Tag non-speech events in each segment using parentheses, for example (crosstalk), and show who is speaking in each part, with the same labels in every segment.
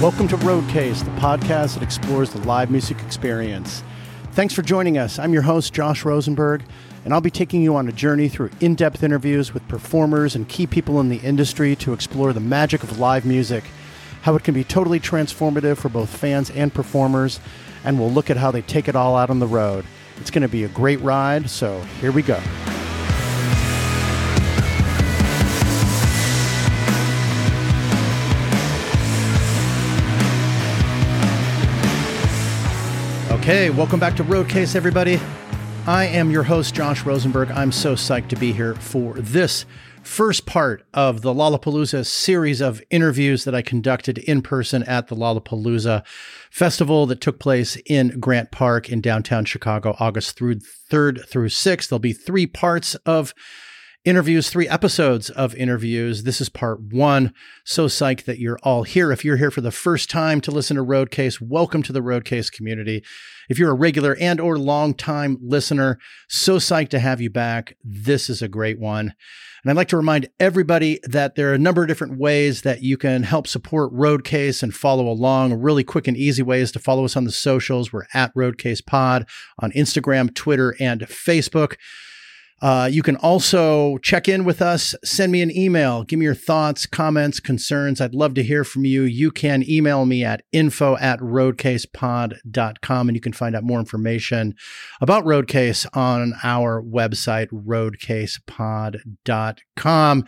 Speaker 1: Welcome to Roadcase, the podcast that explores the live music experience. Thanks for joining us. I'm your host, Josh Rosenberg, and I'll be taking you on a journey through in depth interviews with performers and key people in the industry to explore the magic of live music, how it can be totally transformative for both fans and performers, and we'll look at how they take it all out on the road. It's going to be a great ride, so here we go. Okay, welcome back to Roadcase, everybody. I am your host, Josh Rosenberg. I'm so psyched to be here for this first part of the Lollapalooza series of interviews that I conducted in person at the Lollapalooza festival that took place in Grant Park in downtown Chicago, August through 3rd through 6th. There'll be three parts of interviews, three episodes of interviews. This is part one. So psyched that you're all here. If you're here for the first time to listen to Roadcase, welcome to the Roadcase community. If you're a regular and or long-time listener, so psyched to have you back. This is a great one. And I'd like to remind everybody that there are a number of different ways that you can help support Roadcase and follow along. Really quick and easy ways to follow us on the socials. We're at Roadcase Pod on Instagram, Twitter, and Facebook. Uh, you can also check in with us, send me an email, give me your thoughts, comments, concerns. I'd love to hear from you. You can email me at info at roadcasepod.com and you can find out more information about Roadcase on our website, roadcasepod.com.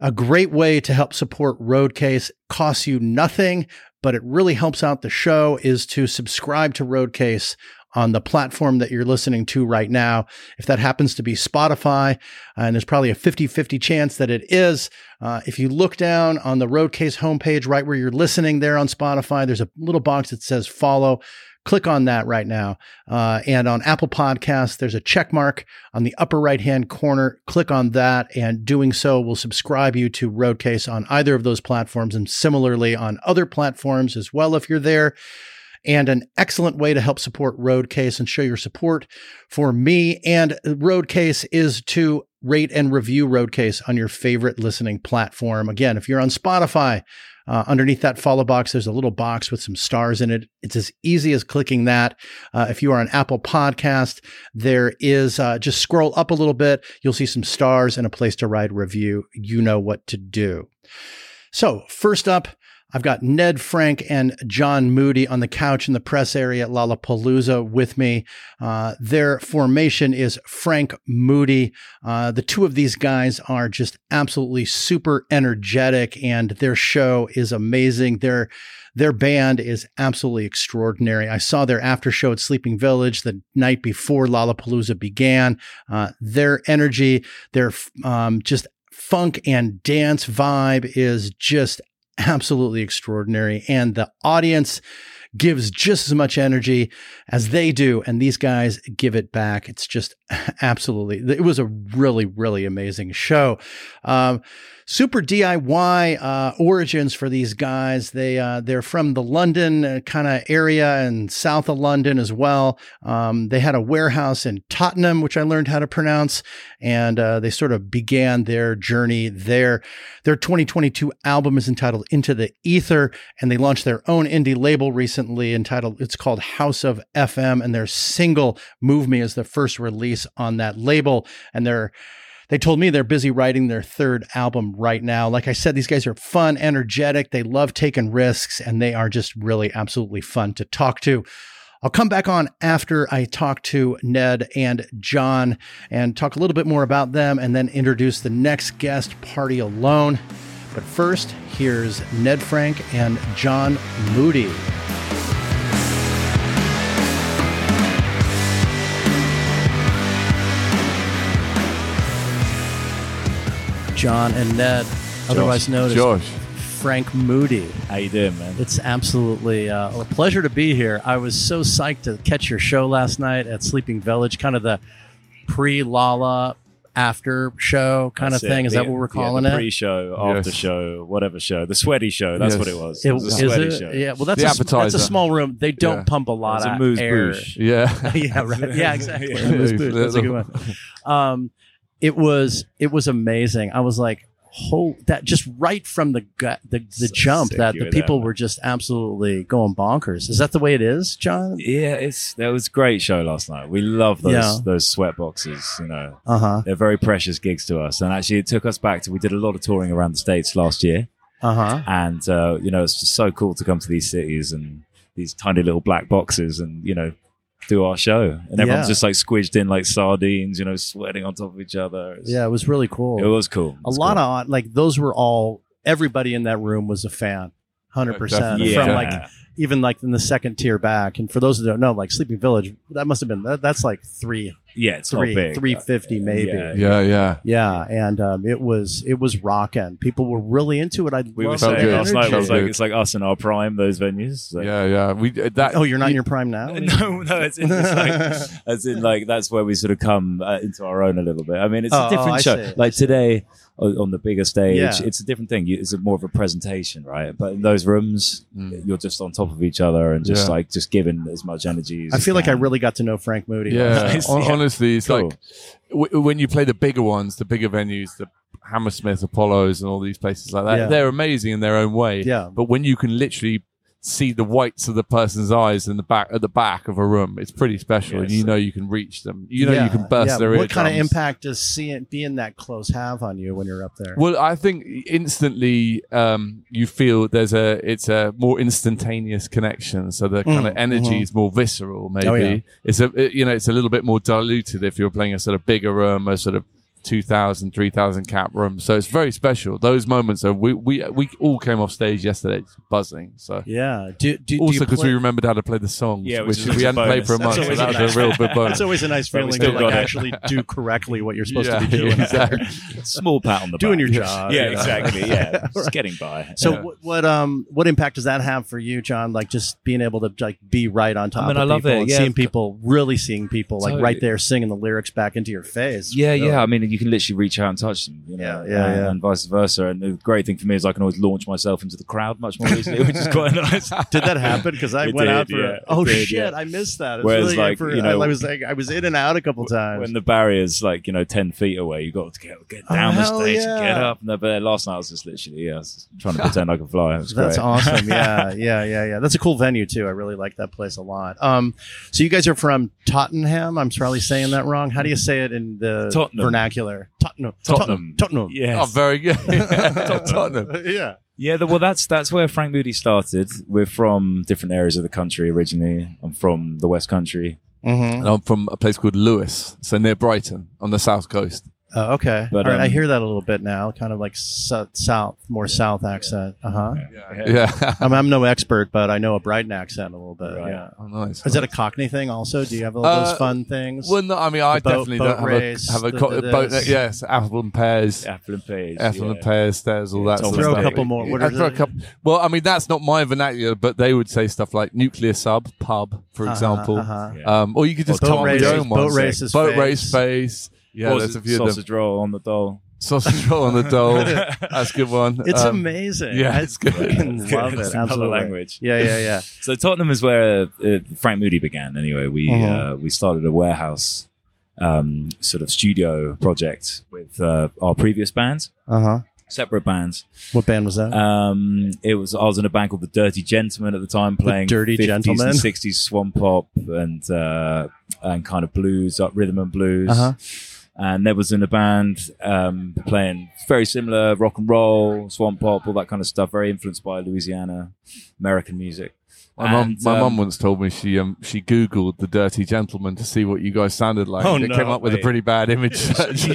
Speaker 1: A great way to help support Roadcase costs you nothing, but it really helps out the show is to subscribe to Roadcase on the platform that you're listening to right now. If that happens to be Spotify, and there's probably a 50 50 chance that it is, uh, if you look down on the Roadcase homepage, right where you're listening there on Spotify, there's a little box that says follow. Click on that right now. Uh, and on Apple Podcasts, there's a check mark on the upper right hand corner. Click on that, and doing so will subscribe you to Roadcase on either of those platforms and similarly on other platforms as well if you're there and an excellent way to help support Roadcase and show your support for me. And Roadcase is to rate and review Roadcase on your favorite listening platform. Again, if you're on Spotify, uh, underneath that follow box, there's a little box with some stars in it. It's as easy as clicking that. Uh, if you are on Apple Podcast, there is uh, just scroll up a little bit. You'll see some stars and a place to write a review. You know what to do. So, first up, I've got Ned Frank and John Moody on the couch in the press area at Lollapalooza with me. Uh, their formation is Frank Moody. Uh, the two of these guys are just absolutely super energetic, and their show is amazing. Their their band is absolutely extraordinary. I saw their after show at Sleeping Village the night before Lollapalooza began. Uh, their energy, their um, just funk and dance vibe is just absolutely extraordinary. And the audience gives just as much energy as they do. And these guys give it back. It's just (laughs) absolutely, it was a really, really amazing show. Um, super DIY uh, origins for these guys. They uh, they're from the London uh, kind of area and south of London as well. Um, they had a warehouse in Tottenham, which I learned how to pronounce, and uh, they sort of began their journey there. Their 2022 album is entitled Into the Ether, and they launched their own indie label recently entitled it's called House of FM, and their single Move Me is the first release on that label, and they're they told me they're busy writing their third album right now. Like I said, these guys are fun, energetic, they love taking risks, and they are just really absolutely fun to talk to. I'll come back on after I talk to Ned and John and talk a little bit more about them and then introduce the next guest, Party Alone. But first, here's Ned Frank and John Moody. John and Ned, otherwise known as
Speaker 2: Josh.
Speaker 1: Frank Moody.
Speaker 2: How you doing, man?
Speaker 1: It's absolutely uh, a pleasure to be here. I was so psyched to catch your show last night at Sleeping Village, kind of the pre Lala after show kind
Speaker 3: That's
Speaker 1: of
Speaker 3: it.
Speaker 1: thing. Is
Speaker 3: The-
Speaker 1: that what we're
Speaker 3: yeah,
Speaker 1: calling
Speaker 3: the
Speaker 1: it?
Speaker 3: Pre-show,
Speaker 2: Yes.
Speaker 3: after show, whatever show, the sweaty show. That's
Speaker 2: Yes.
Speaker 3: what it was.
Speaker 2: It
Speaker 3: was a
Speaker 2: was-
Speaker 3: sweaty
Speaker 1: is it?
Speaker 3: show.
Speaker 1: Yeah. Well, that's
Speaker 2: The
Speaker 1: a, sm- that's a
Speaker 2: appetizer.
Speaker 1: small room. They don't
Speaker 2: Yeah.
Speaker 1: pump a lot
Speaker 3: It's a
Speaker 1: of
Speaker 3: moose
Speaker 1: air.
Speaker 2: (laughs)
Speaker 3: bouche.
Speaker 2: Yeah.
Speaker 1: (laughs) yeah. Right. Yeah. (laughs) Exactly.
Speaker 3: Yeah.
Speaker 1: Moose boosh. That's a good one. Um, it was it was amazing. I was like, whole that just right from the gut the, the
Speaker 3: So
Speaker 1: jump
Speaker 3: sick
Speaker 1: that
Speaker 3: you
Speaker 1: the
Speaker 3: were there,
Speaker 1: people
Speaker 3: man.
Speaker 1: were just absolutely going bonkers. Is that the way it is, John?
Speaker 3: Yeah, it's that was a great show last night. We love those
Speaker 1: Yeah.
Speaker 3: those sweat boxes. You know,
Speaker 1: Uh huh.
Speaker 3: they're very precious gigs to us. And actually, it took us back to we did a lot of touring around the states last year,
Speaker 1: Uh huh.
Speaker 3: and uh, you know, it's just so cool to come to these cities and these tiny little black boxes, and you know. Do our show, and everyone's
Speaker 1: Yeah.
Speaker 3: just like squidged in like sardines, you know, sweating on top of each other. It's-
Speaker 1: Yeah, it was really cool.
Speaker 3: it was cool.
Speaker 1: a lot of like those were all everybody in that room was a fan. Hundred percent
Speaker 2: Definitely.
Speaker 1: from like even like in the second tier back. And for those that don't know, like Sleeping Village, that must have been that, that's like three,
Speaker 3: yeah, it's not
Speaker 1: three,
Speaker 3: big. Uh,
Speaker 1: three fifty maybe.
Speaker 3: Yeah.
Speaker 1: Yeah.
Speaker 2: Yeah, yeah.
Speaker 1: and um, it was it was rocking. People were really into it. I
Speaker 3: We were
Speaker 1: love
Speaker 2: Felt
Speaker 3: saying
Speaker 1: that
Speaker 2: good.
Speaker 3: last night,
Speaker 1: energy.
Speaker 2: Felt
Speaker 3: it's like,
Speaker 2: good.
Speaker 3: it's like us in our prime, those venues. Like,
Speaker 2: Yeah, yeah. We uh, that
Speaker 1: Oh, you're not in your prime now.
Speaker 3: (laughs) No, no, it's, it's
Speaker 1: (laughs)
Speaker 3: like, as in like that's where we sort of come uh, into our own a little bit. I mean, it's
Speaker 1: Oh, oh,
Speaker 3: a different
Speaker 1: I
Speaker 3: show.
Speaker 1: see, I
Speaker 3: like today o- on the bigger stage,
Speaker 1: Yeah.
Speaker 3: it's a different thing. You- It's a more of a presentation, right? But in those rooms,
Speaker 1: (laughs)
Speaker 2: Mm.
Speaker 3: you're just on top of each other and just
Speaker 2: Yeah.
Speaker 3: like just giving as much energy. As
Speaker 1: I
Speaker 3: you
Speaker 1: feel like I
Speaker 3: can.
Speaker 1: really got to know Frank Moody. (laughs)
Speaker 2: Yeah,
Speaker 3: Nice,
Speaker 2: hon-
Speaker 3: yeah.
Speaker 2: honestly, it's
Speaker 3: Cool.
Speaker 2: like w- when you play the bigger ones, the bigger venues, the Hammersmith, Apollos, and all these places like that.
Speaker 1: Yeah.
Speaker 2: They're amazing in their own way.
Speaker 1: Yeah.
Speaker 2: But when you can literally see the whites of the person's eyes in the back at the back of a room, it's pretty special, and
Speaker 3: Yes.
Speaker 2: you know you can reach them. You know
Speaker 1: Yeah,
Speaker 2: you can burst
Speaker 1: yeah.
Speaker 2: their
Speaker 1: What kind of
Speaker 2: eardrums.
Speaker 1: impact does seeing being that close have on you when you're up there?
Speaker 2: Well, I think instantly um, you feel there's a it's a more instantaneous connection. So the kind of energy is more visceral. Maybe
Speaker 1: Mm, mm-hmm. Oh, yeah.
Speaker 2: it's a it- you know it's a little bit more diluted if you're playing a sort of bigger room, a sort of 2,000, 3,000 cap room. So it's very special. Those moments are we we we all came off stage yesterday buzzing. So.
Speaker 1: yeah. Do, do, do
Speaker 2: Also,
Speaker 1: you
Speaker 2: because
Speaker 1: play-
Speaker 2: we remembered how to play the songs,
Speaker 3: Yeah,
Speaker 2: which
Speaker 3: which is
Speaker 2: we
Speaker 3: a
Speaker 2: hadn't played
Speaker 3: bonus.
Speaker 2: for a
Speaker 1: That's
Speaker 2: month, so
Speaker 1: always
Speaker 2: that
Speaker 1: a
Speaker 2: was a real big bonus.
Speaker 1: It's always a nice
Speaker 3: But we
Speaker 1: feeling to
Speaker 3: still
Speaker 1: like
Speaker 3: got it.
Speaker 1: actually do correctly what you're supposed
Speaker 2: (laughs) Yeah,
Speaker 1: to be doing.
Speaker 2: exactly.
Speaker 3: small pat on the
Speaker 1: Doing
Speaker 3: back.
Speaker 1: your job,
Speaker 3: (laughs) Yeah,
Speaker 1: you know.
Speaker 3: exactly. Yeah,
Speaker 1: (laughs) Right.
Speaker 3: just getting by.
Speaker 1: So
Speaker 2: Yeah.
Speaker 1: what, what um what impact does that have for you, John? Like just being able to like be right on top
Speaker 3: mean,
Speaker 1: of
Speaker 3: I love
Speaker 1: people
Speaker 3: it,
Speaker 1: and
Speaker 3: yeah.
Speaker 1: seeing people really seeing people like
Speaker 3: Totally.
Speaker 1: right there singing the lyrics back into your face.
Speaker 3: Yeah,
Speaker 1: Really.
Speaker 3: yeah. I mean, you can literally reach out and touch them. You know,
Speaker 1: Yeah, yeah,
Speaker 3: and,
Speaker 1: yeah.
Speaker 3: and vice versa. And the great thing for me is I can always launch myself into the crowd much more easily, which is quite (laughs) nice.
Speaker 1: (laughs) Did that happen? Because I
Speaker 3: It
Speaker 1: went
Speaker 3: did,
Speaker 1: out for
Speaker 3: yeah.
Speaker 1: a
Speaker 3: It
Speaker 1: oh
Speaker 3: did,
Speaker 1: shit,
Speaker 3: yeah.
Speaker 1: I missed that. It was
Speaker 3: Whereas,
Speaker 1: really
Speaker 3: like,
Speaker 1: for,
Speaker 3: you know-
Speaker 1: I, was like I was in and out a couple times.
Speaker 3: When the barrier's like you know ten feet away, you got to get, get down
Speaker 1: Oh,
Speaker 3: the
Speaker 1: hell
Speaker 3: stage
Speaker 1: yeah.
Speaker 3: and get up. No, but last night I was just literally yeah, I was just trying to pretend I could fly. It
Speaker 1: (laughs)
Speaker 3: was
Speaker 1: That's
Speaker 3: great.
Speaker 1: awesome.
Speaker 3: (laughs)
Speaker 1: Yeah, yeah, yeah, yeah. That's a cool venue too. I really like that place a lot. Um, so you guys are from Tottenham. I'm probably saying that wrong. How do you say it in the
Speaker 3: Tottenham.
Speaker 1: vernacular? Tottenham.
Speaker 3: Tottenham.
Speaker 1: Tottenham.
Speaker 3: (laughs) Yes.
Speaker 2: Oh, very good. (laughs) Tottenham.
Speaker 1: (laughs) Yeah.
Speaker 3: Yeah, the, well, that's that's where Frank Moody started. We're from different areas of the country originally. I'm from the West Country,
Speaker 1: Mm-hmm.
Speaker 2: and I'm from a place called Lewis, so near Brighton on the south coast.
Speaker 1: Oh, okay.
Speaker 3: But,
Speaker 1: All right, I
Speaker 3: um,
Speaker 1: hear that a little bit now, kind of like su- south, more south accent. Uh huh.
Speaker 3: Yeah.
Speaker 2: Yeah.
Speaker 1: I'm, I'm no expert, but I know a Brighton accent a little bit.
Speaker 3: Right.
Speaker 1: Yeah.
Speaker 2: (laughs) oh, nice.
Speaker 1: Is that a Cockney thing also? Do you have all those
Speaker 2: Uh,
Speaker 1: fun things?
Speaker 2: well, no, I mean, I
Speaker 1: boat-
Speaker 2: definitely
Speaker 1: boat
Speaker 2: don't have
Speaker 1: race,
Speaker 2: a have a
Speaker 1: the-
Speaker 2: co-
Speaker 1: the-
Speaker 2: boat.
Speaker 1: this?
Speaker 2: Yes, apple and pears,
Speaker 3: Apple and Page.
Speaker 2: apple
Speaker 3: yeah.
Speaker 2: and pears, stairs, all
Speaker 3: Yeah,
Speaker 2: that.
Speaker 3: Tom
Speaker 2: Sort
Speaker 1: Throw
Speaker 2: of
Speaker 1: a
Speaker 2: stuff.
Speaker 1: couple more. What
Speaker 2: I
Speaker 1: are
Speaker 2: throw a
Speaker 1: the-
Speaker 2: couple- Well, I mean, that's not my vernacular, but they would say stuff like nuclear sub, pub, for
Speaker 1: Uh-huh,
Speaker 2: example.
Speaker 1: uh-huh.
Speaker 3: Yeah.
Speaker 2: Um, or you could just
Speaker 1: Boat
Speaker 2: come up with your
Speaker 1: races,
Speaker 2: own ones.
Speaker 1: boat races,
Speaker 2: boat
Speaker 1: face.
Speaker 2: race face. Yeah,
Speaker 3: Or
Speaker 2: there's a few of them.
Speaker 3: sausage roll on the doll.
Speaker 2: Sausage roll on the
Speaker 3: (laughs)
Speaker 2: dole. That's a good one.
Speaker 1: It's
Speaker 2: Um,
Speaker 1: amazing.
Speaker 2: yeah,
Speaker 1: I
Speaker 2: it's good.
Speaker 1: fucking
Speaker 3: It's good.
Speaker 1: love it.
Speaker 3: It's another
Speaker 1: Absolutely.
Speaker 3: language.
Speaker 1: Yeah, yeah, yeah.
Speaker 3: So Tottenham is where uh, Frank Moody began. Anyway, we
Speaker 1: Mhm.
Speaker 3: uh, we started a warehouse um, sort of studio project with uh, our previous bands,
Speaker 1: Uh huh.
Speaker 3: separate bands.
Speaker 1: What band was
Speaker 2: (laughs)
Speaker 1: that?
Speaker 3: Um, it was I was in a band called the Dirty Gentlemen at the time, playing
Speaker 1: Dirty
Speaker 3: 50s
Speaker 1: Gentlemen?
Speaker 3: and sixties swamp pop and uh, and kind of blues, uh, rhythm and blues.
Speaker 1: Uh-huh.
Speaker 3: And there was in a band um, playing very similar rock and roll, swamp pop, all that kind of stuff. Very influenced by Louisiana American music.
Speaker 2: My mum,
Speaker 3: And,
Speaker 2: my
Speaker 3: um,
Speaker 2: mum once told me she um she googled the Dirty Gentleman to see what you guys sounded like.
Speaker 1: Oh,
Speaker 2: and it
Speaker 1: no,
Speaker 2: came up with a
Speaker 3: mate.
Speaker 2: pretty bad image.
Speaker 3: you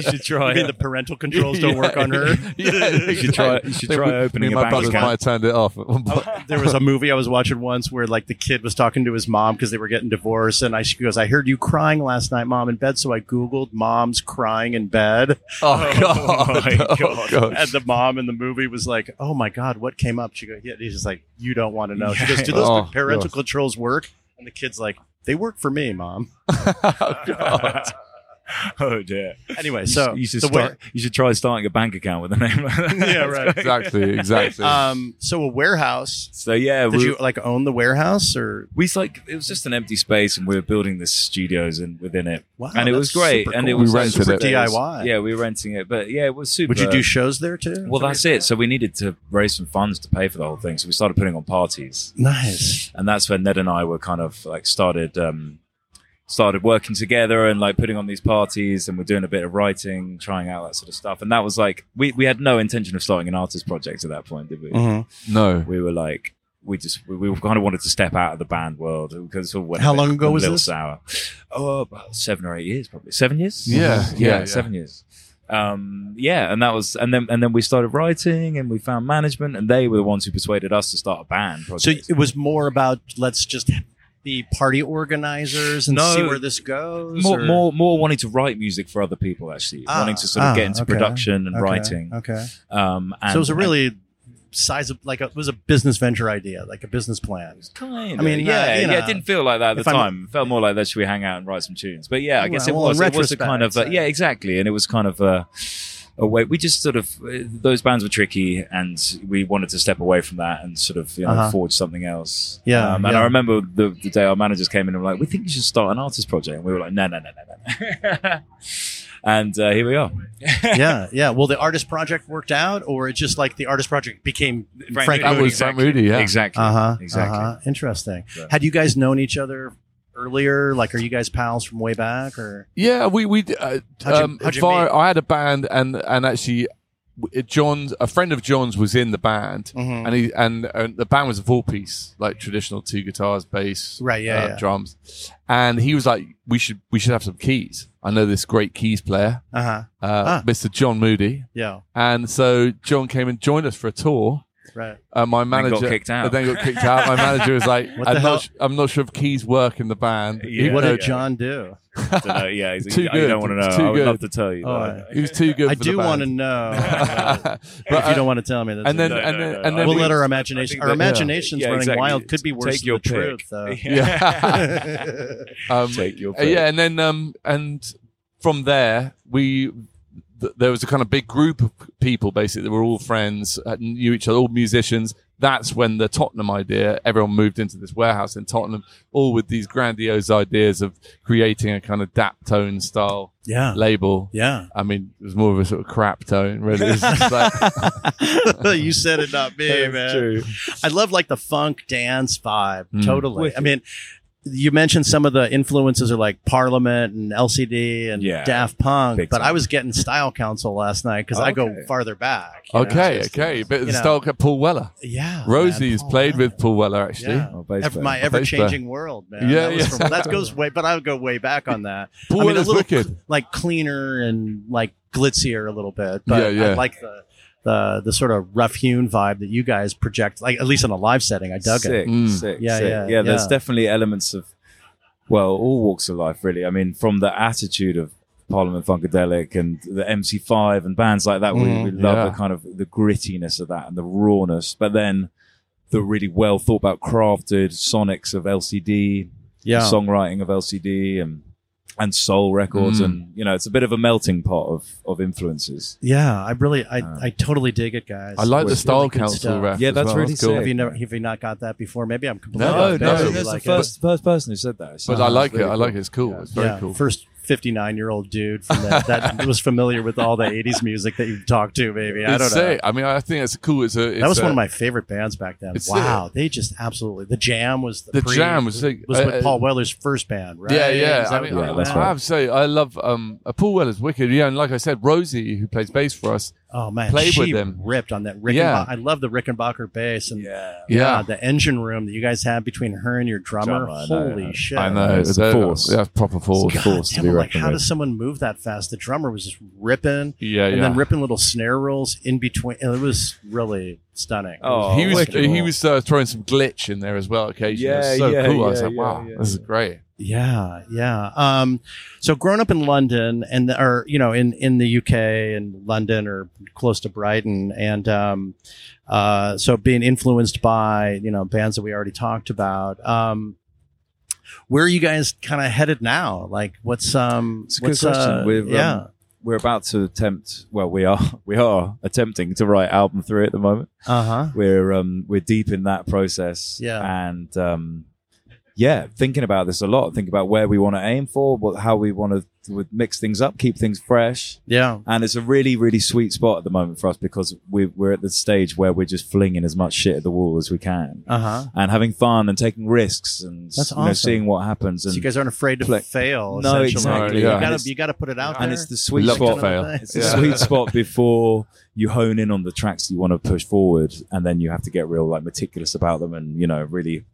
Speaker 2: (laughs)
Speaker 3: should try.
Speaker 1: You mean the parental controls don't work on her? (laughs)
Speaker 2: yeah,
Speaker 3: You should try-
Speaker 2: exactly.
Speaker 3: you should
Speaker 2: Me-
Speaker 3: try
Speaker 2: me-
Speaker 3: opening
Speaker 2: me and
Speaker 3: a
Speaker 2: my
Speaker 3: bank
Speaker 2: brothers
Speaker 3: account.
Speaker 2: might have turned it off at one
Speaker 1: (laughs)
Speaker 2: point.
Speaker 1: there was a movie I was watching once where like the kid was talking to his mom because they were getting divorced, and I she goes, "I heard you crying last night, mom, in bed." So I googled "moms crying in bed," (laughs)
Speaker 2: Oh, god!
Speaker 3: my
Speaker 2: (laughs) Oh,
Speaker 3: God.
Speaker 2: God. (laughs)
Speaker 1: and the mom in the movie was like, "Oh my god, what came up?" She goes, "Yeah," he's just like, "You don't want to know." She goes, "Do those
Speaker 2: Oh,
Speaker 1: parental
Speaker 2: God. (laughs)
Speaker 3: (laughs)
Speaker 1: controls work?" And the kid's like, "They work for me, mom."
Speaker 2: Oh, God.
Speaker 3: um, oh dear.
Speaker 1: Anyway,
Speaker 3: You
Speaker 1: so
Speaker 3: should- you should
Speaker 1: the way-
Speaker 3: start, you should try starting a bank account with a name like that.
Speaker 1: (laughs) Yeah, right.
Speaker 2: exactly, exactly.
Speaker 1: um, so a warehouse.
Speaker 3: (laughs) So yeah,
Speaker 1: Did
Speaker 3: we,
Speaker 1: you like own the warehouse or
Speaker 3: we was like it was just an empty space, and we were building the studios and within it,
Speaker 1: wow?
Speaker 3: and it
Speaker 1: Oh, that's
Speaker 3: was great,
Speaker 1: super
Speaker 3: and it
Speaker 1: cool.
Speaker 3: was
Speaker 2: We
Speaker 3: like,
Speaker 2: rented
Speaker 3: super
Speaker 2: it.
Speaker 1: DIY.
Speaker 3: Yeah, we were renting it, but yeah, it was super.
Speaker 1: Would you do shows there too?
Speaker 3: well, that's it. So we needed to raise some funds to pay for the whole thing. So we started putting on parties.
Speaker 1: nice.
Speaker 3: and that's when Ned and I were kind of like started um, started working together and like putting on these parties and we're doing a bit of writing, trying out that sort of stuff. And that was like we we had no intention of starting an artist project at that point, did we?
Speaker 1: Mhm.
Speaker 2: no,
Speaker 3: We were like we just we, we kind of wanted to step out of the band world because it all went a
Speaker 1: How
Speaker 3: bit-
Speaker 1: long ago
Speaker 3: a
Speaker 1: was
Speaker 3: little
Speaker 1: this?
Speaker 3: Sour. Oh, about seven or eight years, probably seven years.
Speaker 2: Yeah,
Speaker 3: yeah,
Speaker 2: yeah, yeah.
Speaker 3: seven years. Um, yeah, and that was, and then and then we started writing, and we found management, and they were the ones who persuaded us to start a band. Project.
Speaker 1: So it was more about let's just be party organizers and
Speaker 3: No.
Speaker 1: see where this goes.
Speaker 3: more,
Speaker 1: or-
Speaker 3: more, more wanting to write music for other people. Actually,
Speaker 1: Ah,
Speaker 3: wanting to sort of
Speaker 1: ah,
Speaker 3: get into
Speaker 1: okay,
Speaker 3: production and
Speaker 1: Okay,
Speaker 3: writing.
Speaker 1: Okay.
Speaker 3: Um, and,
Speaker 1: so it was a really size of like a, it was a business venture idea, like a business
Speaker 3: (laughs)
Speaker 1: plan.
Speaker 3: kind.
Speaker 1: I mean, yeah,
Speaker 3: yeah,
Speaker 1: you
Speaker 3: yeah.
Speaker 1: know,
Speaker 3: It didn't feel like that at the
Speaker 1: if I'm-
Speaker 3: time. It felt more like that. Should we hang out and write some tunes? But yeah, I guess
Speaker 1: Well,
Speaker 3: it was.
Speaker 1: in
Speaker 3: It was a kind of
Speaker 1: retrospect,
Speaker 3: uh, yeah,
Speaker 1: so-
Speaker 3: exactly. And it was kind of a, a way. We just sort of uh, those bands were tricky, and we wanted to step away from that and sort of you know
Speaker 1: Uh-huh.
Speaker 3: forge something else.
Speaker 1: Yeah,
Speaker 3: Um, and
Speaker 1: yeah.
Speaker 3: I remember the, the day our managers came in and were like, "We think you should start an artist project," and we were like, "No, no, no, no, no." (laughs) and uh, here we are.
Speaker 1: yeah, yeah. Well, the artist project worked out, or it just like the artist project became Frank,
Speaker 3: Frank
Speaker 1: Frank
Speaker 3: Moody.
Speaker 2: that
Speaker 1: Moody.
Speaker 2: was Frank Moody. Yeah,
Speaker 3: Exactly.
Speaker 1: Uh huh.
Speaker 3: Exactly.
Speaker 1: Uh-huh. Interesting.
Speaker 3: Yeah.
Speaker 1: Had you guys known each other earlier? Like, are you guys pals from way back? Or
Speaker 2: yeah. We we uh,
Speaker 1: How'd you-
Speaker 2: um,
Speaker 1: how'd you
Speaker 2: via-
Speaker 1: meet?
Speaker 2: I had a band, and and actually, w- John's a friend of John's was in the band,
Speaker 1: Mm-hmm.
Speaker 2: and he and, and the band was a four piece, like traditional two guitars, bass,
Speaker 1: right? Yeah.
Speaker 2: uh,
Speaker 1: yeah.
Speaker 2: drums, and he was like, "We should we should have some keys. I know this great keys player,
Speaker 1: Uh huh.
Speaker 2: uh,
Speaker 1: Ah.
Speaker 2: Mr. John Moody."
Speaker 1: Yeah.
Speaker 2: And so John came and joined us for a tour.
Speaker 1: Right.
Speaker 2: Uh, my
Speaker 3: And
Speaker 2: manager
Speaker 3: got kicked out.
Speaker 2: and then got kicked out. My manager
Speaker 3: (laughs)
Speaker 2: was like,
Speaker 1: (laughs) What the
Speaker 2: I'm
Speaker 1: hell?
Speaker 2: not, su- "I'm not sure if keys work in the band."
Speaker 3: Yeah.
Speaker 1: what
Speaker 2: no,
Speaker 1: did John do?
Speaker 3: Don't know. Yeah, he's-
Speaker 2: Too
Speaker 3: you
Speaker 2: good.
Speaker 3: don't want to know.
Speaker 2: It's too
Speaker 3: I would
Speaker 2: good.
Speaker 3: love to tell you. but
Speaker 1: All
Speaker 3: I
Speaker 1: right.
Speaker 3: don't.
Speaker 2: he was
Speaker 3: (laughs)
Speaker 2: too good.
Speaker 1: I
Speaker 2: for the
Speaker 1: do want to
Speaker 2: (laughs) band.
Speaker 1: know.
Speaker 2: (laughs) But,
Speaker 1: if you
Speaker 2: uh,
Speaker 1: don't want to tell me, that's
Speaker 2: and then
Speaker 1: okay.
Speaker 3: No,
Speaker 2: and
Speaker 3: no,
Speaker 2: then
Speaker 3: no,
Speaker 2: and
Speaker 3: I
Speaker 2: then
Speaker 1: we'll
Speaker 3: we-
Speaker 1: let
Speaker 3: (laughs)
Speaker 1: our
Speaker 3: I
Speaker 1: imagination,
Speaker 3: think
Speaker 1: our
Speaker 3: that-
Speaker 1: imagination's
Speaker 3: yeah,
Speaker 1: running
Speaker 3: exactly.
Speaker 1: wild. Could be
Speaker 3: Take
Speaker 1: worse
Speaker 3: your
Speaker 1: than the
Speaker 3: pick. (laughs)
Speaker 1: truth,
Speaker 2: Yeah. (laughs)
Speaker 1: though.
Speaker 2: um,
Speaker 3: Take your
Speaker 2: uh, yeah, and then um, and from there we th- there was a kind of big group of people basically that were all friends, uh, knew each other, all musicians. That's when the Tottenham idea, everyone moved into this warehouse in Tottenham, all with these grandiose ideas of creating a kind of dap tone style
Speaker 1: (laughs) yeah.
Speaker 2: label.
Speaker 1: Yeah.
Speaker 2: I mean, it was more of a sort of crap tone, really. It's
Speaker 1: (laughs)
Speaker 2: just like-
Speaker 1: you said it, not me,
Speaker 3: That's
Speaker 1: man.
Speaker 3: true.
Speaker 1: I love like the funk dance vibe.
Speaker 2: Mm.
Speaker 1: Totally. I mean, you mentioned some of the influences are like Parliament and LCD and
Speaker 3: Yeah.
Speaker 1: Daft Punk,
Speaker 3: Big
Speaker 1: but
Speaker 3: time.
Speaker 1: I was getting Style Council last night because I go
Speaker 3: Okay.
Speaker 1: farther back. you know?
Speaker 2: okay,
Speaker 1: Just-
Speaker 2: okay, a bit of
Speaker 1: you
Speaker 2: the
Speaker 1: know.
Speaker 2: style cut Paul Weller.
Speaker 1: Yeah.
Speaker 2: Rosie's
Speaker 1: man, Oh, Paul
Speaker 2: played
Speaker 1: Weller.
Speaker 2: with Paul Weller actually.
Speaker 1: Yeah.
Speaker 3: Oh, bass
Speaker 1: Ever,
Speaker 3: player.
Speaker 1: my
Speaker 2: A bass
Speaker 1: ever changing world, man.
Speaker 2: Yeah,
Speaker 1: that, was
Speaker 2: yeah.
Speaker 1: from-
Speaker 2: (laughs)
Speaker 1: that goes way, but I would go way back on that. I
Speaker 2: Paul
Speaker 1: mean, a
Speaker 2: Weller's
Speaker 1: little
Speaker 2: wicked.
Speaker 1: Like cleaner and like glitzier a little bit, but
Speaker 2: Yeah, yeah.
Speaker 1: I like the the the sort of rough hewn vibe that you guys project. Like at least in a live setting, I dug it.
Speaker 3: sick,
Speaker 2: Mm.
Speaker 3: sick,
Speaker 1: Yeah,
Speaker 3: sick.
Speaker 1: yeah,
Speaker 3: There's
Speaker 1: yeah.
Speaker 3: definitely elements of well, all walks of life, really. I mean, from the attitude of Parliament Funkadelic and the MC5 and bands like that,
Speaker 1: Mhm.
Speaker 3: we, we love
Speaker 2: Yeah.
Speaker 3: the kind of the grittiness of that and the rawness, but then the really well thought about crafted sonics of LCD,
Speaker 1: Yeah,
Speaker 3: the songwriting of LCD and and soul records,
Speaker 2: Mm.
Speaker 3: and you know, it's a bit of a melting pot of of influences.
Speaker 1: yeah. I really, I,
Speaker 3: Uh,
Speaker 1: I totally dig it, guys.
Speaker 2: I like the
Speaker 1: Really
Speaker 2: Style
Speaker 1: good
Speaker 2: Council
Speaker 1: stuff.
Speaker 2: ref.
Speaker 3: Yeah,
Speaker 2: as
Speaker 3: that's
Speaker 2: well.
Speaker 3: really
Speaker 2: cool.
Speaker 1: Have you never? Have you not got that before? Maybe I'm completely.
Speaker 2: No,
Speaker 1: off base.
Speaker 2: no, that's
Speaker 1: You
Speaker 3: that's
Speaker 1: like uh,
Speaker 3: the first, first person who said that.
Speaker 2: But I like it. I like it. It's cool.
Speaker 3: Yeah.
Speaker 2: It's
Speaker 1: it?
Speaker 2: very
Speaker 1: yeah,
Speaker 2: cool.
Speaker 1: first 59 year old dude from that,
Speaker 2: (laughs)
Speaker 1: that was familiar with all the 80s music that you talked to. Maybe I don't
Speaker 2: It's
Speaker 1: know.
Speaker 2: sick. I mean, I think it's cool. It's a. It's
Speaker 1: that was
Speaker 2: a,
Speaker 1: one of my favorite bands back then.
Speaker 2: It's
Speaker 1: Wow, they just absolutely the Jam was the,
Speaker 2: The
Speaker 1: pre-
Speaker 2: Jam was sick.
Speaker 1: was with
Speaker 2: Uh, uh,
Speaker 1: Paul Weller's first band, right?
Speaker 2: Yeah, yeah.
Speaker 1: Is that
Speaker 2: I mean,
Speaker 1: what
Speaker 3: yeah,
Speaker 1: you
Speaker 3: that's
Speaker 1: meant?
Speaker 2: I have to say, I love um, uh, Paul Weller's wicked. Yeah, and like I said, Rosie, who plays bass for us.
Speaker 1: Oh man,
Speaker 2: Played
Speaker 1: she
Speaker 2: with them.
Speaker 1: ripped on that Rickenbacker.
Speaker 2: Yeah.
Speaker 1: I love the Rickenbacker bass and
Speaker 3: Yeah.
Speaker 1: yeah,
Speaker 2: Yeah,
Speaker 1: the engine room that you guys have between her and your drummer.
Speaker 3: Drummer, I know,
Speaker 1: Holy
Speaker 3: I know.
Speaker 1: shit!
Speaker 2: I know.
Speaker 3: It's a
Speaker 2: They're-
Speaker 3: force.
Speaker 2: Yeah, it's proper force.
Speaker 3: It's
Speaker 1: God,
Speaker 3: forced to
Speaker 1: damn,
Speaker 3: be
Speaker 1: I'm like,
Speaker 3: reckoned
Speaker 1: how
Speaker 3: with.
Speaker 1: does someone move that fast? The drummer was just ripping
Speaker 2: Yeah,
Speaker 1: and
Speaker 2: yeah.
Speaker 1: then ripping little snare rolls in between. It was really stunning.
Speaker 3: Oh,
Speaker 2: he was
Speaker 3: wicked.
Speaker 2: he was uh, throwing some glitch in there as well occasionally. it was
Speaker 3: Yeah,
Speaker 2: so
Speaker 3: yeah,
Speaker 2: cool. I was
Speaker 3: yeah,
Speaker 2: like,
Speaker 3: yeah,
Speaker 2: wow,
Speaker 3: yeah,
Speaker 2: this is
Speaker 3: yeah.
Speaker 2: great.
Speaker 1: Yeah, yeah. Um, so grown up in London and or you know in in the UK and London or close to Brighton and um, uh, so being influenced by you know bands that we already talked about. Um, where are you guys kind of headed now? Like, what's um,
Speaker 3: It's a good
Speaker 1: what's,
Speaker 3: question.
Speaker 1: uh,
Speaker 3: We've, um,
Speaker 1: yeah,
Speaker 3: We're about to attempt. Well, we are (laughs) we are attempting to write album three at the moment.
Speaker 1: uh huh,
Speaker 3: We're um we're deep in that process.
Speaker 1: Yeah.
Speaker 3: and um yeah, thinking about this a lot. Think about where we want to aim for, what how we want to mix things up, keep things fresh.
Speaker 1: yeah,
Speaker 3: And it's a really, really sweet spot at the moment for us because we, we're at the stage where we're just flinging as much shit at the wall as we can
Speaker 1: uh huh.
Speaker 3: and having fun and taking risks and
Speaker 1: That's
Speaker 3: you know,
Speaker 1: awesome.
Speaker 3: seeing what happens.
Speaker 1: So
Speaker 3: And,
Speaker 1: you guys aren't afraid to
Speaker 3: Play-
Speaker 1: fail.
Speaker 3: No,
Speaker 1: essentially.
Speaker 3: exactly.
Speaker 1: You
Speaker 2: Yeah.
Speaker 1: gotta
Speaker 3: It's-
Speaker 1: you gotta put it out
Speaker 3: and
Speaker 1: there.
Speaker 3: it's the sweet
Speaker 2: Love
Speaker 3: spot.
Speaker 2: to fail.
Speaker 3: It's the
Speaker 2: Yeah.
Speaker 3: (laughs) sweet spot before you hone in on the tracks you want to push forward, and then you have to get real like meticulous about them, and you know really,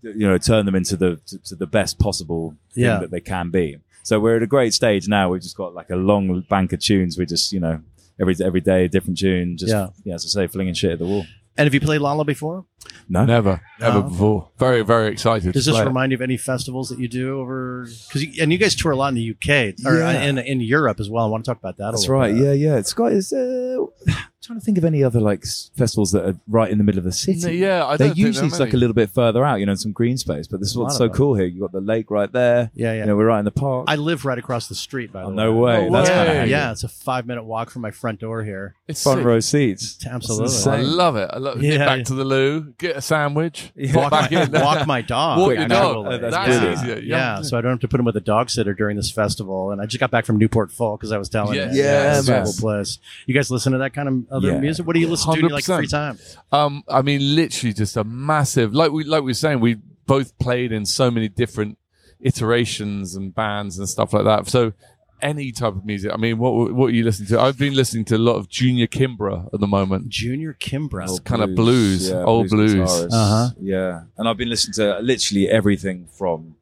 Speaker 3: you know, turn them into the to, to the best possible thing
Speaker 1: Yeah.
Speaker 3: that they can be. So we're at a great stage now. We've just got like a long bank of tunes. We just you know every every day a different tune. Just
Speaker 1: Yeah.
Speaker 3: yeah, as I say, flinging shit at the wall.
Speaker 1: And have you played Lala before?
Speaker 3: No,
Speaker 2: (laughs) Never, never
Speaker 1: No.
Speaker 2: before. Very, very excited.
Speaker 1: Uh-huh. Does
Speaker 2: to
Speaker 1: this
Speaker 2: play it.
Speaker 1: remind you of any festivals that you do over? Because and you guys tour a lot in the UK or uh,
Speaker 3: Yeah.
Speaker 1: in in Europe as well. I want to talk about that.
Speaker 3: That's
Speaker 1: a little
Speaker 3: right.
Speaker 1: bit.
Speaker 3: Yeah, yeah. It's got. It's, uh, (sighs) I'm trying to think of any other like s- festivals that are right in the middle of the city.
Speaker 2: No, yeah, I
Speaker 3: They're
Speaker 2: don't think
Speaker 3: usually
Speaker 2: there are
Speaker 3: like a
Speaker 2: many.
Speaker 3: little bit further out, you know, in some green space. But this is
Speaker 1: A lot
Speaker 3: what's
Speaker 1: of
Speaker 3: so
Speaker 1: them.
Speaker 3: cool here. You've got the lake right there.
Speaker 1: yeah, yeah.
Speaker 3: You know, we're right in the park.
Speaker 1: I live right across the street. By the
Speaker 3: Oh,
Speaker 1: way,
Speaker 3: no way.
Speaker 2: No
Speaker 3: That's
Speaker 2: way.
Speaker 3: kind of
Speaker 1: Yeah, it's a five minute walk from my front door here.
Speaker 2: It's
Speaker 3: front
Speaker 2: sick.
Speaker 3: row seats.
Speaker 1: Absolutely.
Speaker 3: That's
Speaker 2: I
Speaker 3: insane.
Speaker 2: love it. I love
Speaker 1: Yeah,
Speaker 2: get back
Speaker 1: yeah.
Speaker 2: to the loo, get a sandwich,
Speaker 3: Yeah.
Speaker 2: pop
Speaker 1: (laughs) Walk
Speaker 2: back
Speaker 1: my,
Speaker 2: in.
Speaker 1: walk
Speaker 3: (laughs)
Speaker 1: my dog.
Speaker 2: Walk
Speaker 3: your
Speaker 1: actually.
Speaker 3: dog. That's
Speaker 1: yeah.
Speaker 3: brilliant.
Speaker 2: easier. Yeah.
Speaker 1: Yeah, so I don't have to put him with a dog sitter during this festival. And I just got back from Newport Full because I was telling
Speaker 2: Yes.
Speaker 1: you.
Speaker 3: Yes.
Speaker 1: Incredible
Speaker 3: Yes.
Speaker 1: place. You guys listen to that kind of other
Speaker 3: Yeah.
Speaker 1: music? What do you listen to in your like
Speaker 2: 100%.
Speaker 1: free time?
Speaker 2: (laughs) Um, I mean, literally just a massive. Like we like we were saying, we both played in so many different iterations and bands and stuff like that. So any type of music. I mean, what what are you listening to? I've been listening to a lot of Junior Kimbra at the moment.
Speaker 1: Junior Kimbra.
Speaker 3: Oh,
Speaker 2: It's kind of blues, old blues.
Speaker 1: Uh-huh.
Speaker 3: Uh-huh. Yeah. And I've been listening to literally everything from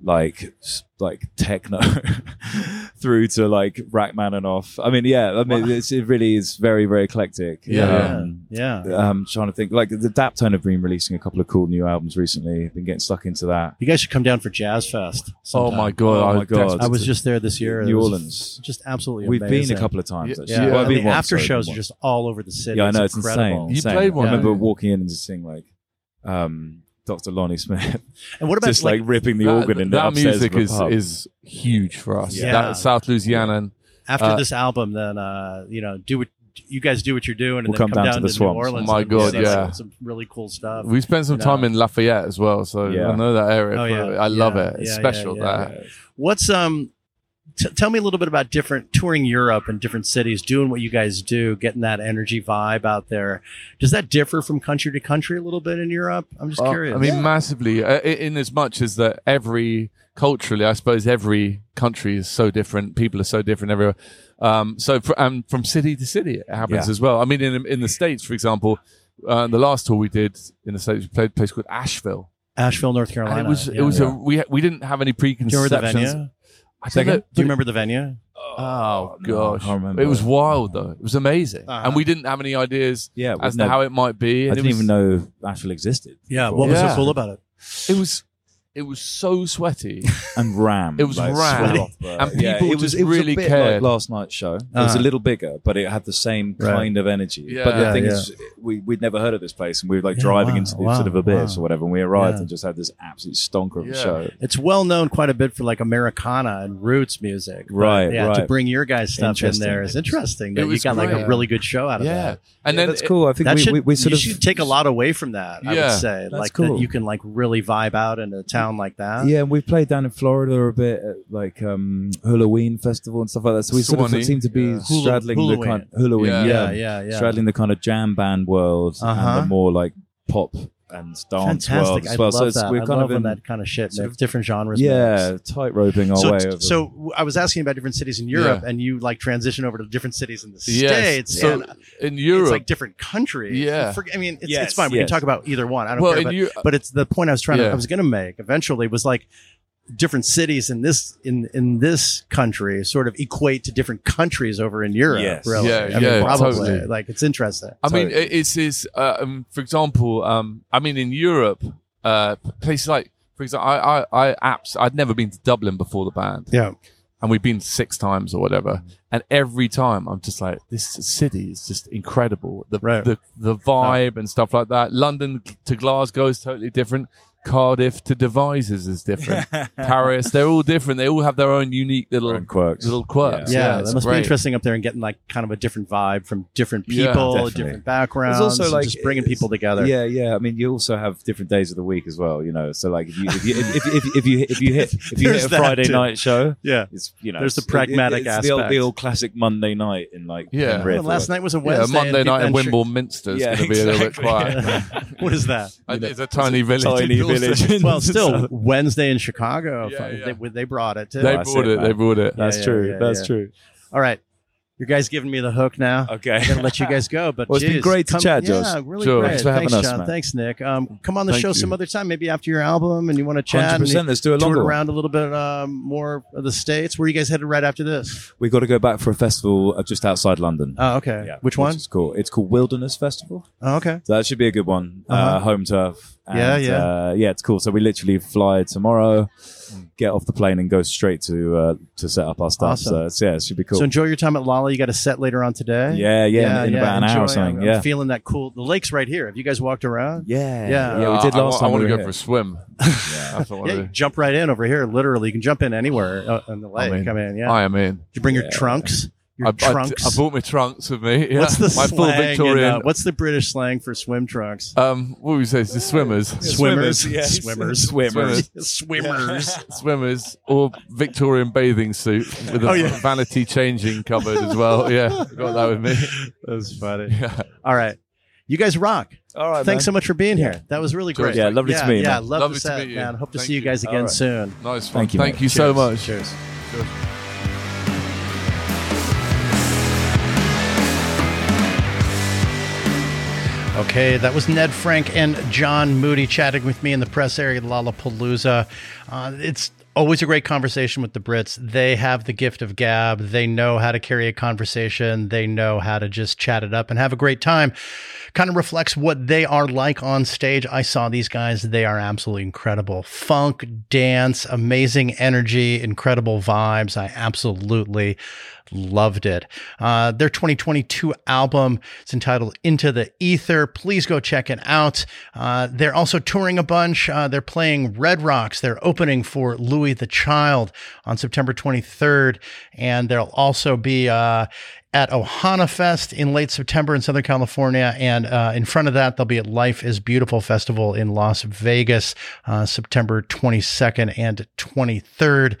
Speaker 3: like s- like techno (laughs) through to like Rachmaninoff. I mean, yeah, I mean
Speaker 1: Wow.
Speaker 3: it's, it really is very very eclectic.
Speaker 2: Yeah.
Speaker 3: Um,
Speaker 1: Yeah.
Speaker 3: I'm trying to think. Like the Daptone have been releasing a couple of cool new albums recently. Been getting stuck into that.
Speaker 1: You guys should come down for Jazz Fest.
Speaker 2: Oh
Speaker 1: sometime.
Speaker 2: my god!
Speaker 3: Oh
Speaker 2: I
Speaker 3: my
Speaker 2: was
Speaker 3: God.
Speaker 2: desperate
Speaker 1: I
Speaker 2: to-
Speaker 1: was just there this year. It
Speaker 3: New
Speaker 1: was
Speaker 3: Orleans.
Speaker 1: Just absolutely
Speaker 3: We've
Speaker 1: amazing.
Speaker 3: been a couple of times.
Speaker 2: Yeah.
Speaker 3: actually.
Speaker 1: Yeah,
Speaker 3: Well, I've
Speaker 1: and
Speaker 3: been
Speaker 1: the
Speaker 3: once,
Speaker 1: after
Speaker 3: sorry,
Speaker 1: shows are
Speaker 3: once.
Speaker 1: just all over the city.
Speaker 3: Yeah, I know
Speaker 1: It's
Speaker 3: it's
Speaker 1: incredible.
Speaker 3: insane.
Speaker 2: You
Speaker 3: insane.
Speaker 2: played one,
Speaker 3: I remember
Speaker 2: didn't you?
Speaker 3: walking in and just seeing like um, Dr. Lonnie Smith
Speaker 1: And what about
Speaker 3: just like, ripping the
Speaker 2: that,
Speaker 3: organ in the
Speaker 2: that
Speaker 3: upstairs
Speaker 2: music
Speaker 3: of a
Speaker 2: is
Speaker 3: pub.
Speaker 2: is huge for us.
Speaker 1: Yeah.
Speaker 2: That South Louisiana. And,
Speaker 1: after
Speaker 2: Uh,
Speaker 1: this album, then uh, you know, do what you guys do what you're doing, and
Speaker 3: We'll
Speaker 1: then
Speaker 3: come down to the
Speaker 1: to New
Speaker 3: swamps.
Speaker 1: Orleans.
Speaker 2: My
Speaker 1: and
Speaker 2: God,
Speaker 1: see
Speaker 2: yeah.
Speaker 1: some, some really cool stuff.
Speaker 2: We spent some
Speaker 1: You
Speaker 2: time
Speaker 1: know.
Speaker 2: in Lafayette as well, so
Speaker 3: Yeah.
Speaker 2: I know that area.
Speaker 1: Oh,
Speaker 2: for-
Speaker 1: yeah.
Speaker 2: I love
Speaker 1: Yeah,
Speaker 2: it. It's
Speaker 1: yeah, yeah,
Speaker 2: special
Speaker 1: yeah,
Speaker 2: there.
Speaker 3: Yeah.
Speaker 1: What's um, t- tell me a little bit about different touring Europe and different cities, doing what you guys do, getting that energy vibe out there. Does that differ from country to country a little bit in Europe? I'm just
Speaker 2: Uh,
Speaker 1: curious.
Speaker 2: I mean, massively. Uh, i- in as much as that, every culturally, I suppose every country is so different. People are so different everywhere. Um, so, fr- um, from city to city, it happens
Speaker 3: Yeah.
Speaker 2: as well. I mean, in in the states, for example, uh, the last tour we did in the states, we played a place called Asheville.
Speaker 1: Asheville, North
Speaker 2: And
Speaker 1: Carolina.
Speaker 2: it was
Speaker 1: yeah.
Speaker 2: it was
Speaker 3: Yeah.
Speaker 2: a we we didn't have any
Speaker 1: Do you
Speaker 2: preconceptions.
Speaker 1: remember the venue?
Speaker 2: I don't
Speaker 1: Second,
Speaker 2: know,
Speaker 1: do you remember the venue?
Speaker 2: Oh,
Speaker 3: no,
Speaker 2: gosh,
Speaker 3: I can't remember.
Speaker 2: it was wild though. It was amazing,
Speaker 1: Uh-huh.
Speaker 2: and we didn't have any ideas
Speaker 3: Yeah,
Speaker 2: as to
Speaker 3: no,
Speaker 2: how it might be.
Speaker 3: I
Speaker 2: And
Speaker 3: didn't
Speaker 2: it was,
Speaker 3: even know Asheville existed.
Speaker 1: Yeah. What was so
Speaker 2: Yeah.
Speaker 1: cool about it?
Speaker 2: It was it was so
Speaker 3: (laughs)
Speaker 2: sweaty.
Speaker 3: And Ram.
Speaker 2: It was
Speaker 3: like,
Speaker 2: Ram.
Speaker 3: sweat
Speaker 2: (laughs)
Speaker 3: off, but-
Speaker 2: And people
Speaker 3: it was,
Speaker 2: just
Speaker 3: it was
Speaker 2: really
Speaker 3: a bit
Speaker 2: cared.
Speaker 3: Like last night's show. It was
Speaker 1: Uh-huh.
Speaker 3: a little bigger, but it had the same
Speaker 1: Right.
Speaker 3: kind of energy.
Speaker 2: Yeah.
Speaker 3: But the
Speaker 1: Yeah,
Speaker 3: thing
Speaker 1: yeah.
Speaker 3: is, we, we'd never heard of this place, and we were like
Speaker 1: Yeah,
Speaker 3: driving
Speaker 1: wow,
Speaker 3: into the
Speaker 1: wow,
Speaker 3: sort of abyss
Speaker 1: wow.
Speaker 3: or whatever. And we arrived
Speaker 1: Yeah.
Speaker 3: and just had this absolute stonker of
Speaker 2: Yeah.
Speaker 3: a show.
Speaker 1: It's well known quite a bit for like Americana and roots music. but,
Speaker 3: Right,
Speaker 1: Yeah. To
Speaker 3: right.
Speaker 1: bring your guys' stuff in
Speaker 3: Interesting.
Speaker 1: there is interesting.
Speaker 2: It
Speaker 1: That you
Speaker 2: was
Speaker 1: got like a
Speaker 2: great.
Speaker 1: really good show out of
Speaker 2: yeah,
Speaker 1: that.
Speaker 2: and
Speaker 3: Yeah,
Speaker 2: then
Speaker 3: that's cool. I think
Speaker 1: that
Speaker 3: we,
Speaker 1: should,
Speaker 3: we, we sort
Speaker 1: you
Speaker 3: of
Speaker 1: should take a lot away from that. I would
Speaker 2: Yeah,
Speaker 1: say, like that
Speaker 3: cool.
Speaker 1: you can like really vibe out in a town like that.
Speaker 3: Yeah, and we've played down in Florida a bit at like um Halloween festival and stuff like that. So we sort
Speaker 2: Swanee.
Speaker 3: of seem to be
Speaker 2: Yeah.
Speaker 1: Hulu-
Speaker 3: straddling the kind Halloween,
Speaker 2: Yeah.
Speaker 3: yeah,
Speaker 1: yeah, yeah, yeah.
Speaker 3: straddling the kind of jam band world
Speaker 1: Uh-huh.
Speaker 3: and the more like pop and dance world
Speaker 1: Fantastic.
Speaker 3: as well.
Speaker 1: I
Speaker 3: so
Speaker 1: love
Speaker 3: it's,
Speaker 1: that.
Speaker 3: we're
Speaker 1: I
Speaker 3: kind
Speaker 1: love
Speaker 3: of in
Speaker 1: when that kind of shit.
Speaker 3: sort
Speaker 1: mix, different genres. mix.
Speaker 3: yeah, tight roping our
Speaker 1: So,
Speaker 3: way.
Speaker 1: t-
Speaker 3: Over.
Speaker 1: so w- I was asking about different cities in Europe, and you like transition over to different cities in the
Speaker 2: yes.
Speaker 1: states.
Speaker 2: So
Speaker 1: and
Speaker 2: in Europe,
Speaker 1: it's like different countries.
Speaker 2: Yeah.
Speaker 1: For- I mean, it's,
Speaker 3: Yes,
Speaker 1: it's fine. We can
Speaker 3: yes.
Speaker 1: talk about either one. I don't
Speaker 2: well,
Speaker 1: care.
Speaker 2: in
Speaker 1: But,
Speaker 2: Europe,
Speaker 1: but it's the point I was trying to,
Speaker 2: Yeah.
Speaker 1: I was going to make eventually was like different cities in this in in this country sort of equate to different countries over in Europe.
Speaker 3: Yes.
Speaker 1: Really.
Speaker 2: Yeah,
Speaker 1: I mean,
Speaker 2: yeah,
Speaker 1: probably.
Speaker 2: totally.
Speaker 1: Like it's interesting.
Speaker 2: I mean,
Speaker 3: Totally.
Speaker 2: it- it's is uh, um, for example, um, I mean in Europe, uh, places like for example, I, I I apps. I'd never been to Dublin before the band,
Speaker 1: Yeah.
Speaker 2: and we've been six times or whatever. And every time I'm just like, this city is just incredible. The
Speaker 1: Right.
Speaker 2: the, the vibe and stuff like that. London to Glasgow is totally different. Cardiff to Devizes is
Speaker 1: (laughs)
Speaker 3: (laughs)
Speaker 2: different. Paris, they're all different. They all have their own unique little
Speaker 3: Own quirks.
Speaker 2: little quirks.
Speaker 1: yeah,
Speaker 2: it's
Speaker 1: that must be
Speaker 2: great.
Speaker 1: interesting up there and getting like kind of a different vibe from different
Speaker 2: Yeah,
Speaker 1: people,
Speaker 3: definitely.
Speaker 1: different backgrounds,
Speaker 3: There's also,
Speaker 1: and
Speaker 3: like,
Speaker 1: just bringing
Speaker 3: it's-
Speaker 1: people together.
Speaker 3: Yeah, yeah. I mean, you also have different days of the week as well. You know, so like if you if you if, if, if, if you hit if you hit if you
Speaker 1: (laughs)
Speaker 3: hit
Speaker 1: There's
Speaker 3: a
Speaker 1: that
Speaker 3: Friday
Speaker 1: too.
Speaker 3: night show,
Speaker 1: yeah.
Speaker 3: it's you know
Speaker 1: There's the
Speaker 3: it's- it- it-
Speaker 1: pragmatic
Speaker 3: it's The old,
Speaker 1: aspect.
Speaker 3: the old classic Monday night in like
Speaker 2: Yeah.
Speaker 3: in
Speaker 2: Oh,
Speaker 1: Oh,
Speaker 3: Riff
Speaker 1: and
Speaker 3: or
Speaker 1: last night was a
Speaker 2: Yeah,
Speaker 1: Wednesday.
Speaker 2: Monday
Speaker 1: and
Speaker 2: night in
Speaker 1: people- and
Speaker 2: Wimbledon Minster is
Speaker 3: Yeah,
Speaker 2: going to be a little bit
Speaker 3: exactly.
Speaker 1: (laughs)
Speaker 2: quiet.
Speaker 3: (laughs)
Speaker 1: Chi- what is that?
Speaker 2: And it's a tiny village.
Speaker 3: tiny
Speaker 2: in Dorset.
Speaker 3: village. in
Speaker 1: (laughs) Well,
Speaker 3: the
Speaker 1: still
Speaker 3: south.
Speaker 1: Wednesday in Chicago.
Speaker 2: Yeah,
Speaker 1: Fuck,
Speaker 2: yeah.
Speaker 1: They, they brought it too.
Speaker 2: They
Speaker 3: I see
Speaker 2: brought
Speaker 3: it,
Speaker 2: it. They
Speaker 3: man.
Speaker 2: brought it.
Speaker 3: that's
Speaker 1: yeah,
Speaker 3: true.
Speaker 1: yeah,
Speaker 3: that's
Speaker 1: yeah.
Speaker 3: true.
Speaker 1: All right, you guys giving me the hook now.
Speaker 3: Okay. (laughs)
Speaker 1: I'm gonna let you guys go. But
Speaker 3: Well, it's been
Speaker 1: geez,
Speaker 3: great to
Speaker 1: come-
Speaker 3: chat,
Speaker 1: Yeah,
Speaker 3: Josh.
Speaker 1: really
Speaker 2: Sure.
Speaker 1: great.
Speaker 3: Thanks for having
Speaker 1: Thanks,
Speaker 3: us,
Speaker 1: John.
Speaker 3: man.
Speaker 1: Thanks, Nick. Um, come on the
Speaker 2: Thank
Speaker 1: show
Speaker 2: you.
Speaker 1: some other time, maybe after your album, and you want to chat.
Speaker 3: Hundred
Speaker 1: and
Speaker 3: percent. Let's do a
Speaker 1: toured
Speaker 3: longer one.
Speaker 1: around a little bit um, more of the states. Where are you guys headed right after this?
Speaker 3: We got to go back for a festival uh, just outside London.
Speaker 1: Oh, okay. Which one?
Speaker 3: It's cool. It's called Wilderness Festival.
Speaker 1: Oh, okay.
Speaker 3: So that should be a good one. uh
Speaker 1: Uh-huh.
Speaker 3: home turf.
Speaker 1: Yeah, yeah.
Speaker 3: Uh, yeah, it's cool. So we literally fly tomorrow, get off the plane, and go straight to uh, to set up our stuff.
Speaker 1: Awesome.
Speaker 3: So it's, yeah, it should be cool.
Speaker 1: So enjoy your time at Lala. You got a set later on today.
Speaker 3: yeah, yeah, in, in about an hour or
Speaker 1: enjoy. I'm-
Speaker 3: something.
Speaker 1: I'm
Speaker 3: yeah.
Speaker 1: feeling that cool. The lake's right here. Have you guys walked around?
Speaker 3: yeah,
Speaker 1: Yeah.
Speaker 3: yeah. We did
Speaker 2: I- I
Speaker 3: last
Speaker 2: wa- I,
Speaker 3: time.
Speaker 2: want
Speaker 3: we
Speaker 2: to
Speaker 3: were
Speaker 2: go
Speaker 3: here.
Speaker 2: for a swim. (laughs) That's what I
Speaker 1: Yeah,
Speaker 2: want
Speaker 1: you
Speaker 2: to do.
Speaker 1: jump right in over here. Literally, you can jump in anywhere uh, on the lake.
Speaker 2: in.
Speaker 1: I mean, yeah.
Speaker 2: I am in.
Speaker 1: Did you bring your
Speaker 3: Yeah.
Speaker 1: trunks? Your
Speaker 2: I, I-
Speaker 1: trunks.
Speaker 2: I bought my trunks with me. (laughs) Yeah.
Speaker 1: What's the
Speaker 2: my full
Speaker 1: slang in,
Speaker 2: Victorian?
Speaker 1: uh, what's the British slang for swim trunks?
Speaker 2: um, what would you say? It's the swimmers,
Speaker 1: swimmers,
Speaker 3: swimmers, yeah.
Speaker 1: swimmers,
Speaker 2: Swimmers.
Speaker 1: (laughs) swimmers.
Speaker 2: swimmers, or Victorian bathing suit with a
Speaker 1: Oh, yeah.
Speaker 2: vanity changing cupboard as well. Yeah, got that with me.
Speaker 1: (laughs)
Speaker 2: (laughs)
Speaker 1: That's funny.
Speaker 2: Yeah,
Speaker 1: All right, you guys rock.
Speaker 3: All right,
Speaker 1: Thanks so
Speaker 3: man.
Speaker 1: much for being
Speaker 3: Yeah.
Speaker 1: here. That was really
Speaker 2: George,
Speaker 1: great.
Speaker 3: yeah, lovely to
Speaker 1: yeah,
Speaker 3: meet you,
Speaker 1: Yeah,
Speaker 3: man.
Speaker 1: love
Speaker 2: Lovely
Speaker 1: to
Speaker 2: to
Speaker 1: set,
Speaker 2: meet you.
Speaker 1: man. Hope to
Speaker 2: Thank
Speaker 1: see you
Speaker 2: you.
Speaker 1: guys again
Speaker 3: All right.
Speaker 1: soon.
Speaker 2: nice one.
Speaker 3: Thank you, mate.
Speaker 2: so
Speaker 1: Cheers.
Speaker 2: much.
Speaker 1: Cheers. Okay, that was Ned Frank and John Moody chatting with me in the press area at Lollapalooza. Uh, it's always a great conversation with the Brits. They have the gift of gab. They know how to carry a conversation. They know how to just chat it up and have a great time. Kind of reflects what they are like on stage. I saw these guys. They are absolutely incredible. Funk, dance, amazing energy, incredible vibes. I absolutely loved it. Uh, their 2022 album is entitled Into the Ether. Please go check it out. Uh, they're also touring a bunch. Uh, they're playing Red Rocks. They're opening for Louis the Child on September 23rd. And they'll also be uh, at Ohana Fest in late September in Southern California. And uh, in front of that, they'll be at Life is Beautiful Festival in Las Vegas, uh, September 22nd and 23rd.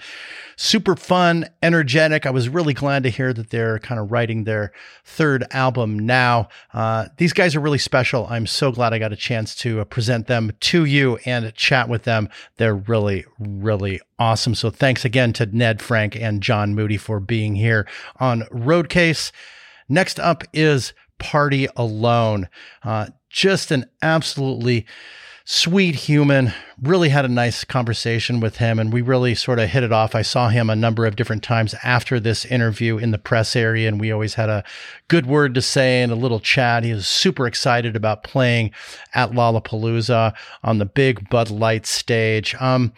Speaker 1: Super fun, energetic. I was really glad to hear that they're kind of writing their third album now. Uh, these guys are really special. I'm so glad I got a chance to uh, present them to you and chat with them. They're really, really awesome. So thanks again to Ned Frank and John Moody for being here on Roadcase. Next up is Party Alone. Uh, just an absolutely sweet human. Really had a nice conversation with him, and we really sort of hit it off. I saw him a number of different times after this interview in the press area, and we always had a good word to say and a little chat. He was super excited about playing at Lollapalooza on the big Bud Light stage. Um,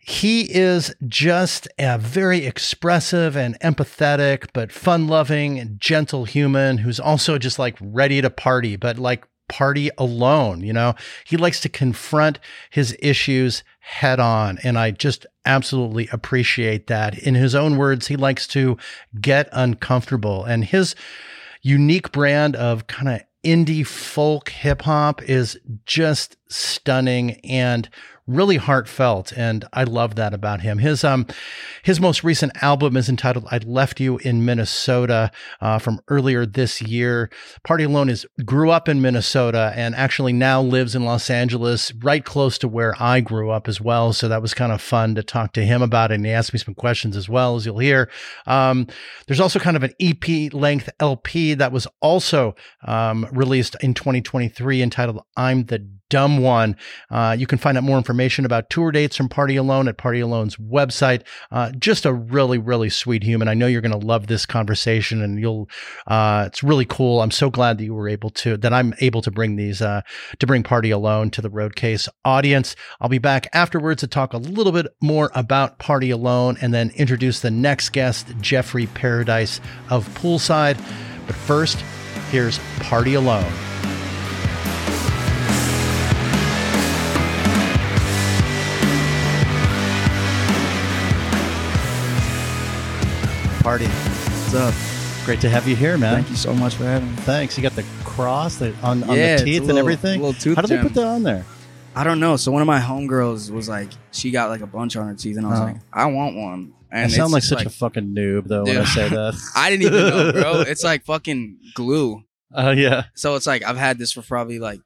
Speaker 1: he is just a very expressive and empathetic, but fun loving and gentle human who's also just like ready to party, but like party alone. You know, he likes to confront his issues head on. And I just absolutely appreciate that. In his own words, he likes to get uncomfortable. And his unique brand of kind of indie folk hip hop is just stunning and really heartfelt and I love that about him. His um his most recent album is entitled I Left You in Minnesota uh, from earlier this year. Party Alone is grew up in Minnesota and actually now lives in Los Angeles right close to where I grew up as well. So that was kind of fun to talk to him about it and he asked me some questions as well as you'll hear. Um, there's also kind of an EP length LP that was also um, released in 2023 entitled I'm the dumb one. Uh, you can find out more information about tour dates from Party Alone at Party Alone's website. Uh, just a really, really sweet human. I know you're going to love this conversation, and you'll. Uh, it's really cool. I'm so glad that you were able to that I'm able to bring these uh, to bring Party Alone to the Roadcase audience. I'll be back afterwards to talk a little bit more about Party Alone, and then introduce the next guest, Jeffrey Paradise of Poolside. But first, here's Party Alone. Party.
Speaker 4: What's up?
Speaker 1: Great to have you here, man.
Speaker 4: Thank you so much for having me.
Speaker 1: Thanks. You got the cross that on, on
Speaker 4: Yeah, it's
Speaker 1: the
Speaker 4: a
Speaker 1: teeth and
Speaker 4: little-
Speaker 1: everything.
Speaker 4: little tooth
Speaker 1: How did they
Speaker 4: gem.
Speaker 1: put that on there?
Speaker 4: I don't know. So one of my homegirls was like, she got like a bunch on her teeth, and I was
Speaker 1: Oh.
Speaker 4: like, I want one.
Speaker 1: I
Speaker 4: And
Speaker 1: sound
Speaker 4: it's
Speaker 1: like such a fucking noob though when I
Speaker 4: Dude.
Speaker 1: say that.
Speaker 4: (laughs)
Speaker 1: (laughs)
Speaker 4: I didn't even know, bro. It's like fucking glue.
Speaker 1: Oh yeah.
Speaker 4: So it's like I've had this for probably like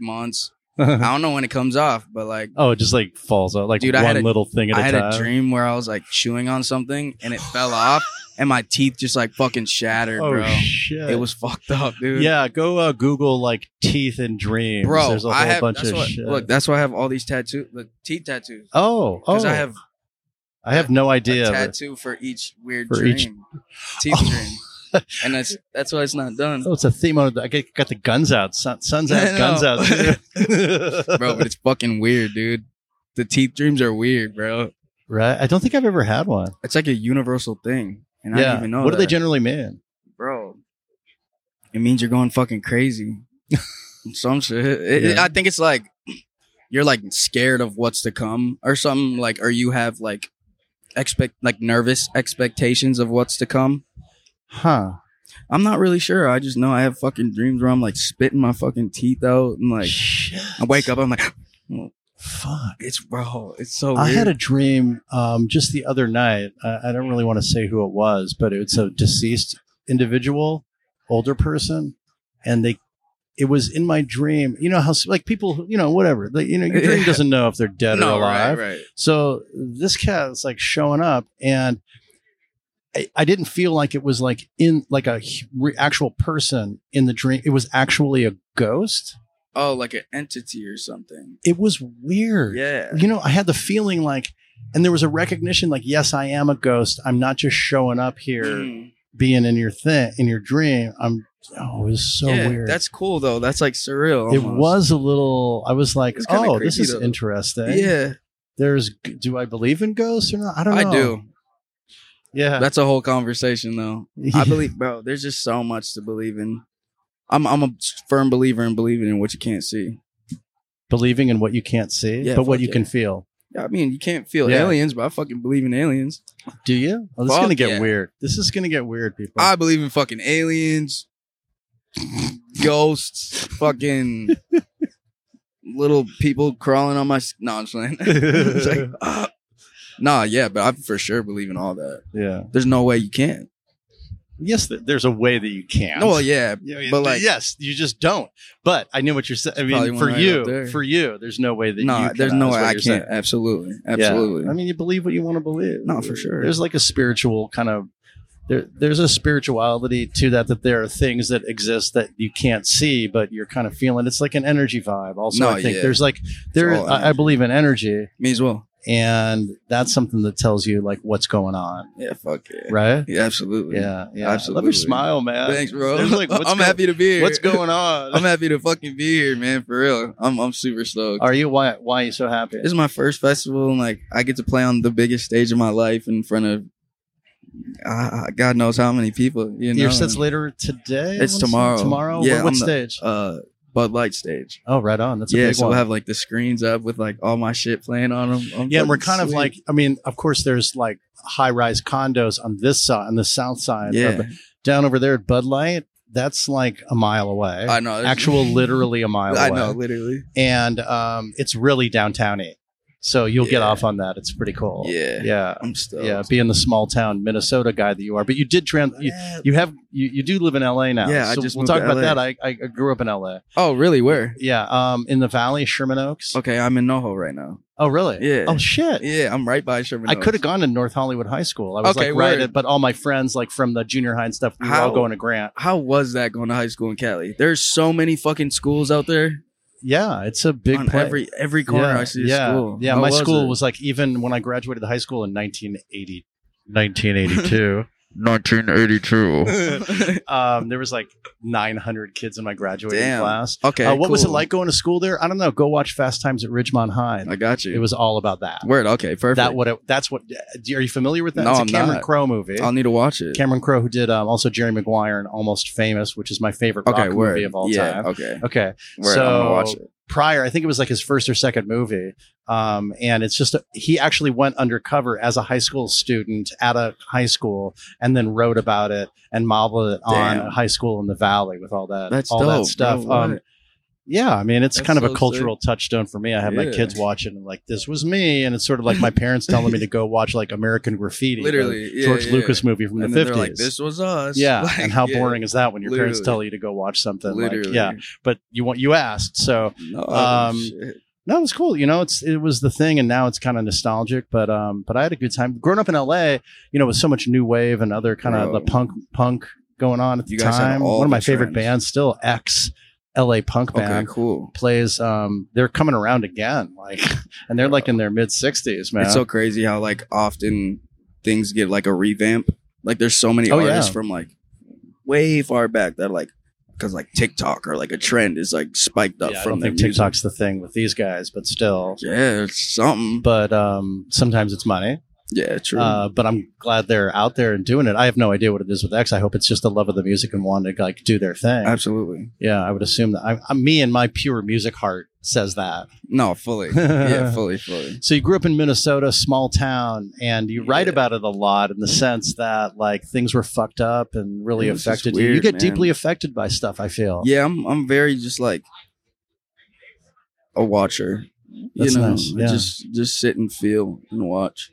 Speaker 1: (laughs)
Speaker 4: months. I don't know when it comes off, but like
Speaker 1: oh, it just like falls out like
Speaker 4: Dude, I
Speaker 1: one
Speaker 4: had a-
Speaker 1: little thing at
Speaker 4: I
Speaker 1: a
Speaker 4: had
Speaker 1: time.
Speaker 4: a dream where I was like chewing on something and it
Speaker 1: (laughs)
Speaker 4: fell off, and my teeth just like fucking shattered,
Speaker 1: oh
Speaker 4: bro.
Speaker 1: shit!
Speaker 4: It was fucked up, dude.
Speaker 1: yeah. Go uh, Google like teeth and dreams.
Speaker 4: bro.
Speaker 1: There's a whole
Speaker 4: I have
Speaker 1: bunch
Speaker 4: that's
Speaker 1: of
Speaker 4: why-
Speaker 1: shit.
Speaker 4: look. That's why I have all these tattoos, the teeth tattoos,
Speaker 1: oh, oh.
Speaker 4: because I have
Speaker 1: I have no idea.
Speaker 4: a
Speaker 1: but-
Speaker 4: tattoo for each weird
Speaker 1: For
Speaker 4: dream,
Speaker 1: each-
Speaker 4: teeth
Speaker 1: Oh.
Speaker 4: dream,
Speaker 1: (laughs)
Speaker 4: and that's that's why it's not done,
Speaker 1: Oh, it's a theme on. I get- got the guns out, sun, suns out,
Speaker 4: I
Speaker 1: guns
Speaker 4: know.
Speaker 1: out,
Speaker 4: (laughs) bro. But it's fucking weird, dude. The teeth dreams are weird, bro.
Speaker 1: right? I don't think I've ever had one.
Speaker 4: It's like a universal thing, and I
Speaker 1: yeah.
Speaker 4: didn't even know.
Speaker 1: what do they
Speaker 4: that.
Speaker 1: generally mean?
Speaker 4: bro? It means you're going fucking
Speaker 1: (laughs)
Speaker 4: crazy. Some shit. It- it-
Speaker 1: Yeah.
Speaker 4: I think it's like you're like scared of what's to come or something. Like, or you have like expect like nervous expectations of what's to come.
Speaker 1: Huh?
Speaker 4: I'm not really sure. I just know I have fucking dreams where I'm like spitting my fucking teeth out and like
Speaker 1: Shit.
Speaker 4: I wake up. I'm like, (gasps)
Speaker 1: Fuck.
Speaker 4: it's bro. It's so.
Speaker 1: I
Speaker 4: weird.
Speaker 1: had a dream um, just the other night. I, I don't really want to say who it was, but it's a deceased individual, older person, and they. It was in my dream. You know how s- like people, who- you know, whatever. They, you know,
Speaker 4: (laughs)
Speaker 1: your dream
Speaker 4: Yeah.
Speaker 1: doesn't know if they're dead
Speaker 4: no
Speaker 1: or alive.
Speaker 4: right, right.
Speaker 1: So this cat is like showing up, and I, I didn't feel like it was like in like a h- re- actual person in the dream. It was actually a ghost.
Speaker 4: Oh, like an entity or something.
Speaker 1: It was weird
Speaker 4: Yeah.
Speaker 1: you know, I had the feeling like, and there was a recognition like, yes, I am a ghost. I'm not just showing up here
Speaker 4: Mm.
Speaker 1: being in your thing, in your dream. I'm, oh, it was so
Speaker 4: yeah,
Speaker 1: weird.
Speaker 4: That's cool though. That's like surreal.
Speaker 1: it
Speaker 4: almost.
Speaker 1: was a little, I was like,
Speaker 4: It's kinda
Speaker 1: oh, this
Speaker 4: creepy,
Speaker 1: is
Speaker 4: though.
Speaker 1: interesting.
Speaker 4: Yeah,
Speaker 1: There's, do I believe in ghosts or not? I don't
Speaker 4: I
Speaker 1: know.
Speaker 4: do.
Speaker 1: Yeah.
Speaker 4: That's a whole conversation though.
Speaker 1: (laughs)
Speaker 4: I believe, bro. There's just so much to believe in. I'm I'm a firm believer in believing in what you can't see.
Speaker 1: Believing in what you can't see,
Speaker 4: Yeah,
Speaker 1: but what
Speaker 4: fuck
Speaker 1: you
Speaker 4: yeah.
Speaker 1: can feel.
Speaker 4: Yeah, I mean you can't feel
Speaker 1: Yeah.
Speaker 4: aliens, but I fucking believe in aliens.
Speaker 1: Do you? Oh, this is
Speaker 4: Fuck
Speaker 1: going to get
Speaker 4: yeah.
Speaker 1: weird. This is going to get weird, people. (laughs)
Speaker 4: I (laughs) believe in fucking aliens, ghosts,
Speaker 1: (laughs)
Speaker 4: fucking little people crawling on my. s- No, I'm just playing. (laughs) It's like, uh, nah, yeah, but I for sure believe in all that.
Speaker 1: yeah.
Speaker 4: There's no way you can't.
Speaker 1: Yes, th- there's a way that you can.
Speaker 4: No,
Speaker 1: (laughs)
Speaker 4: well, yeah,
Speaker 1: Yeah, yeah,
Speaker 4: But, like-
Speaker 1: yes, you just don't. But I knew what you're saying. I
Speaker 4: Probably
Speaker 1: mean,
Speaker 4: one
Speaker 1: for
Speaker 4: right up
Speaker 1: you,
Speaker 4: there.
Speaker 1: for you, there's no way that you
Speaker 4: nah,
Speaker 1: cannot,
Speaker 4: there's no
Speaker 1: is
Speaker 4: way
Speaker 1: what
Speaker 4: I
Speaker 1: you're
Speaker 4: can't.
Speaker 1: saying.
Speaker 4: Absolutely,
Speaker 1: Yeah.
Speaker 4: absolutely.
Speaker 1: I mean, you believe what you want to believe.
Speaker 4: No, for sure.
Speaker 1: There's like a spiritual kind of there. There's a spirituality to that. That there are things that exist that you can't see, but you're kind of feeling. It's like an energy vibe. Also,
Speaker 4: No,
Speaker 1: I think
Speaker 4: yeah.
Speaker 1: there's like there.
Speaker 4: all
Speaker 1: I, I
Speaker 4: energy.
Speaker 1: believe in energy,
Speaker 4: Me as well.
Speaker 1: and that's something that tells you like what's going on,
Speaker 4: Yeah, fuck yeah.
Speaker 1: right?
Speaker 4: Yeah, absolutely.
Speaker 1: Yeah, yeah. I love
Speaker 4: Absolutely.
Speaker 1: your smile, man.
Speaker 4: Thanks, bro.
Speaker 1: There's, (laughs)
Speaker 4: (laughs)
Speaker 1: like, what's
Speaker 4: I'm
Speaker 1: go-
Speaker 4: happy to be here.
Speaker 1: What's going on?
Speaker 4: (laughs) I'm happy to fucking be here, man. For real, I'm I'm super stoked.
Speaker 1: Are you why why are you so happy?
Speaker 4: This is my first festival, and like I get to play on the biggest stage of my life in front of uh, God knows how many people. You know,
Speaker 1: Your set's later today. I
Speaker 4: It's
Speaker 1: wanna say?
Speaker 4: tomorrow.
Speaker 1: Tomorrow.
Speaker 4: Yeah,
Speaker 1: What, what
Speaker 4: I'm the-
Speaker 1: stage?
Speaker 4: uh, Bud Light stage.
Speaker 1: oh, right on. That's a
Speaker 4: yeah,
Speaker 1: big
Speaker 4: so
Speaker 1: one.
Speaker 4: we'll have like the screens up with like all my shit playing on them.
Speaker 1: yeah, and we're kind of like. I mean, of course, there's like high-rise condos on this side, on the south side. of
Speaker 4: yeah,
Speaker 1: the- down over there at Bud Light, that's like a mile away.
Speaker 4: I know. there's- (laughs)
Speaker 1: Actual, literally a mile
Speaker 4: I
Speaker 1: away.
Speaker 4: know, literally.
Speaker 1: And um, it's really downtowny, so you'll get
Speaker 4: Yeah.
Speaker 1: off on that. It's pretty cool.
Speaker 4: Yeah,
Speaker 1: Yeah.
Speaker 4: I'm still.
Speaker 1: Yeah, being the small town Minnesota guy that you are, but you did trans. You, you have you, you do live in LA now.
Speaker 4: Yeah, I
Speaker 1: so
Speaker 4: just
Speaker 1: we'll
Speaker 4: moved
Speaker 1: talk
Speaker 4: to
Speaker 1: about
Speaker 4: LA.
Speaker 1: that. I, I I grew up in LA.
Speaker 4: Oh, really? Where?
Speaker 1: Yeah, um, in the valley, Sherman Oaks.
Speaker 4: Okay, I'm in NoHo right now.
Speaker 1: Oh, really?
Speaker 4: Yeah.
Speaker 1: Oh shit.
Speaker 4: Yeah, I'm right by Sherman.
Speaker 1: I could have
Speaker 4: Oaks.
Speaker 1: gone to North Hollywood High School. I was
Speaker 4: Okay,
Speaker 1: like right,
Speaker 4: word.
Speaker 1: at, but all my friends like from the junior high and stuff, we were all
Speaker 4: How?
Speaker 1: going to Grant.
Speaker 4: How was that going to high school in Cali? There's so many fucking schools out there.
Speaker 1: Yeah, it's a big
Speaker 4: on
Speaker 1: play.
Speaker 4: every every corner
Speaker 1: yeah,
Speaker 4: I see a
Speaker 1: yeah,
Speaker 4: school.
Speaker 1: Yeah,
Speaker 4: How
Speaker 1: my school
Speaker 4: it?
Speaker 1: was like even when I graduated high school in
Speaker 4: (laughs)
Speaker 1: 1980, 1982.
Speaker 5: 1982.
Speaker 1: (laughs) um, there was like 900 kids in my graduating
Speaker 4: Damn.
Speaker 1: class.
Speaker 4: okay.
Speaker 1: Uh, what was it
Speaker 4: cool.
Speaker 1: like going to school there? I don't know. Go watch Fast Times at Ridgemont High.
Speaker 4: I got you.
Speaker 1: It was all about that.
Speaker 4: word. Okay, perfect.
Speaker 1: That what it, that's what. Are you familiar with that?
Speaker 4: No,
Speaker 1: it's a
Speaker 4: I'm
Speaker 1: Cameron
Speaker 4: not.
Speaker 1: Crowe movie.
Speaker 4: I'll need to watch it.
Speaker 1: Cameron Crowe, who did um, also Jerry Maguire and Almost Famous, which is my favorite
Speaker 4: okay,
Speaker 1: rock
Speaker 4: word.
Speaker 1: movie of all
Speaker 4: yeah.
Speaker 1: time.
Speaker 4: Okay.
Speaker 1: Okay,
Speaker 4: Word.
Speaker 1: So-
Speaker 4: I'm gonna watch it.
Speaker 1: prior, I think it was like his first or second movie, um, and it's just he actually went undercover as a high school student at a high school, and then wrote about it and modeled it on
Speaker 4: Damn.
Speaker 1: a high school in the valley with all that
Speaker 4: That's
Speaker 1: all that
Speaker 4: dope,
Speaker 1: stuff.
Speaker 4: bro.
Speaker 1: um,
Speaker 4: What?
Speaker 1: yeah, I mean, it's
Speaker 4: That's
Speaker 1: kind of a
Speaker 4: so
Speaker 1: cultural touchstone for me. I have my
Speaker 4: Yeah.
Speaker 1: kids watch it and like this was me, and it's sort of like my parents telling me to go watch like American Graffiti, the
Speaker 4: (laughs) Literally, yeah,
Speaker 1: uh, George
Speaker 4: yeah.
Speaker 1: Lucas movie from
Speaker 4: And
Speaker 1: the
Speaker 4: then they're
Speaker 1: fifties.
Speaker 4: like, this was us. (laughs)
Speaker 1: yeah,
Speaker 4: Like,
Speaker 1: and how
Speaker 4: yeah,
Speaker 1: boring is that when your parents
Speaker 4: Literally.
Speaker 1: tell you to go watch something?
Speaker 4: Literally.
Speaker 1: Like, yeah, but you want you asked, so
Speaker 4: No, oh,
Speaker 1: Um,
Speaker 4: shit.
Speaker 1: no, it's cool. You know, it's it was the thing, and now it's kind of nostalgic. But um, but I had a good time growing up in L.A. You know, with so much new wave and other kind of
Speaker 4: Bro.
Speaker 1: the punk punk going on at the
Speaker 4: You guys had
Speaker 1: time.
Speaker 4: all
Speaker 1: One of
Speaker 4: the
Speaker 1: my favorite
Speaker 4: trends.
Speaker 1: bands still X, L.A. punk
Speaker 4: okay,
Speaker 1: band
Speaker 4: cool.
Speaker 1: plays. Um, they're coming around again, (laughs) like, and they're like in their mid sixties, man.
Speaker 4: It's so crazy how like often things get like a revamp. Like there's so many
Speaker 1: Oh, yeah.
Speaker 4: artists from like way far back that like because like TikTok or like a trend is like spiked up
Speaker 1: yeah, I
Speaker 4: from
Speaker 1: don't
Speaker 4: their
Speaker 1: think
Speaker 4: music.
Speaker 1: TikTok's the thing with these guys, but still.
Speaker 4: Yeah, it's something.
Speaker 1: But um, sometimes it's money.
Speaker 4: Yeah, true.
Speaker 1: Uh, but I'm glad they're out there and doing it. I have no idea what it is with X. I hope it's just the love of the music and wanting to like do their thing.
Speaker 4: Absolutely.
Speaker 1: Yeah, I would assume that. I, I, me and my pure music heart says that.
Speaker 4: No, fully.
Speaker 1: (laughs)
Speaker 4: (laughs) yeah, fully, fully.
Speaker 1: So you grew up in Minnesota, small town, and you write
Speaker 4: Yeah.
Speaker 1: about it a lot in the sense that like things were fucked up and really
Speaker 4: It was just
Speaker 1: affected you. You
Speaker 4: weird,
Speaker 1: get
Speaker 4: man.
Speaker 1: deeply affected by stuff. I feel.
Speaker 4: Yeah, I'm. I'm very just like a watcher.
Speaker 1: That's
Speaker 4: you know,
Speaker 1: nice,
Speaker 4: I
Speaker 1: yeah.
Speaker 4: just just sit and feel and watch.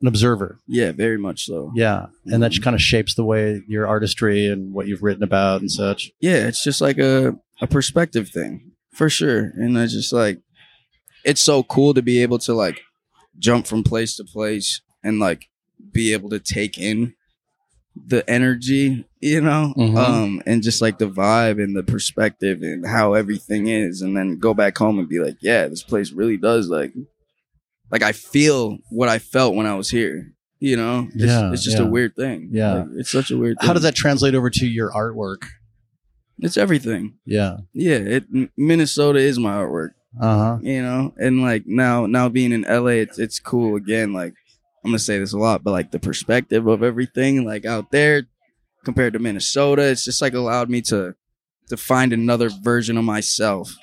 Speaker 1: An observer.
Speaker 4: Yeah, very much so.
Speaker 1: Yeah, and that
Speaker 4: Mhm.
Speaker 1: kind of shapes the way your artistry and what you've written about and such.
Speaker 4: yeah, it's just like a, a perspective thing for sure. And I just like, it's so cool to be able to like jump from place to place and like be able to take in the energy, you know,
Speaker 1: Mhm.
Speaker 4: um, and just like the vibe and the perspective and how everything is. And then go back home and be like, yeah, this place really does like, like I feel what I felt when I was here, you know, it's,
Speaker 1: Yeah,
Speaker 4: it's just
Speaker 1: yeah.
Speaker 4: a weird thing.
Speaker 1: Yeah.
Speaker 4: Like, it's such a weird thing.
Speaker 1: How does that translate over to your artwork?
Speaker 4: It's everything.
Speaker 1: Yeah.
Speaker 4: Yeah, it M- Minnesota is my artwork,
Speaker 1: Uh huh.
Speaker 4: you know, and like now now being in LA, it's it's cool again. Like I'm gonna say this a lot, but like the perspective of everything like out there compared to Minnesota, it's just like allowed me to to find another version of myself,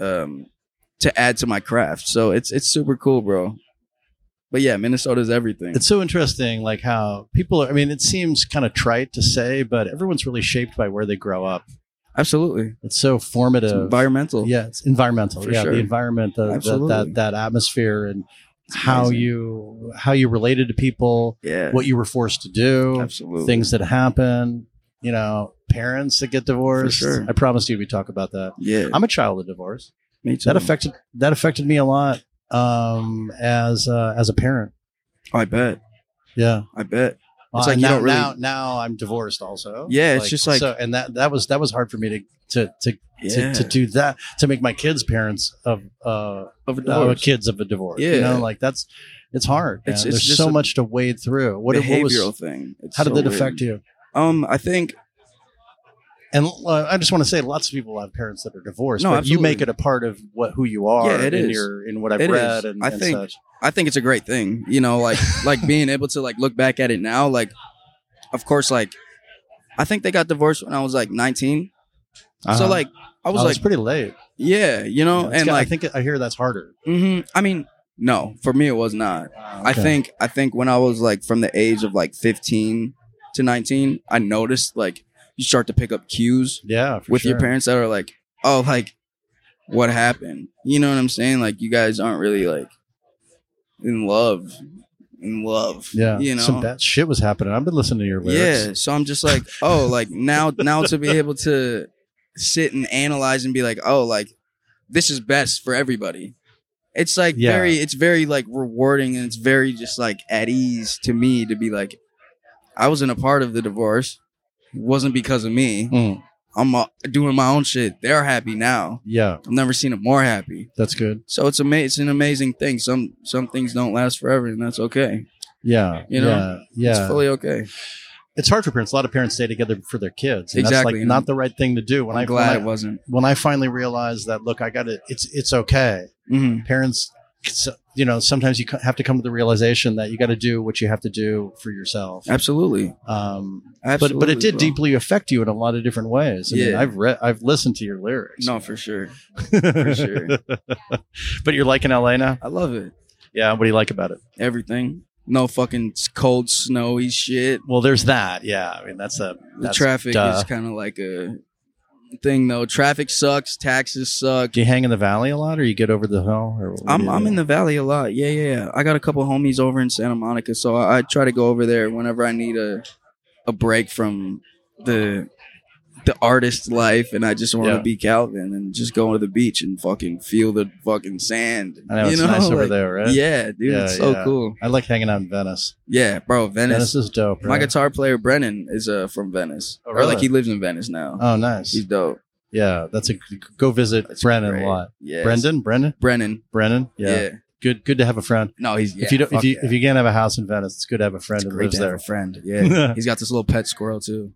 Speaker 4: um, to add to my craft. So it's it's super cool, bro. But yeah, Minnesota's everything.
Speaker 1: It's so interesting, like how people. Are, I mean, it seems kind of trite to say, but everyone's really shaped by where they grow up.
Speaker 4: absolutely
Speaker 1: It's so
Speaker 4: it's
Speaker 1: formative.
Speaker 4: environmental.
Speaker 1: Yeah, it's environmental.
Speaker 4: For
Speaker 1: yeah,
Speaker 4: sure.
Speaker 1: the environment, the, the,
Speaker 4: Absolutely.
Speaker 1: that that atmosphere, and how
Speaker 4: amazing.
Speaker 1: you how you related to people,
Speaker 4: yeah,
Speaker 1: what you were forced to do,
Speaker 4: absolutely
Speaker 1: things that happen. You know, parents that get divorced.
Speaker 4: sure.
Speaker 1: I promised you we talk about that.
Speaker 4: Yeah,
Speaker 1: I'm a child of divorce.
Speaker 4: me too.
Speaker 1: That affected that affected me a lot um, as uh, as a parent.
Speaker 4: I bet.
Speaker 1: Yeah.
Speaker 4: I bet.
Speaker 1: Well,
Speaker 4: like you
Speaker 1: Uh, now,
Speaker 4: don't really-
Speaker 1: now now I'm divorced also.
Speaker 4: Yeah, it's just like-
Speaker 1: so, and that that was that was hard for me to to to,
Speaker 4: Yeah.
Speaker 1: to, to do that to make my kids parents of uh
Speaker 4: of a
Speaker 1: uh,
Speaker 4: divorce.
Speaker 1: kids of a divorce. You
Speaker 4: Yeah.
Speaker 1: know, like that's it's hard.
Speaker 4: It's-
Speaker 1: man.
Speaker 4: it's
Speaker 1: There's
Speaker 4: just
Speaker 1: so
Speaker 4: a
Speaker 1: much to wade through. What, what
Speaker 4: behavioral
Speaker 1: was
Speaker 4: thing. It's
Speaker 1: how did
Speaker 4: so
Speaker 1: that
Speaker 4: weird.
Speaker 1: affect you?
Speaker 4: Um, I think
Speaker 1: And uh, I just want to say, lots of people have parents that are divorced,
Speaker 4: No,
Speaker 1: but you make
Speaker 4: absolutely.
Speaker 1: it a part of what who you are.
Speaker 4: Yeah, it
Speaker 1: in
Speaker 4: is.
Speaker 1: Your, in what I've
Speaker 4: It
Speaker 1: read
Speaker 4: is.
Speaker 1: and,
Speaker 4: I
Speaker 1: and
Speaker 4: think-
Speaker 1: such.
Speaker 4: I think it's a great thing. You know, like (laughs) like being able to like look back at it now. Like, of course, like I think they got divorced when I was like 19. So
Speaker 1: Uh-huh.
Speaker 4: like I was
Speaker 1: Oh, that's
Speaker 4: like,
Speaker 1: pretty late.
Speaker 4: yeah, you know,
Speaker 1: That's
Speaker 4: and
Speaker 1: got-
Speaker 4: like
Speaker 1: I think I hear that's harder.
Speaker 4: mhm. I mean, no, for me it was not. I
Speaker 1: Okay.
Speaker 4: think I think when I was like from the age of like 15 to 19, I noticed like you start to pick up cues
Speaker 1: yeah, for
Speaker 4: with your
Speaker 1: sure.
Speaker 4: parents that are like, oh, like, what happened? You know what I'm saying? Like, you guys aren't really like in love, in love.
Speaker 1: Yeah,
Speaker 4: you know.
Speaker 1: some bad shit was happening. I've been listening to your lyrics.
Speaker 4: Yeah. So I'm just like, oh, like now, now to
Speaker 1: (laughs)
Speaker 4: be able to sit and analyze and be like, oh, like this is best for everybody. It's like
Speaker 1: Yeah.
Speaker 4: very, it's very like rewarding and it's very just like at ease to me to be like, I wasn't a part of the divorce, It wasn't because of me
Speaker 1: Mm.
Speaker 4: I'm uh, doing my own shit. They're happy now.
Speaker 1: Yeah,
Speaker 4: I've never seen them more happy.
Speaker 1: that's good.
Speaker 4: So it's ama- It's an amazing thing. Some some things don't last forever, and that's okay.
Speaker 1: Yeah,
Speaker 4: You know,
Speaker 1: yeah, yeah.
Speaker 4: It's fully okay.
Speaker 1: it's hard for parents. A lot of parents stay together for their kids. And
Speaker 4: Exactly,
Speaker 1: That's like
Speaker 4: and
Speaker 1: not the right thing to do. When
Speaker 4: I'm
Speaker 1: I-
Speaker 4: glad it
Speaker 1: when I,
Speaker 4: wasn't.
Speaker 1: when I finally realized that, look, I got to It's it's okay.
Speaker 4: hmm
Speaker 1: Parents, so- you know, sometimes you co- have to come to the realization that you got to do what you have to do for yourself.
Speaker 4: Absolutely.
Speaker 1: Um, but
Speaker 4: Absolutely.
Speaker 1: but it did
Speaker 4: bro.
Speaker 1: deeply affect you in a lot of different ways. I mean,
Speaker 4: Yeah.
Speaker 1: I've read, I've listened to your lyrics.
Speaker 4: No, for sure.
Speaker 1: for
Speaker 4: sure.
Speaker 1: (laughs) but you're liking LA now.
Speaker 4: I love it.
Speaker 1: Yeah. What do you like about it?
Speaker 4: Everything. No fucking s- cold, snowy shit.
Speaker 1: Well, there's that. Yeah. I mean, that's a
Speaker 4: The
Speaker 1: that's,
Speaker 4: traffic
Speaker 1: duh.
Speaker 4: is kind of like a thing, though. Traffic sucks. Taxes suck.
Speaker 1: Do you hang in the valley a lot, or you get over the hill? Or what do
Speaker 4: I'm
Speaker 1: you
Speaker 4: I'm
Speaker 1: do?
Speaker 4: in the valley a lot. Yeah, yeah, yeah. I got a couple homies over in Santa Monica, so I, I try to go over there whenever I need a a break from the the artist life, and I just want to
Speaker 1: Yeah.
Speaker 4: be Calvin and just go to the beach and fucking feel the fucking sand.
Speaker 1: I know
Speaker 4: you
Speaker 1: it's nice over
Speaker 4: like-
Speaker 1: there, right?
Speaker 4: Yeah, dude,
Speaker 1: Yeah,
Speaker 4: it's so
Speaker 1: yeah.
Speaker 4: cool.
Speaker 1: I like hanging out in Venice.
Speaker 4: Yeah, bro, Venice.
Speaker 1: Venice is dope.
Speaker 4: My
Speaker 1: right?
Speaker 4: guitar player Brennan is uh from Venice.
Speaker 1: Oh,
Speaker 4: Or like
Speaker 1: really?
Speaker 4: he lives in Venice now.
Speaker 1: Oh, nice.
Speaker 4: He's dope.
Speaker 1: Yeah, that's a go visit Brennan
Speaker 4: Great.
Speaker 1: a lot.
Speaker 4: Yeah.
Speaker 1: Brendan, Brendan,
Speaker 4: Brennan.
Speaker 1: Brennan. Yeah.
Speaker 4: Yeah.
Speaker 1: good. Good to have a friend.
Speaker 4: No, he's
Speaker 1: if you don't, if you
Speaker 4: yeah.
Speaker 1: if you can't have a house in Venice, it's good to have a friend
Speaker 4: It's
Speaker 1: who
Speaker 4: great
Speaker 1: lives
Speaker 4: to have
Speaker 1: there.
Speaker 4: a friend.
Speaker 1: (laughs)
Speaker 4: Yeah, he's got this little pet squirrel too.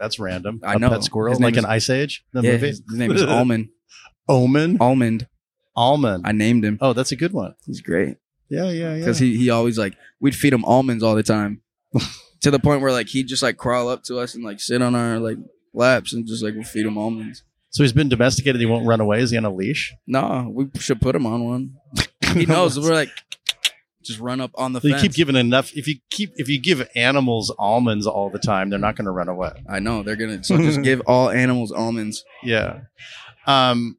Speaker 1: That's random.
Speaker 4: I
Speaker 1: A
Speaker 4: know.
Speaker 1: pet squirrel,
Speaker 4: His name
Speaker 1: like
Speaker 4: is-
Speaker 1: an Ice Age, the
Speaker 4: yeah,
Speaker 1: movie.
Speaker 4: his, his
Speaker 1: (laughs)
Speaker 4: name is Almond.
Speaker 1: Omen,
Speaker 4: Almond.
Speaker 1: almond.
Speaker 4: I named him.
Speaker 1: oh, that's a good one.
Speaker 4: He's great
Speaker 1: Yeah, yeah, yeah.
Speaker 4: because he he always like we'd feed him almonds all the
Speaker 1: (laughs)
Speaker 4: time, to the point where like he'd just like crawl up to us and like sit on our like laps and just like we'll feed him almonds.
Speaker 1: so he's been domesticated. He won't run away. Is he on a leash?
Speaker 4: Nah, we should put him on one.
Speaker 1: (laughs)
Speaker 4: He knows. we're like just run up on the
Speaker 1: You
Speaker 4: fence.
Speaker 1: keep giving enough. If you keep if you give animals almonds all the time, they're not going to run away.
Speaker 4: I know they're gonna so just
Speaker 1: (laughs)
Speaker 4: give all animals almonds.
Speaker 1: Yeah. Um,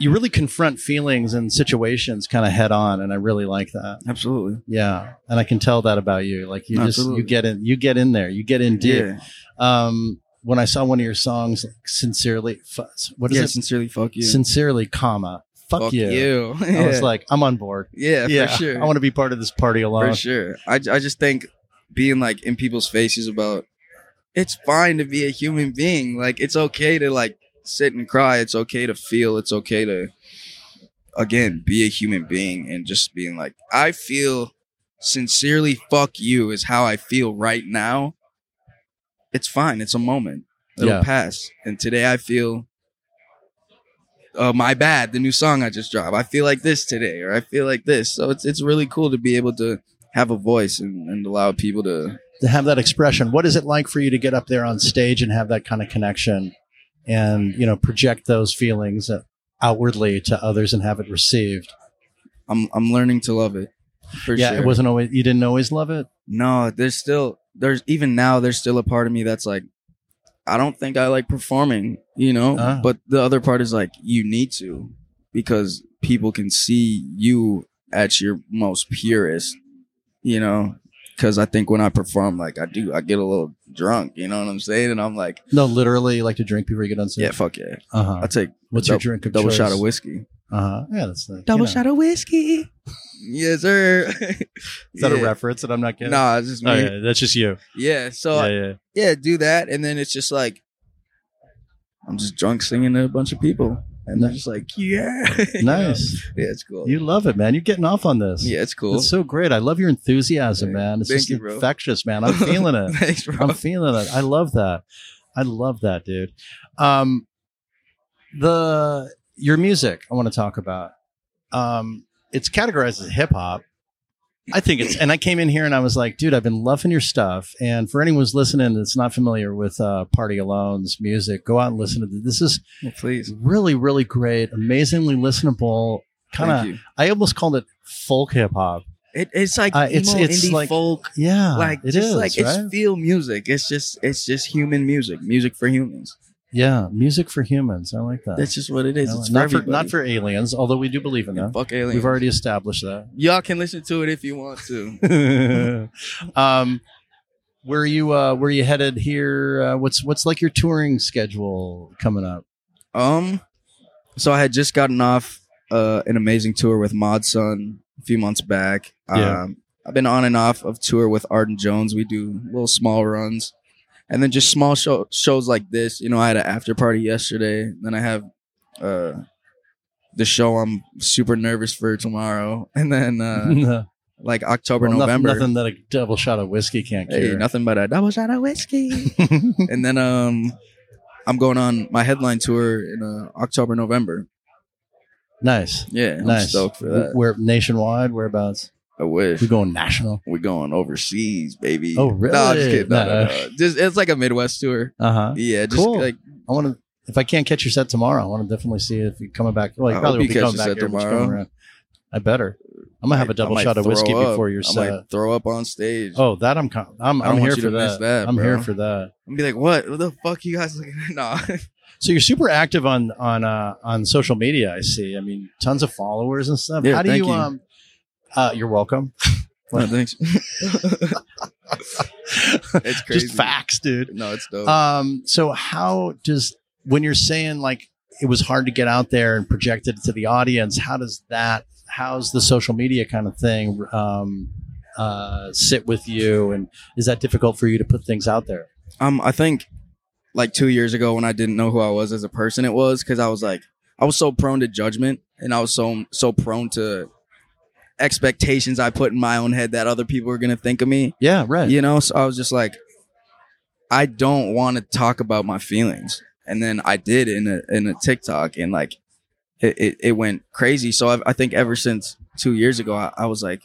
Speaker 1: you really confront feelings and situations kind of head on, and I really like that.
Speaker 4: Absolutely.
Speaker 1: Yeah, and I can tell that about you. Like you just
Speaker 4: Absolutely.
Speaker 1: you get in, you get in there, you get in deep.
Speaker 4: Yeah.
Speaker 1: Um, when I saw one of your songs, like, sincerely, fu- what is
Speaker 4: yeah.
Speaker 1: it?
Speaker 4: Sincerely, fuck you.
Speaker 1: Sincerely, comma, fuck, you.
Speaker 4: Yeah.
Speaker 1: I was like, I'm on board.
Speaker 4: (laughs) yeah,
Speaker 1: yeah,
Speaker 4: for sure.
Speaker 1: I want to be part of this party alone.
Speaker 4: For sure. I, I just think being like in people's faces about it's fine to be a human being. Like it's okay to like sit and cry. It's okay to feel. It's okay to again be a human being and just being like I feel sincerely fuck you is how I feel right now. It's fine. It's a moment. It'll
Speaker 1: Yeah.
Speaker 4: pass. And today I feel uh, my bad, the new song I just dropped. I feel like this today, or I feel like this. So it's it's really cool to be able to have a voice and, and allow people to.
Speaker 1: To have that expression, what is it like for you to get up there on stage and have that kind of connection, and you know, project those feelings outwardly to others and have it received?
Speaker 4: I'm I'm learning to love it. For
Speaker 1: yeah,
Speaker 4: sure.
Speaker 1: it wasn't always. You didn't always love it.
Speaker 4: No, there's still there's even now there's still a part of me that's like, I don't think I like performing, you know.
Speaker 1: Ah.
Speaker 4: But the other part is like, you need to because people can see you at your most purest, you know. Because I think when I perform, like I do, I get a little drunk, you know what I'm saying, and I'm like.
Speaker 1: No, literally, like to drink before you get on stage.
Speaker 4: Yeah, fuck yeah.
Speaker 1: Uh huh.
Speaker 4: I'll take
Speaker 1: What's
Speaker 4: a
Speaker 1: your
Speaker 4: dou-
Speaker 1: drink of
Speaker 4: Uh-huh. double
Speaker 1: choice?
Speaker 4: shot of whiskey.
Speaker 1: Uh-huh. Yeah, that's the, you know.
Speaker 4: of whiskey. yes, sir. Is
Speaker 1: Is
Speaker 4: (laughs)
Speaker 1: that a reference that I'm not getting?
Speaker 4: Nah, it's just me. Oh,
Speaker 1: Oh,
Speaker 4: yeah.
Speaker 1: yeah, that's just you.
Speaker 4: so
Speaker 1: yeah,
Speaker 4: yeah.
Speaker 1: yeah.
Speaker 4: do that. And then it's just like, I'm just drunk singing to a bunch of people. And they're just like, (laughs) yeah. (laughs) You know?
Speaker 1: Nice.
Speaker 4: Yeah, it's cool.
Speaker 1: You love it, man. You're getting off on this.
Speaker 4: yeah, it's cool.
Speaker 1: It's so great. I love your enthusiasm,
Speaker 4: Hey,
Speaker 1: man. It's
Speaker 4: thank
Speaker 1: just
Speaker 4: you, bro.
Speaker 1: infectious, man. I'm feeling
Speaker 4: (laughs)
Speaker 1: it.
Speaker 4: (laughs) Thanks, bro.
Speaker 1: I'm feeling it. I love that. I love that, dude. Um, the your music I want to talk about. Um, it's categorized as hip hop. I think it's, and I came in here and I was like, dude, I've been loving your stuff. And for anyone who's listening that's not familiar with uh, Party Alone's music, go out and listen to this. This is
Speaker 4: Well, (laughs) please.
Speaker 1: really, really great, amazingly listenable. Kind
Speaker 4: Thank
Speaker 1: of,
Speaker 4: you.
Speaker 1: I almost called it folk hip hop.
Speaker 4: It, it's like
Speaker 1: Uh, it's-
Speaker 4: emo
Speaker 1: it's
Speaker 4: indie
Speaker 1: like-
Speaker 4: folk.
Speaker 1: Yeah,
Speaker 4: Like
Speaker 1: it
Speaker 4: just
Speaker 1: is,
Speaker 4: like
Speaker 1: right?
Speaker 4: it's feel music. It's just it's just human music. Music for humans.
Speaker 1: yeah, music for humans. I like that.
Speaker 4: That's just what it is.
Speaker 1: No,
Speaker 4: it's
Speaker 1: not for,
Speaker 4: everybody.
Speaker 1: not for aliens, although we do believe in
Speaker 4: Yeah,
Speaker 1: them.
Speaker 4: fuck aliens.
Speaker 1: We've already established that.
Speaker 4: Y'all can listen to it if you want to.
Speaker 1: (laughs)
Speaker 4: (laughs)
Speaker 1: um, where you uh, where you headed here? Uh, what's what's like your touring schedule coming up?
Speaker 4: um, so I had just gotten off uh, an amazing tour with Mod Sun a few months back.
Speaker 1: Yeah.
Speaker 4: Um, I've been on and off of tour with Arden Jones. We do little small runs. and then just small show, shows like this. You know, I had an after party yesterday. Then I have uh, the show I'm super nervous for tomorrow, (laughs) and
Speaker 1: (laughs)
Speaker 4: then uh, like October,
Speaker 1: Well, noth-
Speaker 4: November.
Speaker 1: Nothing, that a double shot of whiskey can't
Speaker 4: Hey, (laughs)
Speaker 1: cure.
Speaker 4: nothing but a double shot of
Speaker 1: (laughs)
Speaker 4: whiskey. and then um, I'm going on my headline tour in uh, October, November.
Speaker 1: nice.
Speaker 4: Yeah,
Speaker 1: nice.
Speaker 4: I'm stoked for that.
Speaker 1: We're nationwide. Whereabouts?
Speaker 4: I wish
Speaker 1: We're going national.
Speaker 4: we're going overseas, baby.
Speaker 1: Oh, really?
Speaker 4: No, I'm just kidding. No, no,
Speaker 1: No.
Speaker 4: no. Just it's like a Midwest tour.
Speaker 1: Uh huh.
Speaker 4: Yeah, just
Speaker 1: Cool.
Speaker 4: like
Speaker 1: I want to. If I can't catch your set tomorrow, I want to definitely see if you're coming back. Well,
Speaker 4: I
Speaker 1: you
Speaker 4: hope
Speaker 1: probably
Speaker 4: you
Speaker 1: will be
Speaker 4: catch
Speaker 1: coming
Speaker 4: your
Speaker 1: back
Speaker 4: set
Speaker 1: here if it's
Speaker 4: tomorrow.
Speaker 1: coming around. I better. I'm gonna have a double
Speaker 4: I might
Speaker 1: shot of
Speaker 4: throw
Speaker 1: whiskey
Speaker 4: up.
Speaker 1: before your
Speaker 4: I
Speaker 1: set.
Speaker 4: might throw up on stage.
Speaker 1: oh, that I'm. Con- I'm.
Speaker 4: I don't
Speaker 1: I'm
Speaker 4: want
Speaker 1: here for
Speaker 4: you to miss
Speaker 1: that.
Speaker 4: that,
Speaker 1: I'm
Speaker 4: bro.
Speaker 1: here for that.
Speaker 4: I'm be like, what? What the fuck you guys looking at? (laughs) No,
Speaker 1: So you're super active on on uh, on social media. I see. I mean, tons of followers and stuff.
Speaker 4: Yeah,
Speaker 1: How do
Speaker 4: thank
Speaker 1: you?
Speaker 4: you.
Speaker 1: Um, uh, you're welcome. (laughs)
Speaker 4: no thanks. (laughs)
Speaker 1: it's
Speaker 4: crazy.
Speaker 1: Just facts, dude.
Speaker 4: No, it's dope.
Speaker 1: Um, so how does when you're saying like it was hard to get out there and project it to the audience? How does that? How's the social media kind of thing um, uh, sit with you? And is that difficult for you to put things out there?
Speaker 4: Um, I think like two years ago when I didn't know who I was as a person, it was because I was like, I was so prone to judgment, and I was so so prone to expectations I put in my own head that other people were gonna think of me.
Speaker 1: Yeah, right.
Speaker 4: You know, so I was just like, I don't want to talk about my feelings, and then I did in a in a TikTok, and like, it it, it went crazy. So I, I think ever since two years ago, I, I was like,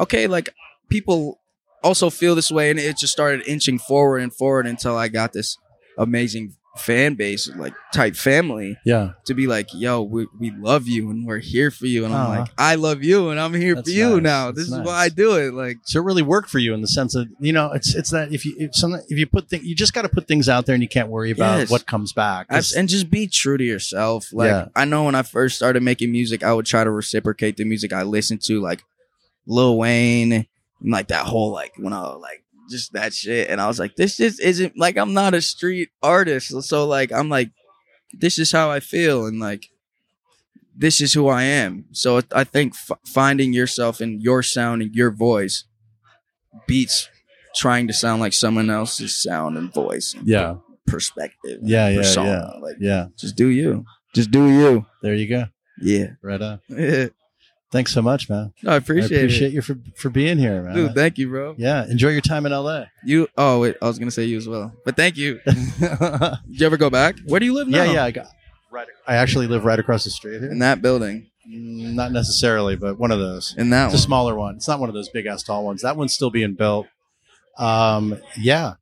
Speaker 4: okay, like people also feel this way, and it just started inching forward and forward until I got this amazing fan base, like type family,
Speaker 1: Yeah,
Speaker 4: to be like, yo, we, we love you, and we're here for you, and I'm
Speaker 1: Aw.
Speaker 4: like, I love you, and I'm here
Speaker 1: Uh-huh. That's
Speaker 4: for you
Speaker 1: nice.
Speaker 4: now.
Speaker 1: That's
Speaker 4: this
Speaker 1: nice.
Speaker 4: is why I do it, like.
Speaker 1: so it really worked for you in the sense that you know it's it's that if you if something if you put things you just got to put things out there and you can't worry about
Speaker 4: Yes.
Speaker 1: what comes back.
Speaker 4: I-
Speaker 1: It's-
Speaker 4: and just be true to yourself. Like
Speaker 1: Yeah.
Speaker 4: I know when I first started making music, I would try to reciprocate the music I listened to, like Lil Wayne, and like that whole like when I was, like just that shit. And I was like, this just isn't like I'm not a street artist, so like I'm like, this is how I feel, and like this is who I am. So I think f- finding yourself in your sound and your voice beats trying to sound like someone else's sound and voice. and
Speaker 1: yeah,
Speaker 4: perspective. and
Speaker 1: Yeah, yeah,
Speaker 4: persona. Like
Speaker 1: yeah.
Speaker 4: just do you. Just do you.
Speaker 1: There you go.
Speaker 4: Yeah. (laughs)
Speaker 1: Right on.
Speaker 4: no,
Speaker 1: Thanks so much, man.
Speaker 4: I appreciate,
Speaker 1: I appreciate you for for being here,
Speaker 4: it.
Speaker 1: man.
Speaker 4: Dude, thank you, bro.
Speaker 1: yeah, enjoy your time in
Speaker 4: (laughs)
Speaker 1: L.A.
Speaker 4: You oh wait, I was gonna say you as well. But
Speaker 1: (laughs)
Speaker 4: thank you. Did
Speaker 1: yeah,
Speaker 4: you ever go back? Where do you live now?
Speaker 1: yeah. I got right. I actually live right across the street here.
Speaker 4: In that building.
Speaker 1: Mm, Not necessarily, but one of those.
Speaker 4: In that
Speaker 1: It's a
Speaker 4: one.
Speaker 1: smaller one. It's not one of those big ass tall ones. That one's still being built. Um, yeah.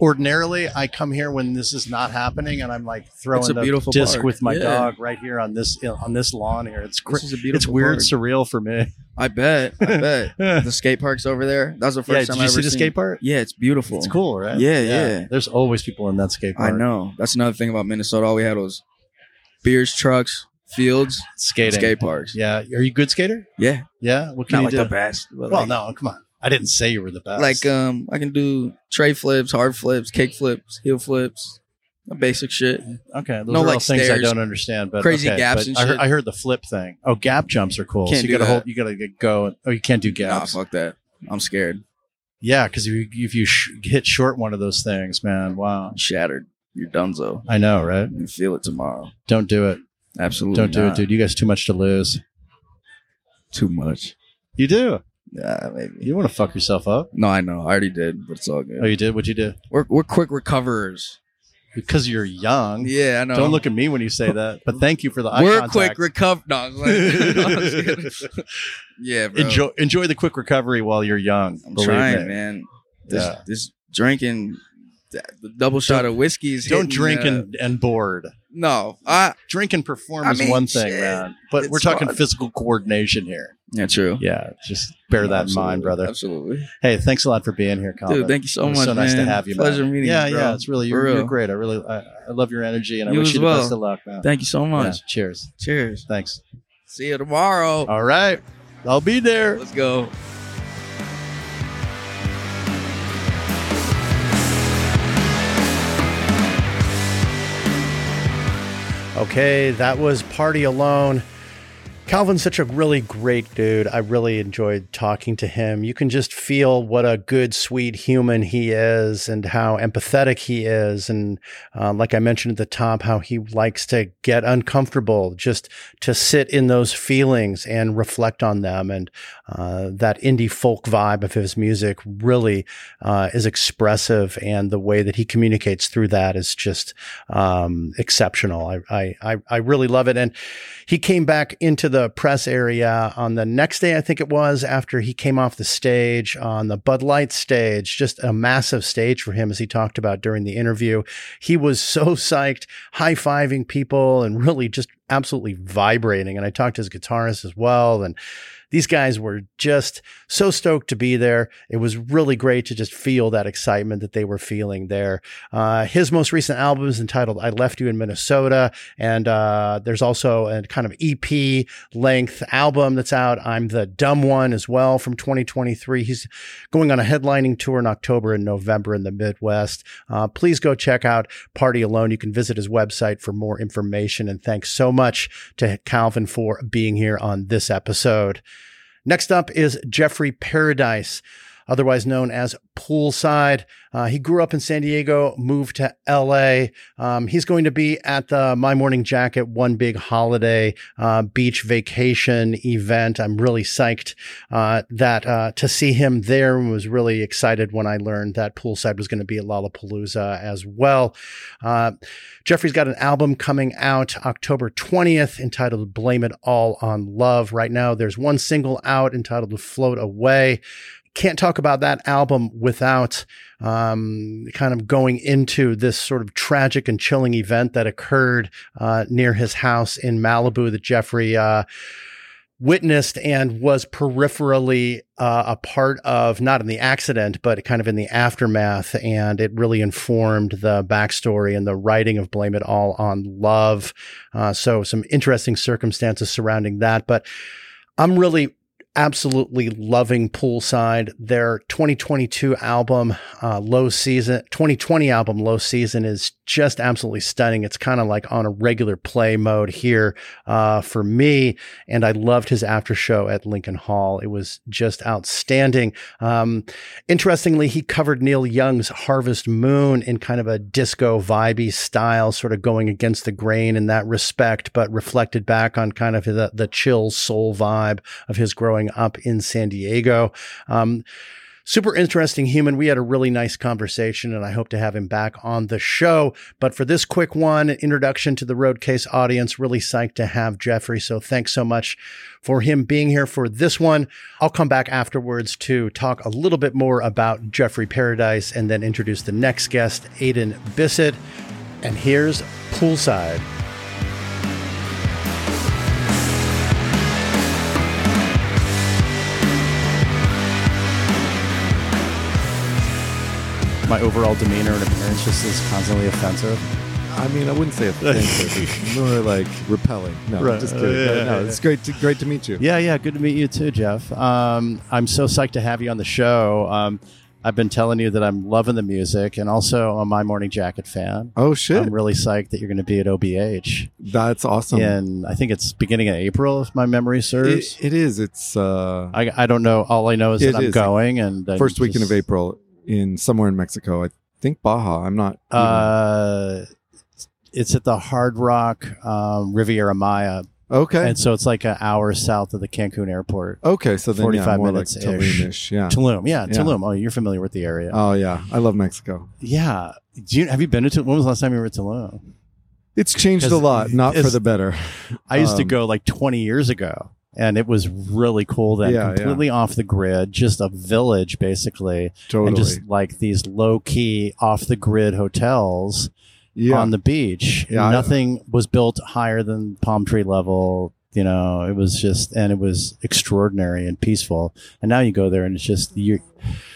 Speaker 1: Ordinarily, I come here when this is not happening, and I'm like
Speaker 4: It's
Speaker 1: throwing
Speaker 4: a
Speaker 1: the
Speaker 4: beautiful
Speaker 1: disc
Speaker 4: park.
Speaker 1: with my
Speaker 4: Yeah.
Speaker 1: dog right here on this on this lawn here. It's cr-
Speaker 4: This is a beautiful
Speaker 1: it's weird,
Speaker 4: park.
Speaker 1: surreal for me. (laughs)
Speaker 4: I bet. I bet.
Speaker 1: yeah,
Speaker 4: the skate park's over there. That was the first
Speaker 1: did
Speaker 4: time
Speaker 1: you
Speaker 4: I ever
Speaker 1: see the
Speaker 4: seen-
Speaker 1: skate park?
Speaker 4: Yeah, it's beautiful.
Speaker 1: It's cool, right?
Speaker 4: Yeah, yeah.
Speaker 1: There's always people in that skate
Speaker 4: I
Speaker 1: park.
Speaker 4: know. That's another thing about Minnesota. All we had was beers, trucks, fields,
Speaker 1: Skating.
Speaker 4: skate parks.
Speaker 1: Yeah. Are you a good skater?
Speaker 4: Yeah.
Speaker 1: Yeah. What
Speaker 4: Not
Speaker 1: can
Speaker 4: like
Speaker 1: you
Speaker 4: the
Speaker 1: do?
Speaker 4: best. But
Speaker 1: well,
Speaker 4: like,
Speaker 1: no, come on. I didn't say you were the best.
Speaker 4: Like um, I can do tray flips, hard flips, kick flips, heel flips, basic shit.
Speaker 1: okay, those
Speaker 4: no,
Speaker 1: are all
Speaker 4: like,
Speaker 1: things I
Speaker 4: stairs,
Speaker 1: don't understand. But
Speaker 4: crazy
Speaker 1: okay,
Speaker 4: gaps
Speaker 1: but
Speaker 4: and
Speaker 1: I heard,
Speaker 4: shit.
Speaker 1: I heard the flip thing. Oh, gap jumps are cool.
Speaker 4: Can't
Speaker 1: so you
Speaker 4: do
Speaker 1: gotta
Speaker 4: that.
Speaker 1: hold. You gotta get go. Oh, you can't do
Speaker 4: Nah,
Speaker 1: gaps.
Speaker 4: fuck that. I'm scared.
Speaker 1: yeah, because if you if you sh- hit short one of those things, man, wow.
Speaker 4: I'm shattered. You're donezo.
Speaker 1: I know, right?
Speaker 4: You feel it tomorrow.
Speaker 1: Don't do it.
Speaker 4: Absolutely.
Speaker 1: Don't do
Speaker 4: not.
Speaker 1: it, dude. You guys too much to lose.
Speaker 4: Too much.
Speaker 1: You do.
Speaker 4: Yeah, maybe.
Speaker 1: You want to fuck yourself up.
Speaker 4: No, I know. I already did, but it's all good.
Speaker 1: Oh, you did. What you do?
Speaker 4: We're we're quick recoverers.
Speaker 1: Because you're young.
Speaker 4: Yeah, I know.
Speaker 1: Don't look at me when you say that.
Speaker 4: (laughs)
Speaker 1: But thank you for the eye
Speaker 4: We're
Speaker 1: contact.
Speaker 4: quick recover. (laughs) No, I'm like, no, I'm just kidding.
Speaker 1: (laughs)
Speaker 4: yeah, bro.
Speaker 1: enjoy enjoy the quick recovery while you're young.
Speaker 4: I'm
Speaker 1: believe
Speaker 4: trying,
Speaker 1: me.
Speaker 4: man. This
Speaker 1: Yeah.
Speaker 4: this drinking, th- the double shot of whiskey is
Speaker 1: Don't
Speaker 4: hitting,
Speaker 1: drink
Speaker 4: uh,
Speaker 1: and, and board.
Speaker 4: no. I
Speaker 1: Drink and perform
Speaker 4: I
Speaker 1: is
Speaker 4: mean,
Speaker 1: one thing,
Speaker 4: shit,
Speaker 1: man. But we're
Speaker 4: it's
Speaker 1: talking
Speaker 4: fun.
Speaker 1: physical coordination here.
Speaker 4: yeah, true.
Speaker 1: Yeah, just bear
Speaker 4: No,
Speaker 1: that in
Speaker 4: absolutely,
Speaker 1: mind, brother.
Speaker 4: Absolutely.
Speaker 1: Hey, thanks a lot for being here, Colin.
Speaker 4: Dude, thank you so
Speaker 1: It was
Speaker 4: much.
Speaker 1: So nice
Speaker 4: man.
Speaker 1: to have you.
Speaker 4: Pleasure
Speaker 1: man.
Speaker 4: meeting
Speaker 1: yeah,
Speaker 4: you.
Speaker 1: yeah,
Speaker 4: bro.
Speaker 1: it's really
Speaker 4: For
Speaker 1: you're, you're
Speaker 4: real.
Speaker 1: great. I really I, I love your energy, and I
Speaker 4: You
Speaker 1: wish
Speaker 4: as
Speaker 1: you the
Speaker 4: well.
Speaker 1: best of luck, man.
Speaker 4: Thank you so
Speaker 1: Yeah,
Speaker 4: much.
Speaker 1: cheers.
Speaker 4: Cheers.
Speaker 1: Thanks.
Speaker 4: See you tomorrow.
Speaker 1: All right, I'll be there.
Speaker 4: Let's go.
Speaker 1: Okay, that was Party Alone.
Speaker 6: Calvin's such a really great dude. I really enjoyed talking to him. You can just feel what a good, sweet human he is and how empathetic he is. And uh, like I mentioned at the top, how he likes to get uncomfortable just to sit in those feelings and reflect on them. And uh, that indie folk vibe of his music really uh, is expressive. And the way that he communicates through that is just um, exceptional. I, I, I, I really love it. And he came back into the press area on the next day, I think it was, after he came off the stage on the Bud Light stage, just a massive stage for him, as he talked about during the interview. He was so psyched, high fiving people and really just absolutely vibrating. And I talked to his guitarist as well. And these guys were just so stoked to be there. It was really great to just feel that excitement that they were feeling there. Uh, his most recent album is entitled I Left You in Minnesota. And uh, there's also a kind of EP length album that's out. I'm the Dumb One as well from 2023. He's going on a headlining tour in October and November in the Midwest. Uh, please go check out Party Alone. You can visit his website for more information. And thanks so much to Calvin for being here on this episode. Next up is Jeffrey Paradise, otherwise known as Poolside. Uh, he grew up in San Diego, moved to LA. Um, he's going to be at the My Morning Jacket One Big Holiday uh, Beach Vacation event. I'm really psyched uh, that uh, to see him there and was really excited when I learned that Poolside was going to be at Lollapalooza as well. Uh, Jeffrey's got an album coming out October 20th entitled Blame It All on Love. Right now, there's one single out entitled Float Away can't talk about that album without um, kind of going into this sort of tragic and chilling event that occurred uh, near his house in Malibu that Jeffrey uh, witnessed and was peripherally uh, a part of, not in the accident, but kind of in the aftermath. And it really informed the backstory and the writing of Blame It All on Love. Uh, so, some interesting circumstances surrounding that. But I'm really absolutely loving poolside their 2022 album uh, low season 2020 album low season is just absolutely stunning it's kind of like on a regular play mode here uh, for me and i loved his after show at lincoln hall it was just outstanding um, interestingly he covered neil young's harvest moon in kind of a disco vibey style sort of going against the grain in that respect but reflected back on kind of the, the chill soul vibe of his growing up in San Diego. Um, super interesting human. We had a really nice conversation, and I hope to have him back on the show. But for this quick one, an introduction to the Roadcase audience, really psyched to have Jeffrey. So thanks so much for him being here for this one. I'll come back afterwards to talk a little bit more about Jeffrey Paradise and then introduce the next guest, Aiden Bissett. And here's Poolside.
Speaker 1: my overall demeanor and appearance just is constantly offensive.
Speaker 2: I mean, I wouldn't say offensive. more like repelling. No,
Speaker 1: Right. Oh,
Speaker 2: just kidding.
Speaker 1: Yeah,
Speaker 2: no, no,
Speaker 1: yeah,
Speaker 2: it's great. To, great to meet you.
Speaker 1: Yeah, yeah. Good to meet you too, Jeff. Um, I'm so psyched to have you on the show. Um, I've been telling you that I'm loving the music, and also I'm My Morning Jacket fan.
Speaker 2: Oh shit,
Speaker 1: I'm really psyched that you're going to be at OBH,
Speaker 2: that's awesome.
Speaker 1: and I think it's beginning of April, if my memory serves.
Speaker 2: It, it is. It's uh,
Speaker 1: I, I don't know. All I know is
Speaker 2: It
Speaker 1: that I'm
Speaker 2: is.
Speaker 1: going, and I'm
Speaker 2: first weekend
Speaker 1: just-
Speaker 2: of April in somewhere in Mexico. I think Baja. I'm not.
Speaker 1: Uh, it's at the Hard Rock um, Riviera Maya,
Speaker 2: okay.
Speaker 1: and so it's like an hour south of the Cancun airport.
Speaker 2: Okay, so then
Speaker 1: 45
Speaker 2: yeah, more like
Speaker 1: minutes-ish. (laughs)
Speaker 2: Tulum-ish. Yeah.
Speaker 1: Tulum, yeah,
Speaker 2: Yeah.
Speaker 1: Tulum. Oh, you're familiar with the area.
Speaker 2: Oh yeah, I love Mexico.
Speaker 1: Yeah. Do you, have you been to Tulum? When was the last time you were at Tulum?
Speaker 2: It's changed a
Speaker 1: Because
Speaker 2: lot, not for
Speaker 1: it's- (laughs)
Speaker 2: the better.
Speaker 1: I used to
Speaker 2: Um,
Speaker 1: go like 20 years ago, and it was really cool then.
Speaker 2: Yeah, yeah.
Speaker 1: completely off the grid, just a village basically,
Speaker 2: Totally.
Speaker 1: and just like these low key, off the grid hotels
Speaker 2: yeah.
Speaker 1: on the beach.
Speaker 2: Yeah, I-
Speaker 1: Nothing was built higher than palm tree level. You know, it was just, and it was extraordinary and peaceful. And now you go there, and it's just you.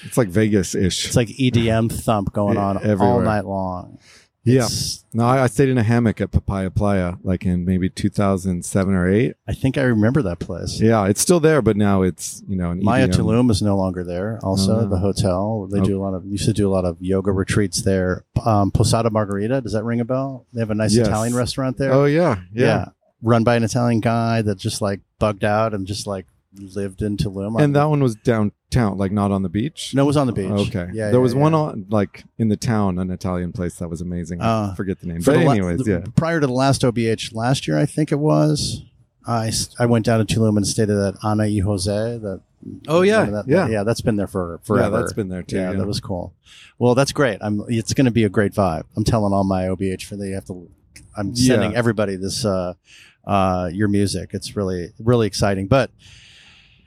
Speaker 2: it's like Vegas-ish.
Speaker 1: It's like EDM thump going on all
Speaker 2: E Everywhere.
Speaker 1: night long.
Speaker 2: yeah.
Speaker 1: It's-
Speaker 2: No, I, I stayed in a hammock at Papaya Playa, like in maybe 2007 or eight.
Speaker 1: I think I remember that place.
Speaker 2: Yeah, it's still there, but now it's you know an
Speaker 1: Maya
Speaker 2: EDM.
Speaker 1: Tulum is no longer there. Also,
Speaker 2: Oh, no. Oh.
Speaker 1: the hotel they do a lot of used to do a lot of yoga retreats there. Um, Posada Margarita, does that ring a bell? They have a nice
Speaker 2: Yes.
Speaker 1: Italian restaurant there.
Speaker 2: Oh yeah, yeah,
Speaker 1: run by an Italian guy that just like bugged out and just like lived in Tulum.
Speaker 2: And that one was downtown, like not on the beach.
Speaker 1: no it was on the beach.
Speaker 2: Okay.
Speaker 1: Yeah.
Speaker 2: There was
Speaker 1: yeah,
Speaker 2: one
Speaker 1: yeah.
Speaker 2: on like in the town, an Italian place that was amazing.
Speaker 1: Uh,
Speaker 2: I forget the name.
Speaker 1: For
Speaker 2: But
Speaker 1: the la-
Speaker 2: anyways,
Speaker 1: the-
Speaker 2: yeah.
Speaker 1: Prior to the last OBH last year, I think it was. I, s- I went down to Tulum and stayed at that Ana y Jose. That
Speaker 2: Oh, yeah,
Speaker 1: that-
Speaker 2: yeah.
Speaker 1: yeah. That's been there for
Speaker 2: Yeah,
Speaker 1: forever.
Speaker 2: that's been there too.
Speaker 1: yeah,
Speaker 2: yeah.
Speaker 1: that was cool. Well, that's great. I'm. It's going to be a great vibe. I'm telling all my OBH for they have to. I'm
Speaker 2: Yeah.
Speaker 1: sending everybody this. Uh, uh, your music. It's really really exciting. But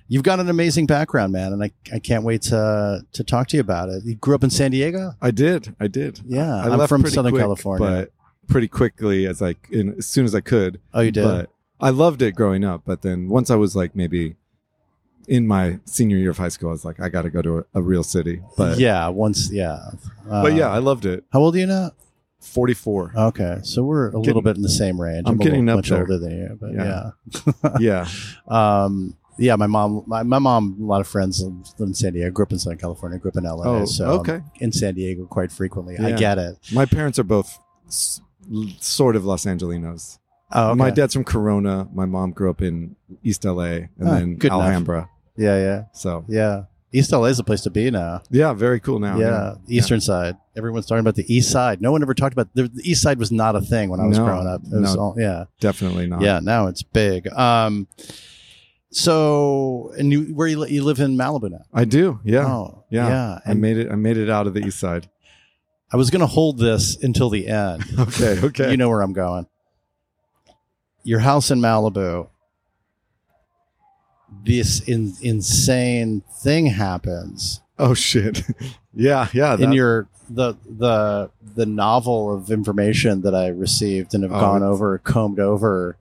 Speaker 1: you've got an amazing background, man, and I, I can't wait to to talk to you about it. You grew up in San Diego.
Speaker 2: I did. I did.
Speaker 1: Yeah,
Speaker 2: I
Speaker 1: am
Speaker 2: left
Speaker 1: Uh, from
Speaker 2: pretty
Speaker 1: Southern
Speaker 2: quick,
Speaker 1: California.
Speaker 2: But pretty quickly as I in, as soon as I could.
Speaker 1: oh, you did.
Speaker 2: But I loved it growing up, but then once I was like maybe in my senior year of high school, I was like, I got to go to a, a real city. But yeah,
Speaker 1: yeah, once. Yeah. Uh,
Speaker 2: but yeah, I loved it.
Speaker 1: How old are you now?
Speaker 2: 44.
Speaker 1: Okay, so we're a little
Speaker 2: Getting-
Speaker 1: bit in the same range.
Speaker 2: I'm
Speaker 1: a
Speaker 2: getting
Speaker 1: little,
Speaker 2: up
Speaker 1: much
Speaker 2: there.
Speaker 1: older than you, but
Speaker 2: Yeah.
Speaker 1: yeah. Uh-huh.
Speaker 2: yeah.
Speaker 1: Um, yeah, my mom, my, my mom, a lot of friends live in San Diego. Grew up in Southern California. Grew up in LA.
Speaker 2: Oh,
Speaker 1: so um, I'm
Speaker 2: okay.
Speaker 1: in San Diego quite frequently. I
Speaker 2: Yeah.
Speaker 1: get it.
Speaker 2: My parents are both s- l- sort of Los Angelinos.
Speaker 1: Oh, okay.
Speaker 2: My dad's from Corona. My mom grew up in East LA and
Speaker 1: Ah,
Speaker 2: then
Speaker 1: good enough.
Speaker 2: Alhambra.
Speaker 1: Yeah, yeah,
Speaker 2: So
Speaker 1: yeah. East LA is a place to be now.
Speaker 2: yeah, very cool now.
Speaker 1: yeah, the Eastern side. Everyone's talking about the East Side. No one ever talked about the, the East Side. Was not a thing when I was
Speaker 2: No,
Speaker 1: growing up. It was
Speaker 2: no.
Speaker 1: all, yeah,
Speaker 2: definitely not.
Speaker 1: yeah. Now it's big. Um, so and you, where you, li- you live in Malibu now?
Speaker 2: I do. Yeah.
Speaker 1: oh,
Speaker 2: yeah.
Speaker 1: yeah.
Speaker 2: I
Speaker 1: And
Speaker 2: made it. I made it out of the
Speaker 1: (laughs)
Speaker 2: East Side.
Speaker 1: I was going to hold this until the end.
Speaker 2: Okay. Okay.
Speaker 1: You know where I'm going. Your house in Malibu. This in, insane thing happens
Speaker 2: (laughs) oh shit. (laughs) yeah. Yeah.
Speaker 1: in
Speaker 2: that-
Speaker 1: your the the the novel of information that I received and have
Speaker 2: Oh,
Speaker 1: gone
Speaker 2: it's-
Speaker 1: over, combed over.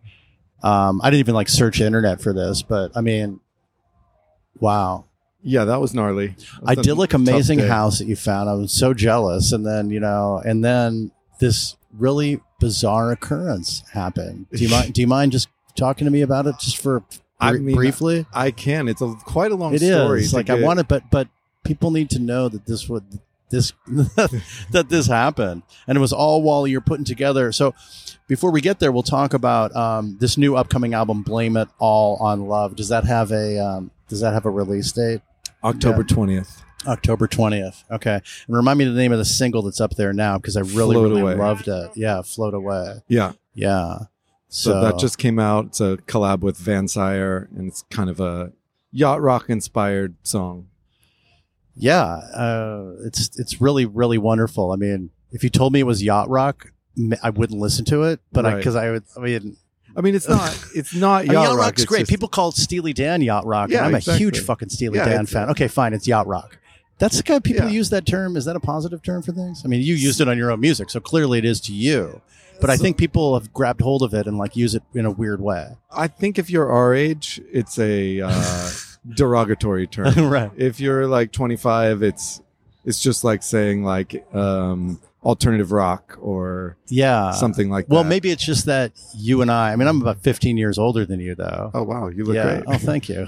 Speaker 1: Um, I didn't even like search the internet for this, but I mean, wow,
Speaker 2: yeah. That was gnarly. That was
Speaker 1: idyllic,
Speaker 2: a tough
Speaker 1: amazing
Speaker 2: day.
Speaker 1: house that you found. I was so jealous, and then you know, and then this really bizarre occurrence happened. Do you mind? Do you mind just talking to me about it, just for
Speaker 2: I
Speaker 1: br-
Speaker 2: mean,
Speaker 1: briefly?
Speaker 2: I can. It's a quite a long
Speaker 1: It
Speaker 2: story.
Speaker 1: is like I want to, but but people need to know that this would this (laughs) that this happened, and it was all while you're putting together. So before we get there, we'll talk about um, this new upcoming album, "Blame It All on Love." Does that have a um, does that have a release date?
Speaker 2: October twentieth.
Speaker 1: October 20th. Okay. And remind me the name of the single that's up there now because I really,
Speaker 2: Float
Speaker 1: really
Speaker 2: Away.
Speaker 1: loved it. Yeah. Float Away.
Speaker 2: Yeah.
Speaker 1: Yeah. So,
Speaker 2: So, that just came out. It's a collab with Van Sire, and it's kind of a yacht rock inspired song.
Speaker 1: yeah. Uh, it's, it's really, really wonderful. I mean, if you told me it was yacht rock, m- I wouldn't listen to it, but I,
Speaker 2: Right.
Speaker 1: cause I would, I mean,
Speaker 2: I
Speaker 1: (laughs)
Speaker 2: mean, it's not. It's not
Speaker 1: I
Speaker 2: yacht,
Speaker 1: mean, yacht,
Speaker 2: rock.
Speaker 1: rock's
Speaker 2: it's
Speaker 1: great.
Speaker 2: just-
Speaker 1: People call Steely Dan yacht rock.
Speaker 2: Yeah,
Speaker 1: and I'm
Speaker 2: exactly.
Speaker 1: a huge fucking Steely
Speaker 2: Yeah,
Speaker 1: Dan
Speaker 2: it's-
Speaker 1: fan. Okay, fine. It's yacht rock. That's the kind of people
Speaker 2: Yeah.
Speaker 1: use that term. Is that a positive term for things? I mean, you used it on your own music, so clearly it is to you. But I
Speaker 2: So-
Speaker 1: think people have grabbed hold of it and like use it in a weird way.
Speaker 2: (laughs) I think if you're our age, it's a
Speaker 1: (laughs)
Speaker 2: uh, derogatory term.
Speaker 1: right.
Speaker 2: if you're like 25 it's it's just like saying like um alternative rock or
Speaker 1: Yeah.
Speaker 2: something like
Speaker 1: Uh, well,
Speaker 2: that
Speaker 1: maybe it's just that you and I. I mean, I'm about 15 years older than you, though.
Speaker 2: oh wow you look
Speaker 1: yeah.
Speaker 2: great
Speaker 1: Oh, thank
Speaker 2: (laughs)
Speaker 1: you.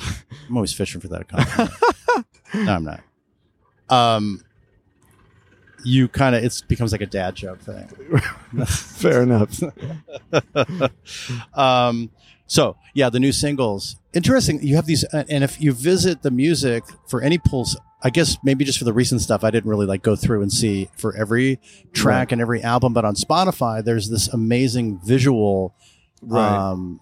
Speaker 1: I'm always fishing for that compliment. no, I'm not. Um, you kind of it becomes like a dad joke thing.
Speaker 2: (laughs)
Speaker 1: (laughs)
Speaker 2: fair enough
Speaker 1: um, so yeah, the new singles. Interesting. You have these, uh, and if you visit the music for any pulls, I guess maybe just for the recent stuff, I didn't really like go through and see for every track and every album. But on Spotify, there's this amazing visual
Speaker 2: right
Speaker 1: um,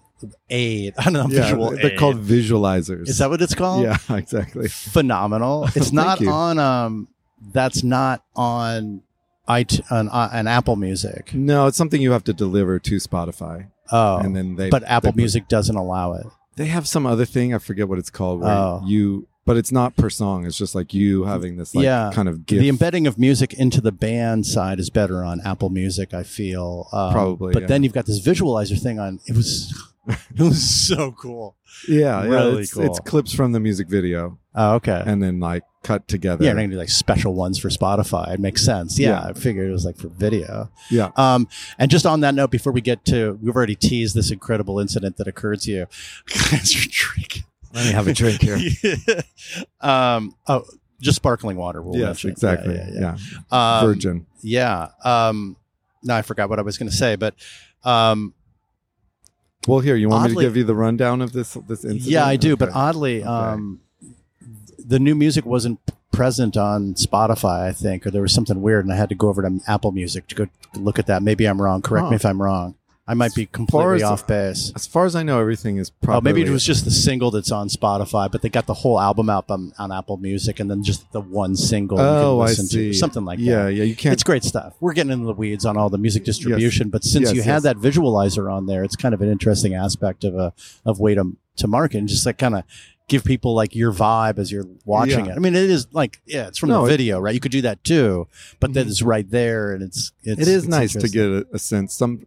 Speaker 1: aid. (laughs) I don't know,
Speaker 2: yeah
Speaker 1: visual.
Speaker 2: they're
Speaker 1: aid.
Speaker 2: called visualizers
Speaker 1: Is that what it's called?
Speaker 2: yeah (laughs) exactly (laughs)
Speaker 1: phenomenal. It's
Speaker 2: Thank
Speaker 1: not
Speaker 2: you.
Speaker 1: on. Um, that's not on. it on, on Apple Music.
Speaker 2: no it's something you have to deliver to spotify
Speaker 1: Oh,
Speaker 2: and then they
Speaker 1: but Apple
Speaker 2: they put-
Speaker 1: Music doesn't allow it.
Speaker 2: they have some other thing i forget what it's called where
Speaker 1: Oh.
Speaker 2: you but it's not per song it's just like you having this like
Speaker 1: Yeah.
Speaker 2: kind of
Speaker 1: The
Speaker 2: gift
Speaker 1: embedding of music into the band side is better on Apple Music, I feel. Um,
Speaker 2: Probably,
Speaker 1: But
Speaker 2: yeah.
Speaker 1: then you've got this visualizer thing on. It was, (laughs) it was so cool.
Speaker 2: yeah, yeah,
Speaker 1: Really
Speaker 2: it's, it's
Speaker 1: cool.
Speaker 2: clips from the music video
Speaker 1: Oh, okay.
Speaker 2: and then like cut together
Speaker 1: yeah, they're gonna do like special ones for Spotify. It makes sense. Yeah,
Speaker 2: Yeah.
Speaker 1: I figured it was like for video.
Speaker 2: Yeah.
Speaker 1: Um, and just on that note, before we get to, we've already teased this incredible incident that occurred to you. (laughs) Guys, you're drinking.
Speaker 2: let me have a drink here
Speaker 1: (laughs) um. Oh, just sparkling water. We'll
Speaker 2: yes,
Speaker 1: mention.
Speaker 2: exactly. Yeah,
Speaker 1: Um,
Speaker 2: Virgin.
Speaker 1: Yeah. Um, no, I forgot what I was going to say, but um,
Speaker 7: Well, here you want me
Speaker 1: Oddly-
Speaker 7: to give you the rundown of this this incident?
Speaker 1: Yeah, I do. But
Speaker 7: Okay.
Speaker 1: oddly, um, the new music wasn't present on Spotify, I think, or there was something weird, and I had to go over to Apple Music to go look at that. Maybe I'm wrong. Correct me
Speaker 7: Huh.
Speaker 1: if I'm wrong. I might be
Speaker 7: far
Speaker 1: completely
Speaker 7: as-
Speaker 1: off base.
Speaker 7: as far as I know, everything is probably.
Speaker 1: Oh, maybe it was just the single that's on Spotify, but they got the whole album out on, on Apple Music, and then just the one single. you can
Speaker 7: Oh, I
Speaker 1: listen
Speaker 7: see.
Speaker 1: To, something like
Speaker 7: yeah,
Speaker 1: that.
Speaker 7: yeah. You can't.
Speaker 1: It's great stuff. We're getting into the weeds on all the music distribution, but since
Speaker 7: Yes,
Speaker 1: you had
Speaker 7: yes.
Speaker 1: that visualizer on there, it's kind of an interesting aspect of a of way to to market and just like kind of give people like your vibe as you're watching
Speaker 7: Yeah.
Speaker 1: it. I mean, it is like yeah, it's from
Speaker 7: No,
Speaker 1: the
Speaker 7: it- Mm-hmm.
Speaker 1: video, right? You could do that too, but then it's right there, and it's, it's
Speaker 7: it is
Speaker 1: it's
Speaker 7: nice to
Speaker 1: interesting.
Speaker 7: get a, a sense. Some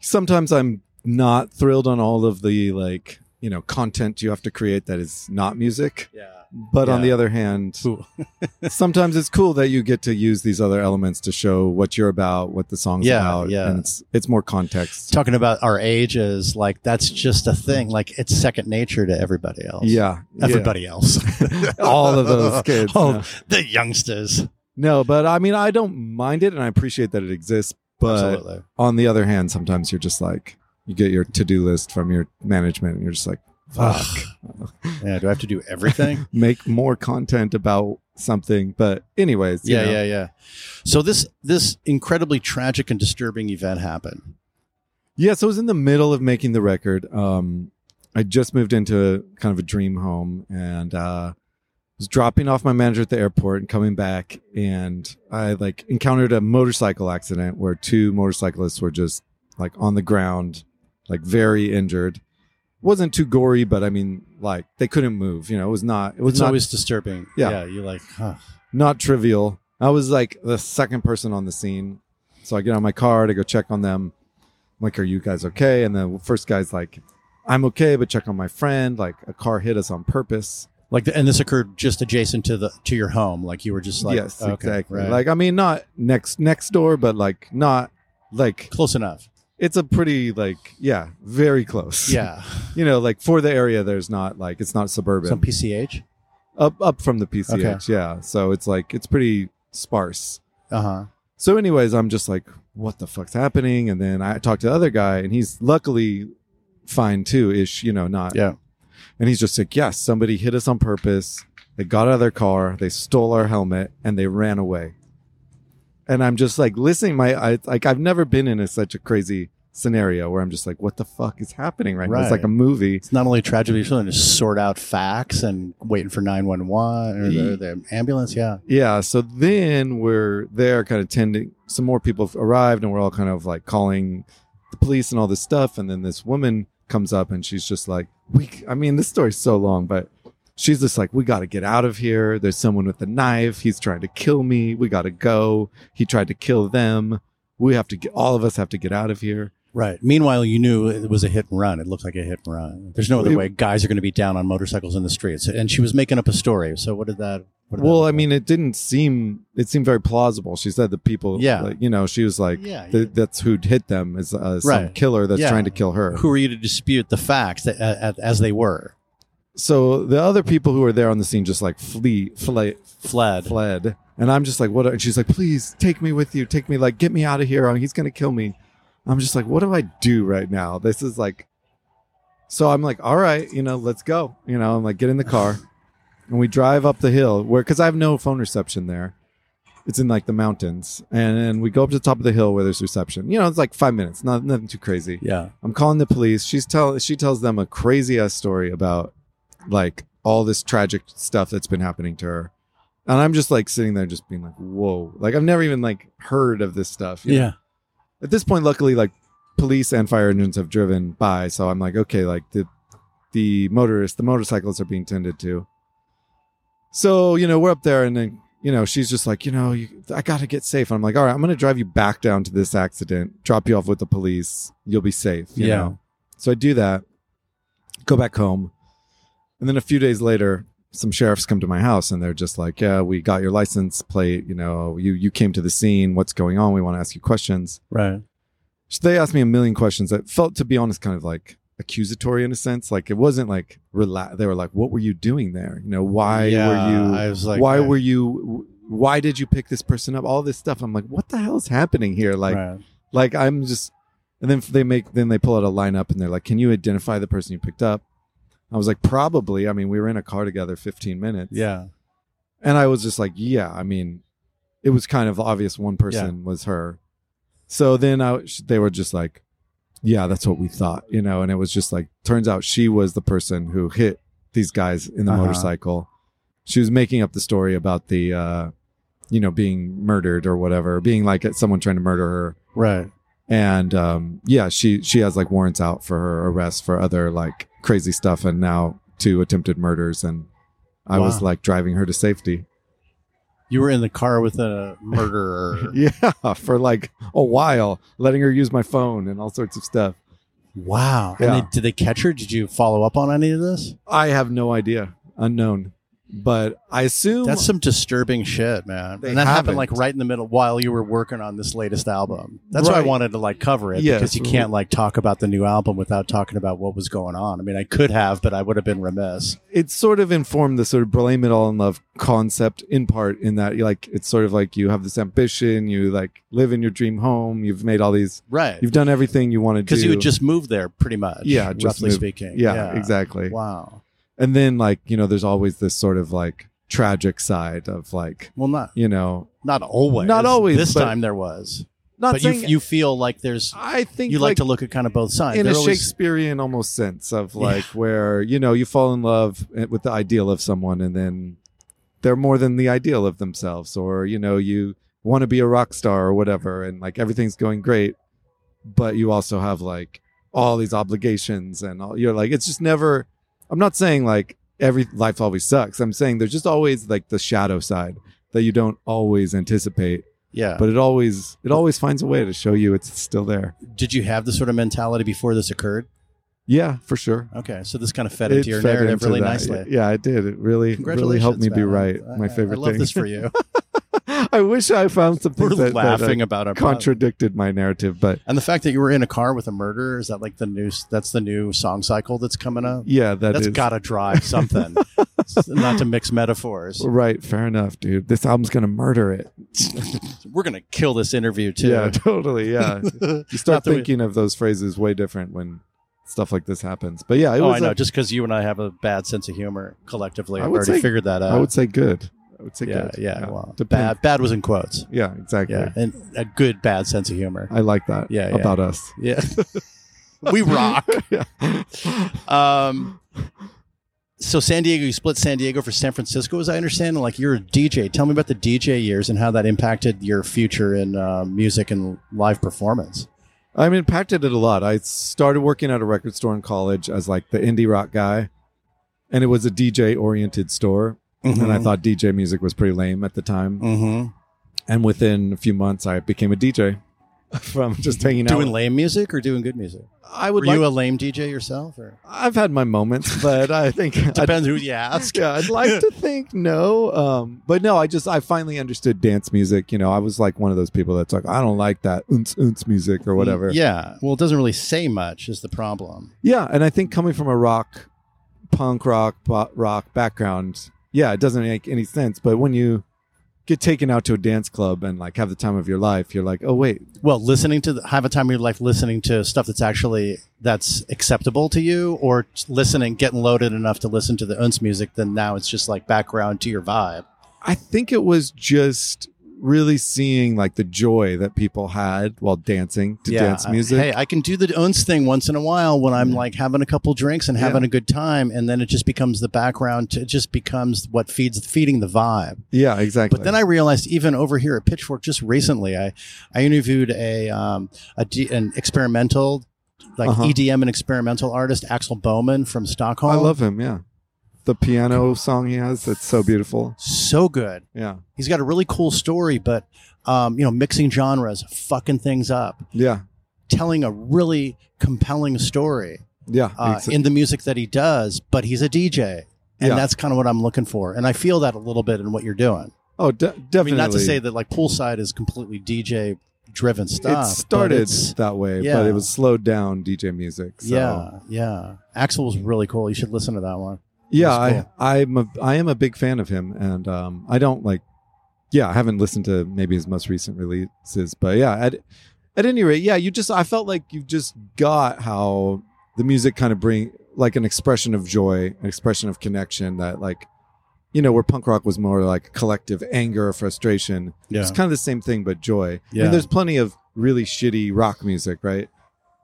Speaker 7: sometimes I'm not thrilled on all of the like you know content you have to create that is not music.
Speaker 1: Yeah.
Speaker 7: But on
Speaker 1: Yeah.
Speaker 7: the other hand,
Speaker 1: Cool.
Speaker 7: (laughs) sometimes it's cool that you get to use these other elements to show what you're about, what the song's
Speaker 1: Yeah,
Speaker 7: about,
Speaker 1: yeah.
Speaker 7: and it's it's more context.
Speaker 1: talking about our ages, like that's just a thing. Like it's second nature to everybody else. (laughs)
Speaker 7: Yeah, yeah.
Speaker 1: Everybody else.
Speaker 7: (laughs) all of those kids.
Speaker 1: Oh,
Speaker 7: yeah.
Speaker 1: the youngsters.
Speaker 7: No, but I mean, I don't mind it, and I appreciate that it exists. But
Speaker 1: Absolutely.
Speaker 7: on the other hand, sometimes you're just like, you get your to do list from your management, and you're just like, fuck,
Speaker 1: Yeah. Do I have to do
Speaker 7: (laughs)
Speaker 1: everything?
Speaker 7: make more content about something. But anyways, you
Speaker 1: yeah.
Speaker 7: know,
Speaker 1: Yeah. Yeah. So this, this incredibly tragic and disturbing event happened.
Speaker 7: yeah. So I was in the middle of making the record. Um, I just moved into kind of a dream home, and uh, was dropping off my manager at the airport and coming back, and I like encountered a motorcycle accident where two motorcyclists were just like on the ground, like very injured. Wasn't too gory, but I mean, like they couldn't move. You know, it was not. It was
Speaker 1: It's
Speaker 7: not
Speaker 1: always disturbing.
Speaker 7: Yeah.
Speaker 1: You're like, huh.
Speaker 7: not trivial. I was like the second person on the scene. So I get on my car to go check on them. I'm like, are you guys okay? And the first guy's like, I'm okay, but check on my friend. Like a car hit us on purpose.
Speaker 1: Like, the, and this occurred just adjacent to the to your home. Like you were just like,
Speaker 7: yes,
Speaker 1: okay,
Speaker 7: exactly.
Speaker 1: right.
Speaker 7: Like I mean, not next next door, but like not like
Speaker 1: close
Speaker 7: (laughs)
Speaker 1: enough.
Speaker 7: it's a pretty like yeah, very close.
Speaker 1: Yeah.
Speaker 7: (laughs) you know, like for the area, there's not like it's not suburban.
Speaker 1: Some PCH.
Speaker 7: up up from the PCH,
Speaker 1: Okay.
Speaker 7: yeah. So it's like it's pretty sparse.
Speaker 1: Uh
Speaker 7: Uh-huh.
Speaker 1: huh.
Speaker 7: So, anyways, I'm just like, what the fuck's happening? And then I talked to the other guy, and he's luckily fine too, ish, you know, not.
Speaker 1: Yeah.
Speaker 7: And he's just like, yes, somebody hit us on purpose. They got out of their car, they stole our helmet, and they ran away. And I'm just like listening. My I, like, I've never been in a, such a crazy scenario where I'm just like, what the fuck is happening right, now? It's
Speaker 1: Right.
Speaker 7: like a movie.
Speaker 1: It's not only tragedy, it's trying to sort out facts and waiting for 911 or the, the ambulance. Yeah.
Speaker 7: Yeah. So then we're there, kind of tending. Some more people have arrived, and we're all kind of like calling the police and all this stuff. And then this woman comes up, and she's just like, "We." I mean, this story's so long, but she's just like, "We got to get out of here. There's someone with a knife. He's trying to kill me. We got to go. He tried to kill them. We have to get. All of us have to get out of here."
Speaker 1: Right. Meanwhile, you knew it was a hit and run. It looked like a hit and run. There's no other
Speaker 7: It-
Speaker 1: way. Guys are going to be down on motorcycles in the streets. And she was making up a story. So what did that? What did that
Speaker 7: Well,
Speaker 1: look
Speaker 7: I
Speaker 1: like?
Speaker 7: mean, it didn't seem. It seemed very plausible. She said the people.
Speaker 1: Yeah.
Speaker 7: Like, you know, she was like.
Speaker 1: yeah.
Speaker 7: Th- that's who'd hit them is uh, some
Speaker 1: Right.
Speaker 7: killer that's
Speaker 1: Yeah.
Speaker 7: trying to kill her.
Speaker 1: who are you to dispute the facts that, uh, as they were?
Speaker 7: so the other people who were there on the scene just like flee, flee,
Speaker 1: Fled.
Speaker 7: fled, and I'm just like, what? And she's like, please take me with you, take me, like, get me out of here. Oh, He's gonna kill me. I'm just like, what do I do right now? This is like, so I'm like, all right, you know, let's go. You know, I'm like, get in the car, and we drive up the hill where because I have no phone reception there. It's in like the mountains, and then we go up to the top of the hill where there's reception. You know, it's like five minutes, not nothing too crazy.
Speaker 1: Yeah.
Speaker 7: I'm calling the police. She's tell she tells them a crazy ass story about like all this tragic stuff that's been happening to her. And I'm just like sitting there just being like, whoa. Like I've never even like heard of this stuff. you know?
Speaker 1: Yeah.
Speaker 7: At this point, luckily, like police and fire engines have driven by. So I'm like, okay, like the the motorists, the motorcycles are being tended to. So, you know, we're up there and then, you know, she's just like, you know, you, I got to get safe. And I'm like, all right, I'm going to drive you back down to this accident, drop you off with the police. You'll be safe. You
Speaker 1: Yeah.
Speaker 7: Know? So I do that, go back home. And then a few days later, some sheriffs come to my house and they're just like, yeah, we got your license plate. You know, you, you came to the scene. What's going on? We want to ask you questions.
Speaker 1: Right.
Speaker 7: So they asked me a million questions that felt, to be honest, kind of like accusatory in a sense. Like it wasn't like rela- they were like, "What were you doing there? You know, why
Speaker 1: Yeah,
Speaker 7: were you?
Speaker 1: I was like,
Speaker 7: why
Speaker 1: uh,
Speaker 7: were you? Why did you pick this person up? All this stuff." I'm like, "What the hell is happening here?" Like,
Speaker 1: right.
Speaker 7: like I'm just. And then they make then they pull out a lineup and they're like, "Can you identify the person you picked up?" I was like, "Probably." I mean, we were in a car together 15
Speaker 6: (laughs)
Speaker 7: minutes.
Speaker 6: Yeah.
Speaker 7: And I was just like, yeah, I mean, it was kind of obvious one person was her. So then I, sh- they were just like, yeah, that's what we thought, you know. And it was just like, turns out she was the person who hit these guys in the
Speaker 6: Uh-huh.
Speaker 7: motorcycle. She was making up the story about the, uh, you know, being murdered or whatever, being like uh, someone trying to murder her.
Speaker 6: Right.
Speaker 7: And um, yeah, she she has like warrants out for her arrest for other like crazy stuff, and now two attempted murders. And I was
Speaker 6: Wow.
Speaker 7: like driving her to safety.
Speaker 6: You were in the car with a murderer.
Speaker 7: Yeah, (laughs) for like a while, letting her use my phone and all sorts of stuff.
Speaker 6: Wow.
Speaker 7: Yeah.
Speaker 6: And they, did they catch her? Did you follow up on any of this?
Speaker 7: I have no idea, unknown, but I assume
Speaker 6: That's some disturbing shit, man.
Speaker 7: They
Speaker 6: and that happened
Speaker 7: haven't.
Speaker 6: like right in the middle while you were working on this latest album. That's why I
Speaker 7: Right.
Speaker 6: wanted to like cover it
Speaker 7: Yes.
Speaker 6: because you can't like talk about the new album without talking about what was going on. I mean, I could have, but I would have been remiss.
Speaker 7: it sort of informed the sort of blame it all in love concept in part in that like it's sort of like you have this ambition, you like live in your dream home, you've made all these,
Speaker 6: Right.
Speaker 7: you've done everything you want to do.
Speaker 6: Because you had just moved there pretty much.
Speaker 7: Yeah, just
Speaker 6: roughly
Speaker 7: moved.
Speaker 6: speaking.
Speaker 7: yeah, exactly.
Speaker 6: Wow.
Speaker 7: And then like you know, there's always this sort of like tragic side of like
Speaker 6: Well, not
Speaker 7: you know,
Speaker 6: not always.
Speaker 7: Not always,
Speaker 6: This
Speaker 7: but-
Speaker 6: time there was.
Speaker 7: not
Speaker 6: but you, you feel like there's,
Speaker 7: I think
Speaker 6: you like,
Speaker 7: like
Speaker 6: to look at kind of both sides.
Speaker 7: in
Speaker 6: They're
Speaker 7: a
Speaker 6: always-
Speaker 7: Shakespearean almost sense of like where you know you fall in love eh, with the ideal of someone and then they're more than the ideal of themselves or you know you want to be a rock star or whatever and like everything's going great but you also have like all these obligations and all you're like it's just never I'm not saying like every life always sucks I'm saying there's just always like the shadow side that you don't always anticipate
Speaker 6: yeah.
Speaker 7: but it always it always finds a way to show you it's still there
Speaker 6: Did you have this sort of mentality before this occurred?
Speaker 7: yeah for sure
Speaker 6: Okay, so this kind of fed
Speaker 7: It
Speaker 6: into your
Speaker 7: fed
Speaker 6: narrative
Speaker 7: into
Speaker 6: really
Speaker 7: that.
Speaker 6: nicely.
Speaker 7: Yeah, it did. It really,
Speaker 6: Congratulations,
Speaker 7: really helped me be
Speaker 6: man.
Speaker 7: right.
Speaker 6: I-
Speaker 7: My favorite
Speaker 6: I love
Speaker 7: thing.
Speaker 6: this
Speaker 7: (laughs)
Speaker 6: for you. (laughs)
Speaker 7: I wish I found something
Speaker 6: We're
Speaker 7: that, that, uh,
Speaker 6: laughing about our product.
Speaker 7: contradicted my narrative, but
Speaker 6: and the fact that you were in a car with a murderer is that like the new? That's the new song cycle that's coming up.
Speaker 7: yeah, that
Speaker 6: that's
Speaker 7: is-
Speaker 6: got to drive
Speaker 7: (laughs)
Speaker 6: something. Not to mix metaphors.
Speaker 7: right. Fair enough, dude. This album's gonna murder it.
Speaker 6: (laughs) We're gonna kill this interview too. (laughs)
Speaker 7: Yeah, (laughs) totally. Yeah, you
Speaker 6: Not
Speaker 7: start
Speaker 6: that we-
Speaker 7: thinking of those phrases way different when stuff like this happens. But yeah, it
Speaker 6: oh,
Speaker 7: was.
Speaker 6: I know.
Speaker 7: a-
Speaker 6: just because you and I have a bad sense of humor collectively,
Speaker 7: I
Speaker 6: I've
Speaker 7: would
Speaker 6: already
Speaker 7: say-
Speaker 6: figured that out.
Speaker 7: I would say good. I would say
Speaker 6: uh, yeah,
Speaker 7: good.
Speaker 6: yeah, Well,
Speaker 7: Depends.
Speaker 6: bad, bad was in quotes.
Speaker 7: Yeah, exactly.
Speaker 6: Yeah, and a good bad sense of humor.
Speaker 7: I like that.
Speaker 6: Yeah, yeah.
Speaker 7: about us. (laughs)
Speaker 6: Yeah. we rock. um, so San Diego, you split San Diego for San Francisco, as I understand. And like you're a DJ. Tell me about the DJ years and how that impacted your future in uh, music and live performance.
Speaker 7: I'm impacted it a lot. I started working at a record store in college as like the indie rock guy, and it was a DJ oriented store. And
Speaker 6: Mm.
Speaker 7: I thought DJ music was pretty lame at the time.
Speaker 6: mm-hmm.
Speaker 7: And within a few months, I became a DJ (laughs) from just hanging out.
Speaker 6: doing lame music or doing good music?
Speaker 7: I
Speaker 6: Were
Speaker 7: would. Like,
Speaker 6: you a lame DJ yourself? Or
Speaker 7: I've had my moments, but
Speaker 6: (laughs)
Speaker 7: I think I'd,
Speaker 6: depends who you (laughs) ask.
Speaker 7: yeah, I'd like to think no, um, but no. I just I finally understood dance music. You know, I was like one of those people that's like, I don't like that oonce oonce music or whatever.
Speaker 6: Yeah. Well, it doesn't really say much. Is the problem?
Speaker 7: Yeah, and I think coming from a rock, punk rock, bo- rock background, yeah, it doesn't make any sense. But when you get taken out to a dance club and like have the time of your life, you're like, oh wait,
Speaker 6: Well, listening to the, have a time of your life listening to stuff that's actually that's acceptable to you, or listening getting loaded enough to listen to the unz music, then now it's just like background to your vibe.
Speaker 7: I think it was just really seeing like the joy that people had while dancing to dance
Speaker 6: I-
Speaker 7: music.
Speaker 6: hey, I can do the unz thing once in a while when I'm like having a couple drinks and
Speaker 7: Yeah.
Speaker 6: having a good time, and then it just becomes the background. To, it just becomes what feeds feeding the vibe.
Speaker 7: yeah, exactly.
Speaker 6: But then I realized, even over here at Pitchfork, just recently, I I interviewed a um a D, an experimental, like
Speaker 7: Uh-huh.
Speaker 6: EDM and experimental artist, Axel Bowman from Stockholm.
Speaker 7: I love him. Yeah, the piano song he has that's so beautiful.
Speaker 6: so good.
Speaker 7: Yeah,
Speaker 6: He's got a really cool story, but um, you know, mixing genres, fucking things up,
Speaker 7: yeah,
Speaker 6: telling a really compelling story
Speaker 7: yeah.
Speaker 6: uh,
Speaker 7: Ex-
Speaker 6: in the music that he does. But he's a DJ, and
Speaker 7: Yeah.
Speaker 6: that's kind of what I'm looking for. And I feel that a little bit in what you're doing.
Speaker 7: oh, de- definitely.
Speaker 6: I mean, not to say that like poolside is completely DJ driven stuff.
Speaker 7: it
Speaker 6: but
Speaker 7: started
Speaker 6: it's-
Speaker 7: that way,
Speaker 6: yeah.
Speaker 7: but it was slowed down DJ music. So.
Speaker 6: Yeah, yeah. Axel was really cool. You should listen to that one.
Speaker 7: yeah,
Speaker 6: That's cool.
Speaker 7: I, I'm a, I am a big fan of him, and um, I don't like, yeah, I haven't listened to maybe his most recent releases, but yeah, I'd, at any rate, yeah, you just I felt like you just got how the music kind of bring like an expression of joy, an expression of connection that like you know, where punk rock was more like collective anger or frustration.
Speaker 6: Yeah.
Speaker 7: It's kind of the same thing but joy.
Speaker 6: Yeah.
Speaker 7: And there's plenty of really shitty rock music, right?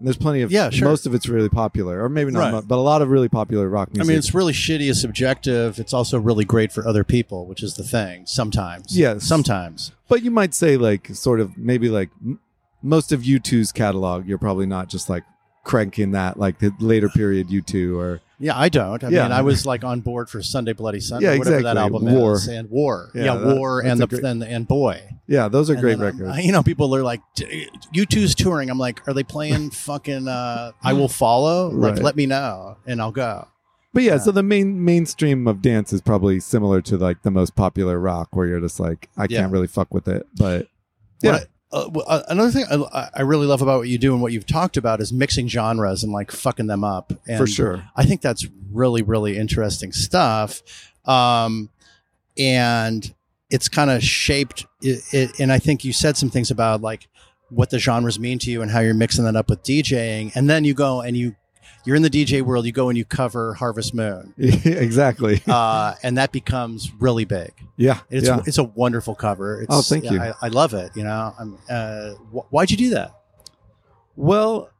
Speaker 7: And there's plenty of
Speaker 6: Yeah, sure.
Speaker 7: most of it's really popular or maybe not
Speaker 6: Right.
Speaker 7: mo- but a lot of really popular rock
Speaker 6: I
Speaker 7: music.
Speaker 6: mean, it's really shitty. It's subjective. It's also really great for other people, which is the thing. Sometimes,
Speaker 7: Yes.
Speaker 6: sometimes.
Speaker 7: But you might say like sort of maybe like m- most of U2's catalog, you're probably not just like cranking that like the later period U2 or
Speaker 6: Yeah, I don't. I
Speaker 7: Yeah.
Speaker 6: mean, I was like on board for Sunday Bloody Sunday,
Speaker 7: Yeah,
Speaker 6: whatever that
Speaker 7: exactly.
Speaker 6: album
Speaker 7: War.
Speaker 6: is, and War.
Speaker 7: Yeah,
Speaker 6: Yeah,
Speaker 7: that-
Speaker 6: War
Speaker 7: that's
Speaker 6: and
Speaker 7: a
Speaker 6: the
Speaker 7: great-
Speaker 6: and, and Boy.
Speaker 7: yeah, those are
Speaker 6: And
Speaker 7: great
Speaker 6: then, um,
Speaker 7: records.
Speaker 6: you know, people are like, "You two's touring." I'm like, "Are they
Speaker 7: (laughs)
Speaker 6: playing fucking uh, I Will Follow?" Like,
Speaker 7: Right.
Speaker 6: let me know, and I'll go.
Speaker 7: but yeah,
Speaker 6: yeah.
Speaker 7: so the main mainstream of dance is probably similar to like the most popular rock where you're just like I
Speaker 6: Yeah.
Speaker 7: can't really fuck with it, but
Speaker 6: What
Speaker 7: Yeah.
Speaker 6: I- uh, w- uh, another thing I, I really love about what you do and what you've talked about is mixing genres and like fucking them up. And
Speaker 7: for sure.
Speaker 6: I think that's really, really interesting stuff. Um, and it's kind of shaped it, it. And I think you said some things about like what the genres mean to you and how you're mixing that up with DJing. And then you go and you, you're in the DJ world, you go and you cover Harvest
Speaker 7: (laughs)
Speaker 6: Moon.
Speaker 7: (laughs) exactly.
Speaker 6: Uh, and that becomes really big.
Speaker 7: Yeah.
Speaker 6: It's,
Speaker 7: yeah.
Speaker 6: it's a wonderful cover. It's,
Speaker 7: Oh, thank you.
Speaker 6: I, I love it. You know, I'm, uh, wh- why'd you do that?
Speaker 7: Well,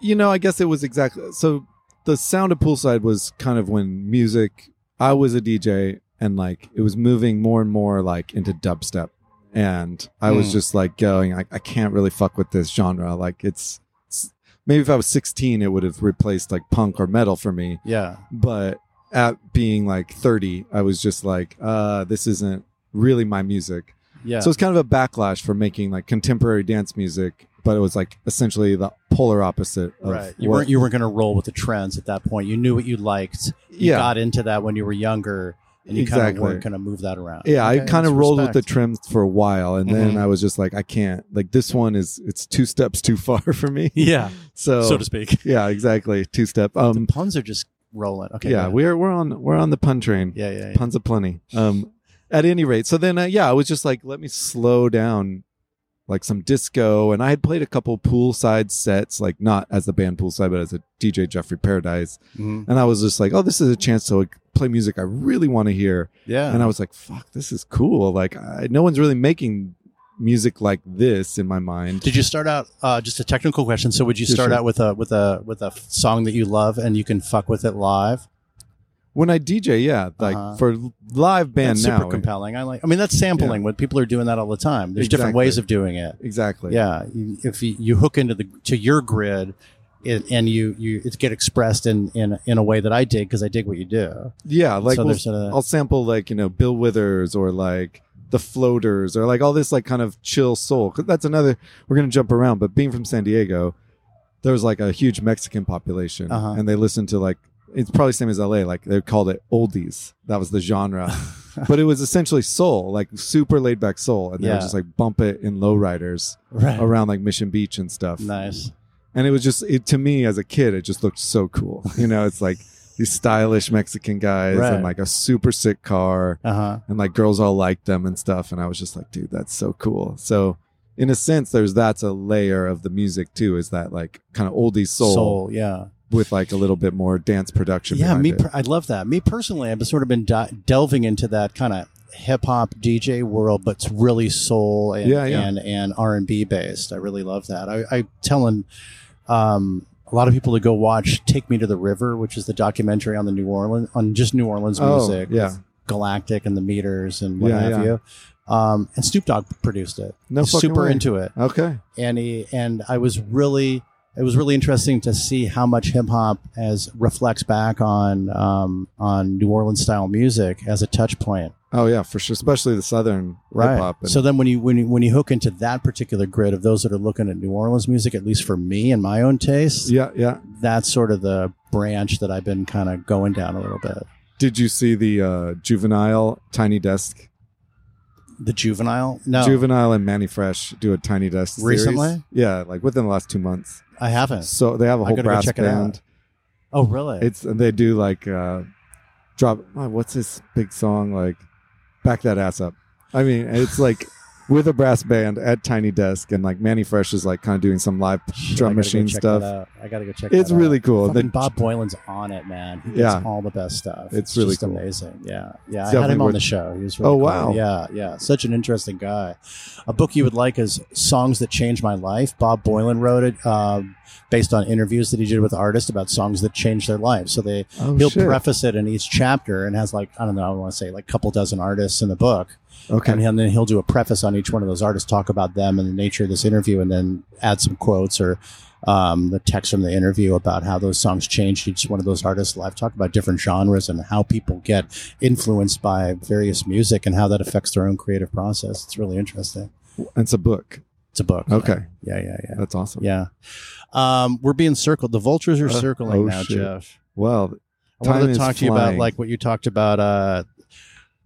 Speaker 7: you know, I guess it was exactly so. The sound of poolside was kind of when music. I was a DJ, and like it was moving more and more like into dubstep, and I was
Speaker 6: Hmm.
Speaker 7: just like going, I, I can't really fuck with this genre. Like it's, it's maybe if I was sixteen, it would have replaced like punk or metal for me.
Speaker 6: Yeah.
Speaker 7: But at being like thirty, I was just like, uh, this isn't really my music.
Speaker 6: Yeah.
Speaker 7: So it's kind of a backlash for making like contemporary dance music, but it was like essentially the polar opposite of
Speaker 6: right. You
Speaker 7: what-
Speaker 6: weren't you weren't going to roll with the trends at that point. You knew what you liked. You
Speaker 7: Yeah.
Speaker 6: got into that when you were younger, and you kind
Speaker 7: Exactly.
Speaker 6: of weren't going to move that around.
Speaker 7: yeah, I
Speaker 6: Okay,
Speaker 7: kind of
Speaker 6: that's
Speaker 7: rolled with the
Speaker 6: respect.
Speaker 7: trends for a while, and then
Speaker 6: Mhm.
Speaker 7: I was just like, I can't. Like this one is it's two steps too far (laughs) for me.
Speaker 6: yeah,
Speaker 7: So,
Speaker 6: so to speak.
Speaker 7: yeah, exactly, two step.
Speaker 6: The
Speaker 7: Um,
Speaker 6: puns are just rolling. Okay.
Speaker 7: yeah,
Speaker 6: good.
Speaker 7: we're we're on we're on the pun train.
Speaker 6: yeah, yeah, yeah.
Speaker 7: puns a plenty. Um, at any rate, so then uh, yeah, I was just like, let me slow down, like some disco, and I had played a couple poolside sets, like not as the band poolside, but as a DJ Jeffrey Paradise,
Speaker 6: Mhm.
Speaker 7: and I was just like, oh, this is a chance to like play music I really want to hear,
Speaker 6: yeah.
Speaker 7: and I was like, fuck, this is cool. Like, I, no one's really making music like this in my mind.
Speaker 6: Did you start out? Uh, just a technical question. So, would you
Speaker 7: Yeah,
Speaker 6: start
Speaker 7: sure.
Speaker 6: out with a with a with a song that you love and you can fuck with it live?
Speaker 7: When I DJ, yeah, like
Speaker 6: Uh-huh.
Speaker 7: for live band
Speaker 6: that's
Speaker 7: now,
Speaker 6: super compelling. I like. I mean, that's sampling. What people are doing that all the time. There's different
Speaker 7: Exactly.
Speaker 6: ways of doing it.
Speaker 7: exactly,
Speaker 6: yeah you, if you, you hook into the to your grid it, and you you it get expressed in in in a way that i dig because i dig what you do
Speaker 7: yeah, like
Speaker 6: so
Speaker 7: we'll
Speaker 6: there's sort of that.
Speaker 7: I'll sample like you know Bill Withers or like the Floaters or like all this like kind of chill soul. 'Cause that's another we're gonna jump around, but being from San Diego, there was like a huge Mexican population,
Speaker 6: Uh-huh.
Speaker 7: and they listened to like it's probably same as LA. Like they called it oldies. That was
Speaker 6: (laughs)
Speaker 7: the genre, but it was essentially soul, like super laid back soul, and they
Speaker 6: Yeah.
Speaker 7: would just like bump it in lowriders
Speaker 6: right
Speaker 7: around like Mission Beach and stuff.
Speaker 6: nice
Speaker 7: And it was just it to me as a kid, it just looked so cool. (laughs) You know, it's like. These stylish Mexican guys
Speaker 6: Right.
Speaker 7: and like a super sick car
Speaker 6: uh-huh
Speaker 7: and like girls all liked them and stuff and i was just like dude that's so cool so in a sense there's that's a layer of the music too is that like kind of oldie soul,
Speaker 6: soul yeah
Speaker 7: with like a little bit more dance production
Speaker 6: yeah
Speaker 7: behind
Speaker 6: me
Speaker 7: it.
Speaker 6: per- i love that me personally i've sort of been di- delving into that kind of hip-hop dj world but it's really soul and
Speaker 7: Yeah, yeah.
Speaker 6: and and r&b based i really love that i i telling um a lot of people to go watch take me to the river which is the documentary on the new orleans on just new orleans
Speaker 7: oh
Speaker 6: music
Speaker 7: yeah
Speaker 6: Galactic and the meters and what
Speaker 7: Yeah,
Speaker 6: have
Speaker 7: yeah.
Speaker 6: you. Um, and Snoop Dogg produced it.
Speaker 7: no
Speaker 6: He's
Speaker 7: fucking
Speaker 6: super
Speaker 7: way.
Speaker 6: into it,
Speaker 7: okay
Speaker 6: and he and I was really it was really interesting to see how much hip hop as reflects back on um, on New Orleans style music as a touch point.
Speaker 7: oh yeah for sure especially the southern hip-hop and-
Speaker 6: So then when you when you, when you hook into that particular grid of those that are looking at New Orleans music, at least for me and my own taste,
Speaker 7: yeah yeah
Speaker 6: that's sort of the branch that I've been kind of going down a little bit.
Speaker 7: did you see the uh juvenile tiny desk
Speaker 6: The juvenile, no,
Speaker 7: juvenile and manny fresh do a tiny desk series?
Speaker 6: Recently?
Speaker 7: yeah like within the last two months
Speaker 6: I haven't.
Speaker 7: so they have a
Speaker 6: I
Speaker 7: whole
Speaker 6: gotta go
Speaker 7: brass
Speaker 6: check it out.
Speaker 7: band
Speaker 6: Oh, really?
Speaker 7: It's and they do like uh
Speaker 1: (laughs)
Speaker 7: drop oh, what's this big song like back that ass up. I mean, it's like with a brass band at Tiny Desk, and like Manny Fresh is like kind of doing some live drum
Speaker 1: I gotta go
Speaker 7: machine
Speaker 1: check
Speaker 7: stuff.
Speaker 1: that out. I gotta go check.
Speaker 7: It's
Speaker 1: that out.
Speaker 7: really cool.
Speaker 1: Fucking
Speaker 7: The-
Speaker 1: Bob Boylan's on it, man. He gets
Speaker 7: Yeah.
Speaker 1: all the best stuff.
Speaker 7: It's really
Speaker 1: just
Speaker 7: cool.
Speaker 1: amazing. Yeah, yeah.
Speaker 7: It's
Speaker 1: I had
Speaker 7: definitely
Speaker 1: him on
Speaker 7: worth-
Speaker 1: the show. He was really
Speaker 7: Oh,
Speaker 1: cool.
Speaker 7: wow.
Speaker 1: Yeah, yeah. Such an interesting guy. A book you would like is "Songs That Changed My Life." Bob Boylan wrote it um, based on interviews that he did with artists about songs that changed their lives. So they
Speaker 7: Oh,
Speaker 1: he'll
Speaker 7: shit.
Speaker 1: preface it in each chapter and has like I don't know, I want to say like a couple dozen artists in the book.
Speaker 7: okay.
Speaker 1: And, he'll- and then he'll do a preface on each one of those artists, talk about them and the nature of this interview, and then add some quotes or um, the text from the interview about how those songs changed each one of those artists' life. Talk about different genres and how people get influenced by various music and how that affects their own creative process. It's really interesting.
Speaker 7: It's a book.
Speaker 1: It's a book.
Speaker 7: Okay.
Speaker 1: Yeah, yeah, yeah.
Speaker 7: That's awesome.
Speaker 1: Yeah. Um, we're being circled. The vultures are
Speaker 7: Uh,
Speaker 1: circling
Speaker 7: oh,
Speaker 1: now,
Speaker 7: shit.
Speaker 1: Jeff.
Speaker 7: Well,
Speaker 1: I wanted
Speaker 7: Time
Speaker 1: to
Speaker 7: is
Speaker 1: talk to you about
Speaker 7: flying.
Speaker 1: like what you talked about uh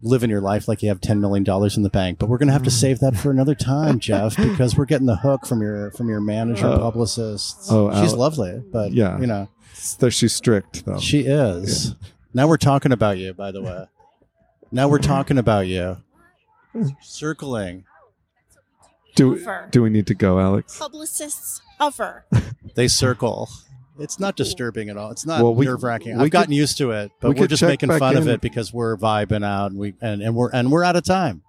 Speaker 1: living your life like you have 10 million dollars in the bank but we're going to have to save that for another
Speaker 7: (laughs)
Speaker 1: time Jeff because we're getting the hook from your from your manager
Speaker 7: Oh.
Speaker 1: publicist
Speaker 7: Oh,
Speaker 1: she's
Speaker 7: Al-
Speaker 1: lovely but
Speaker 7: Yeah. Oh.
Speaker 1: you know
Speaker 7: so she's strict though.
Speaker 1: she is now we're talking about you by the way now we're talking about
Speaker 7: (laughs)
Speaker 1: you circling
Speaker 7: do
Speaker 8: Hover.
Speaker 7: do we need to go, Alex?
Speaker 8: Publicists hover.
Speaker 1: they circle it's not disturbing at all. It's not
Speaker 7: Well, we-
Speaker 1: nerve wracking.
Speaker 7: we
Speaker 1: I've gotten
Speaker 7: could-
Speaker 1: used to it,
Speaker 7: we
Speaker 1: but we are
Speaker 7: could
Speaker 1: just
Speaker 7: check
Speaker 1: making
Speaker 7: back
Speaker 1: fun of
Speaker 7: in.
Speaker 1: it because we're vibing out and we and, and we're and we're out of time.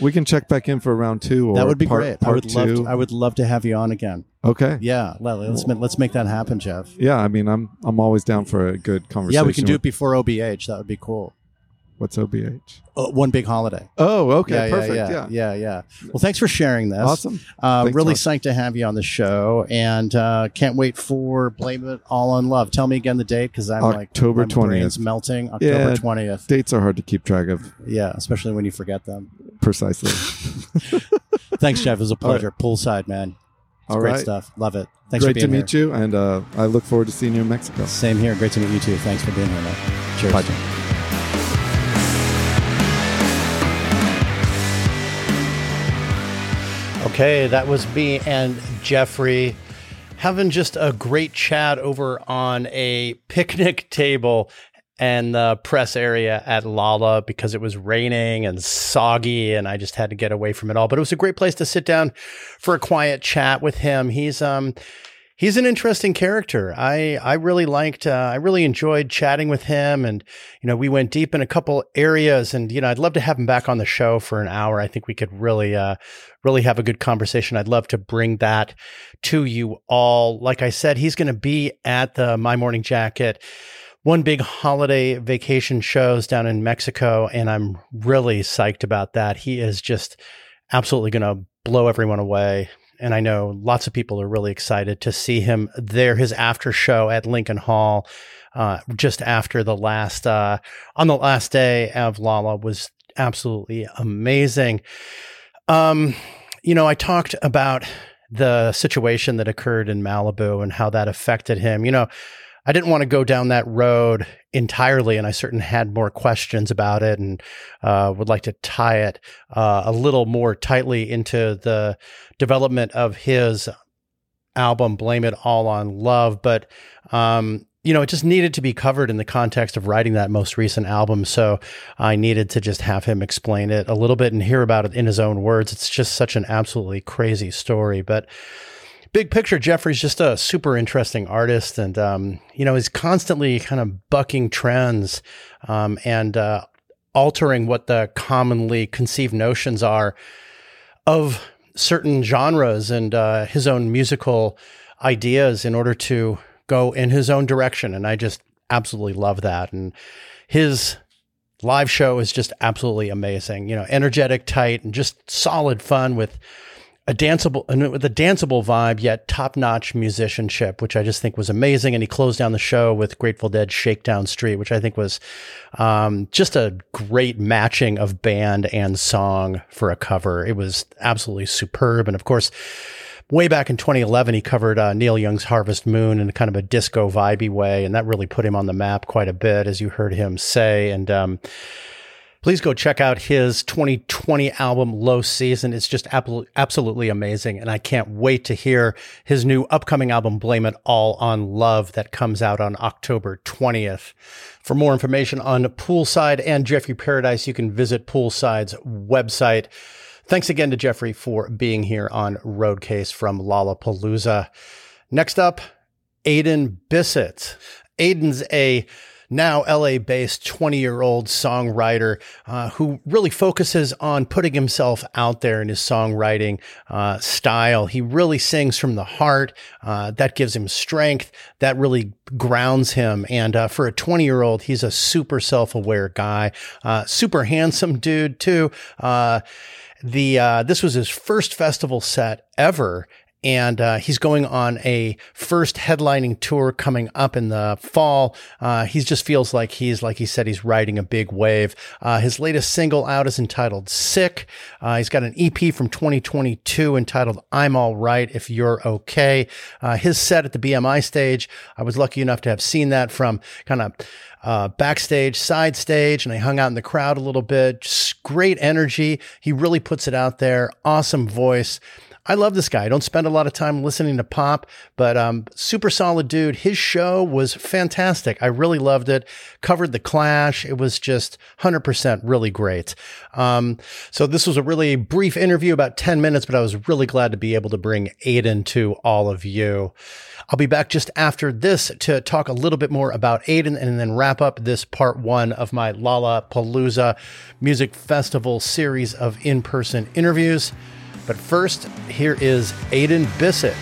Speaker 7: We can check back in for round two. Or
Speaker 1: That would be
Speaker 7: part,
Speaker 1: great.
Speaker 7: Part
Speaker 1: I would
Speaker 7: two.
Speaker 1: love. To, I would love to have you on again.
Speaker 7: okay.
Speaker 1: Yeah, let- let's ma- let's make that happen, Jeff.
Speaker 7: Yeah, I mean, I'm I'm always down for a good conversation.
Speaker 1: Yeah, we can do
Speaker 7: with-
Speaker 1: it before OBH. That would be cool.
Speaker 7: What's OBH?
Speaker 1: Uh, one big holiday.
Speaker 7: Oh, okay,
Speaker 1: yeah,
Speaker 7: perfect. Yeah,
Speaker 1: Yeah yeah, yeah, yeah. Well, thanks for sharing this.
Speaker 7: awesome.
Speaker 1: Uh,
Speaker 7: Thanks,
Speaker 1: really
Speaker 7: Ross.
Speaker 1: psyched to have you on the show, and uh, can't wait for Blame It All on Love. Tell me again the date because I'm like
Speaker 7: October
Speaker 1: my brain's
Speaker 7: 20th.
Speaker 1: melting. October
Speaker 7: Yeah.
Speaker 1: twentieth.
Speaker 7: Dates are hard to keep track of
Speaker 1: Yeah, especially when you forget them. (laughs)
Speaker 7: precisely.
Speaker 1: Thanks, Jeff. It was a
Speaker 7: All right.
Speaker 1: pleasure. Poolside, man. It's
Speaker 7: All
Speaker 1: great
Speaker 7: right.
Speaker 1: stuff. Love it. Thanks
Speaker 7: great
Speaker 1: for
Speaker 7: to
Speaker 1: being
Speaker 7: meet you, and uh, I look forward to seeing you in Mexico.
Speaker 1: Same here. Great to meet you too. Thanks for being here, man. Cheers.
Speaker 7: Bye.
Speaker 6: Okay, that was me and Jeffrey having just a great chat over on a picnic (laughs) table and the press area at Lala because it was raining and soggy and I just had to get away from it all. But it was a great place to sit down for a quiet chat with him. He's um he's an interesting character. I I really liked uh, I really enjoyed chatting with him and you know, we went deep in a couple areas and, you know, I'd love to have him back on the show for an hour. I think we could really, uh, really have a good conversation. I'd love to bring that to you all. Like I said, he's going to be at the My Morning Jacket. One big holiday vacation shows down in Mexico, and I'm really psyched about that. He is just absolutely going to blow everyone away. And I know lots of people are really excited to see him there. His after show at Lincoln Hall uh, just after the last uh, on the last day of Lala was absolutely amazing. Um, you know, I talked about the situation that occurred in Malibu and how that affected him. You know, I didn't want to go down that road entirely, and I certainly had more questions about it, and uh, would like to tie it uh, a little more tightly into the development of his album "Blame It All on Love." But um, you know, it just needed to be covered in the context of writing that most recent album. So I needed to just have him explain it a little bit and hear about it in his own words. It's just such an absolutely crazy story. But big picture, Jeffrey's just a super interesting artist. And, um, you know, he's constantly kind of bucking trends um, and uh, altering what the commonly conceived notions are of certain genres and uh, his own musical ideas in order to go in his own direction. And I just absolutely love that. And his live show is just absolutely amazing. You know, energetic, tight, and just solid fun with a danceable and with a danceable vibe, yet top notch musicianship, which I just think was amazing. And he closed down the show with Grateful Dead Shakedown Street, which I think was um, just a great matching of band and song for a cover. It was absolutely superb. And of course, way back in 2011, he covered uh, Neil Young's Harvest Moon in kind of a disco vibey way. And that really put him on the map quite a bit, as you heard him say. And, um, Please go check out his 2020 album, Low Season. It's just abso- absolutely amazing. And I can't wait to hear his new upcoming album, Blame It All on Love, that comes out on October 20th. For more information on Poolside and Jeffrey Paradise, you can visit Poolside's website. Thanks again to Jeffrey for being here on Roadcase from Lollapalooza. Next up, Aiden Bissett. Aiden's a now LA based 20 year old songwriter uh, who really focuses on putting himself out there in his songwriting uh, style. He really sings from the heart. Uh, that gives him strength. That really grounds him. And uh, for a 20 year old, he's a super self aware guy, uh, super handsome dude, too. Uh, the uh, this was his first festival set ever, and uh, he's going on a first headlining tour coming up in the fall. Uh, he just feels like he's, like he said, he's riding a big wave. Uh, his latest single out is entitled Sick. Uh, he's got an EP from 2022 entitled I'm All Right If You're Okay. Uh, his set at the BMI stage, I was lucky enough to have seen that from kind of uh, backstage, side stage, and I hung out in the crowd a little bit. Just great energy. He really puts it out there. Awesome voice. I love this guy. I don't spend a lot of time listening to pop, but um, super solid dude. His show was fantastic. I really loved it. Covered the Clash. It was just 100% really great. Um, so this was a really brief interview, about 10 minutes, but I was really glad to be able to bring Aiden to all of you. I'll be back just after this to talk a little bit more about Aiden and then wrap up this part one of my Lollapalooza Music Festival series of in person interviews. But first, here is Aiden Bissett.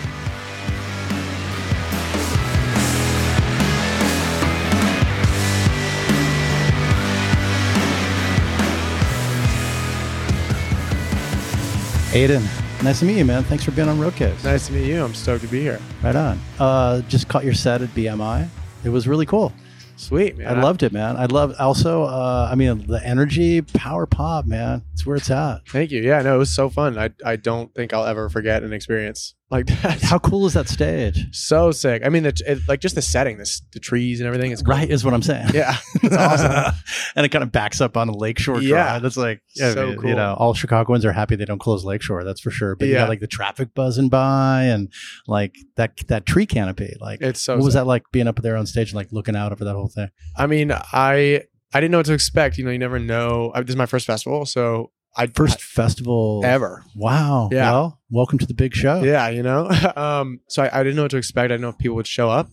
Speaker 1: Aiden, nice to meet you, man. Thanks for being on Roadcast.
Speaker 9: Nice to meet you. I'm stoked to be here.
Speaker 1: Right on. Uh, just caught your set at BMI. It was really cool.
Speaker 9: Sweet, man.
Speaker 1: I loved it, man. I love also. Uh, I mean, the energy, power pop, man. It's where it's at.
Speaker 9: Thank you. Yeah, no, it was so fun. I, I don't think I'll ever forget an experience like (laughs) that.
Speaker 1: How cool is that stage?
Speaker 9: so sick. I mean, the, it, like just the setting, this the trees and everything. It's cool.
Speaker 1: Right is what I'm saying.
Speaker 9: (laughs) Yeah.
Speaker 1: it's awesome. (laughs) and it kind of backs up on Lakeshore Drive.
Speaker 9: Yeah.
Speaker 1: That's like, I
Speaker 9: So
Speaker 1: mean,
Speaker 9: cool.
Speaker 1: you know, all Chicagoans are happy they don't close Lakeshore. That's for sure. But yeah,
Speaker 9: Yeah.
Speaker 1: like the traffic buzzing by and like that that tree canopy. Like,
Speaker 9: It's so.
Speaker 1: what was
Speaker 9: sick.
Speaker 1: that like being up there on stage and like looking out over that whole thing?
Speaker 9: I mean, I I didn't know what to expect. You know, you never know. I, this is my first festival, so I
Speaker 1: First festival Oh.
Speaker 9: I- ever.
Speaker 1: Wow.
Speaker 9: Yeah.
Speaker 1: Well, welcome to the big show.
Speaker 9: Yeah, you know. (laughs) um, so I, I didn't know what to expect. I didn't know if people would
Speaker 1: (laughs)
Speaker 9: show up.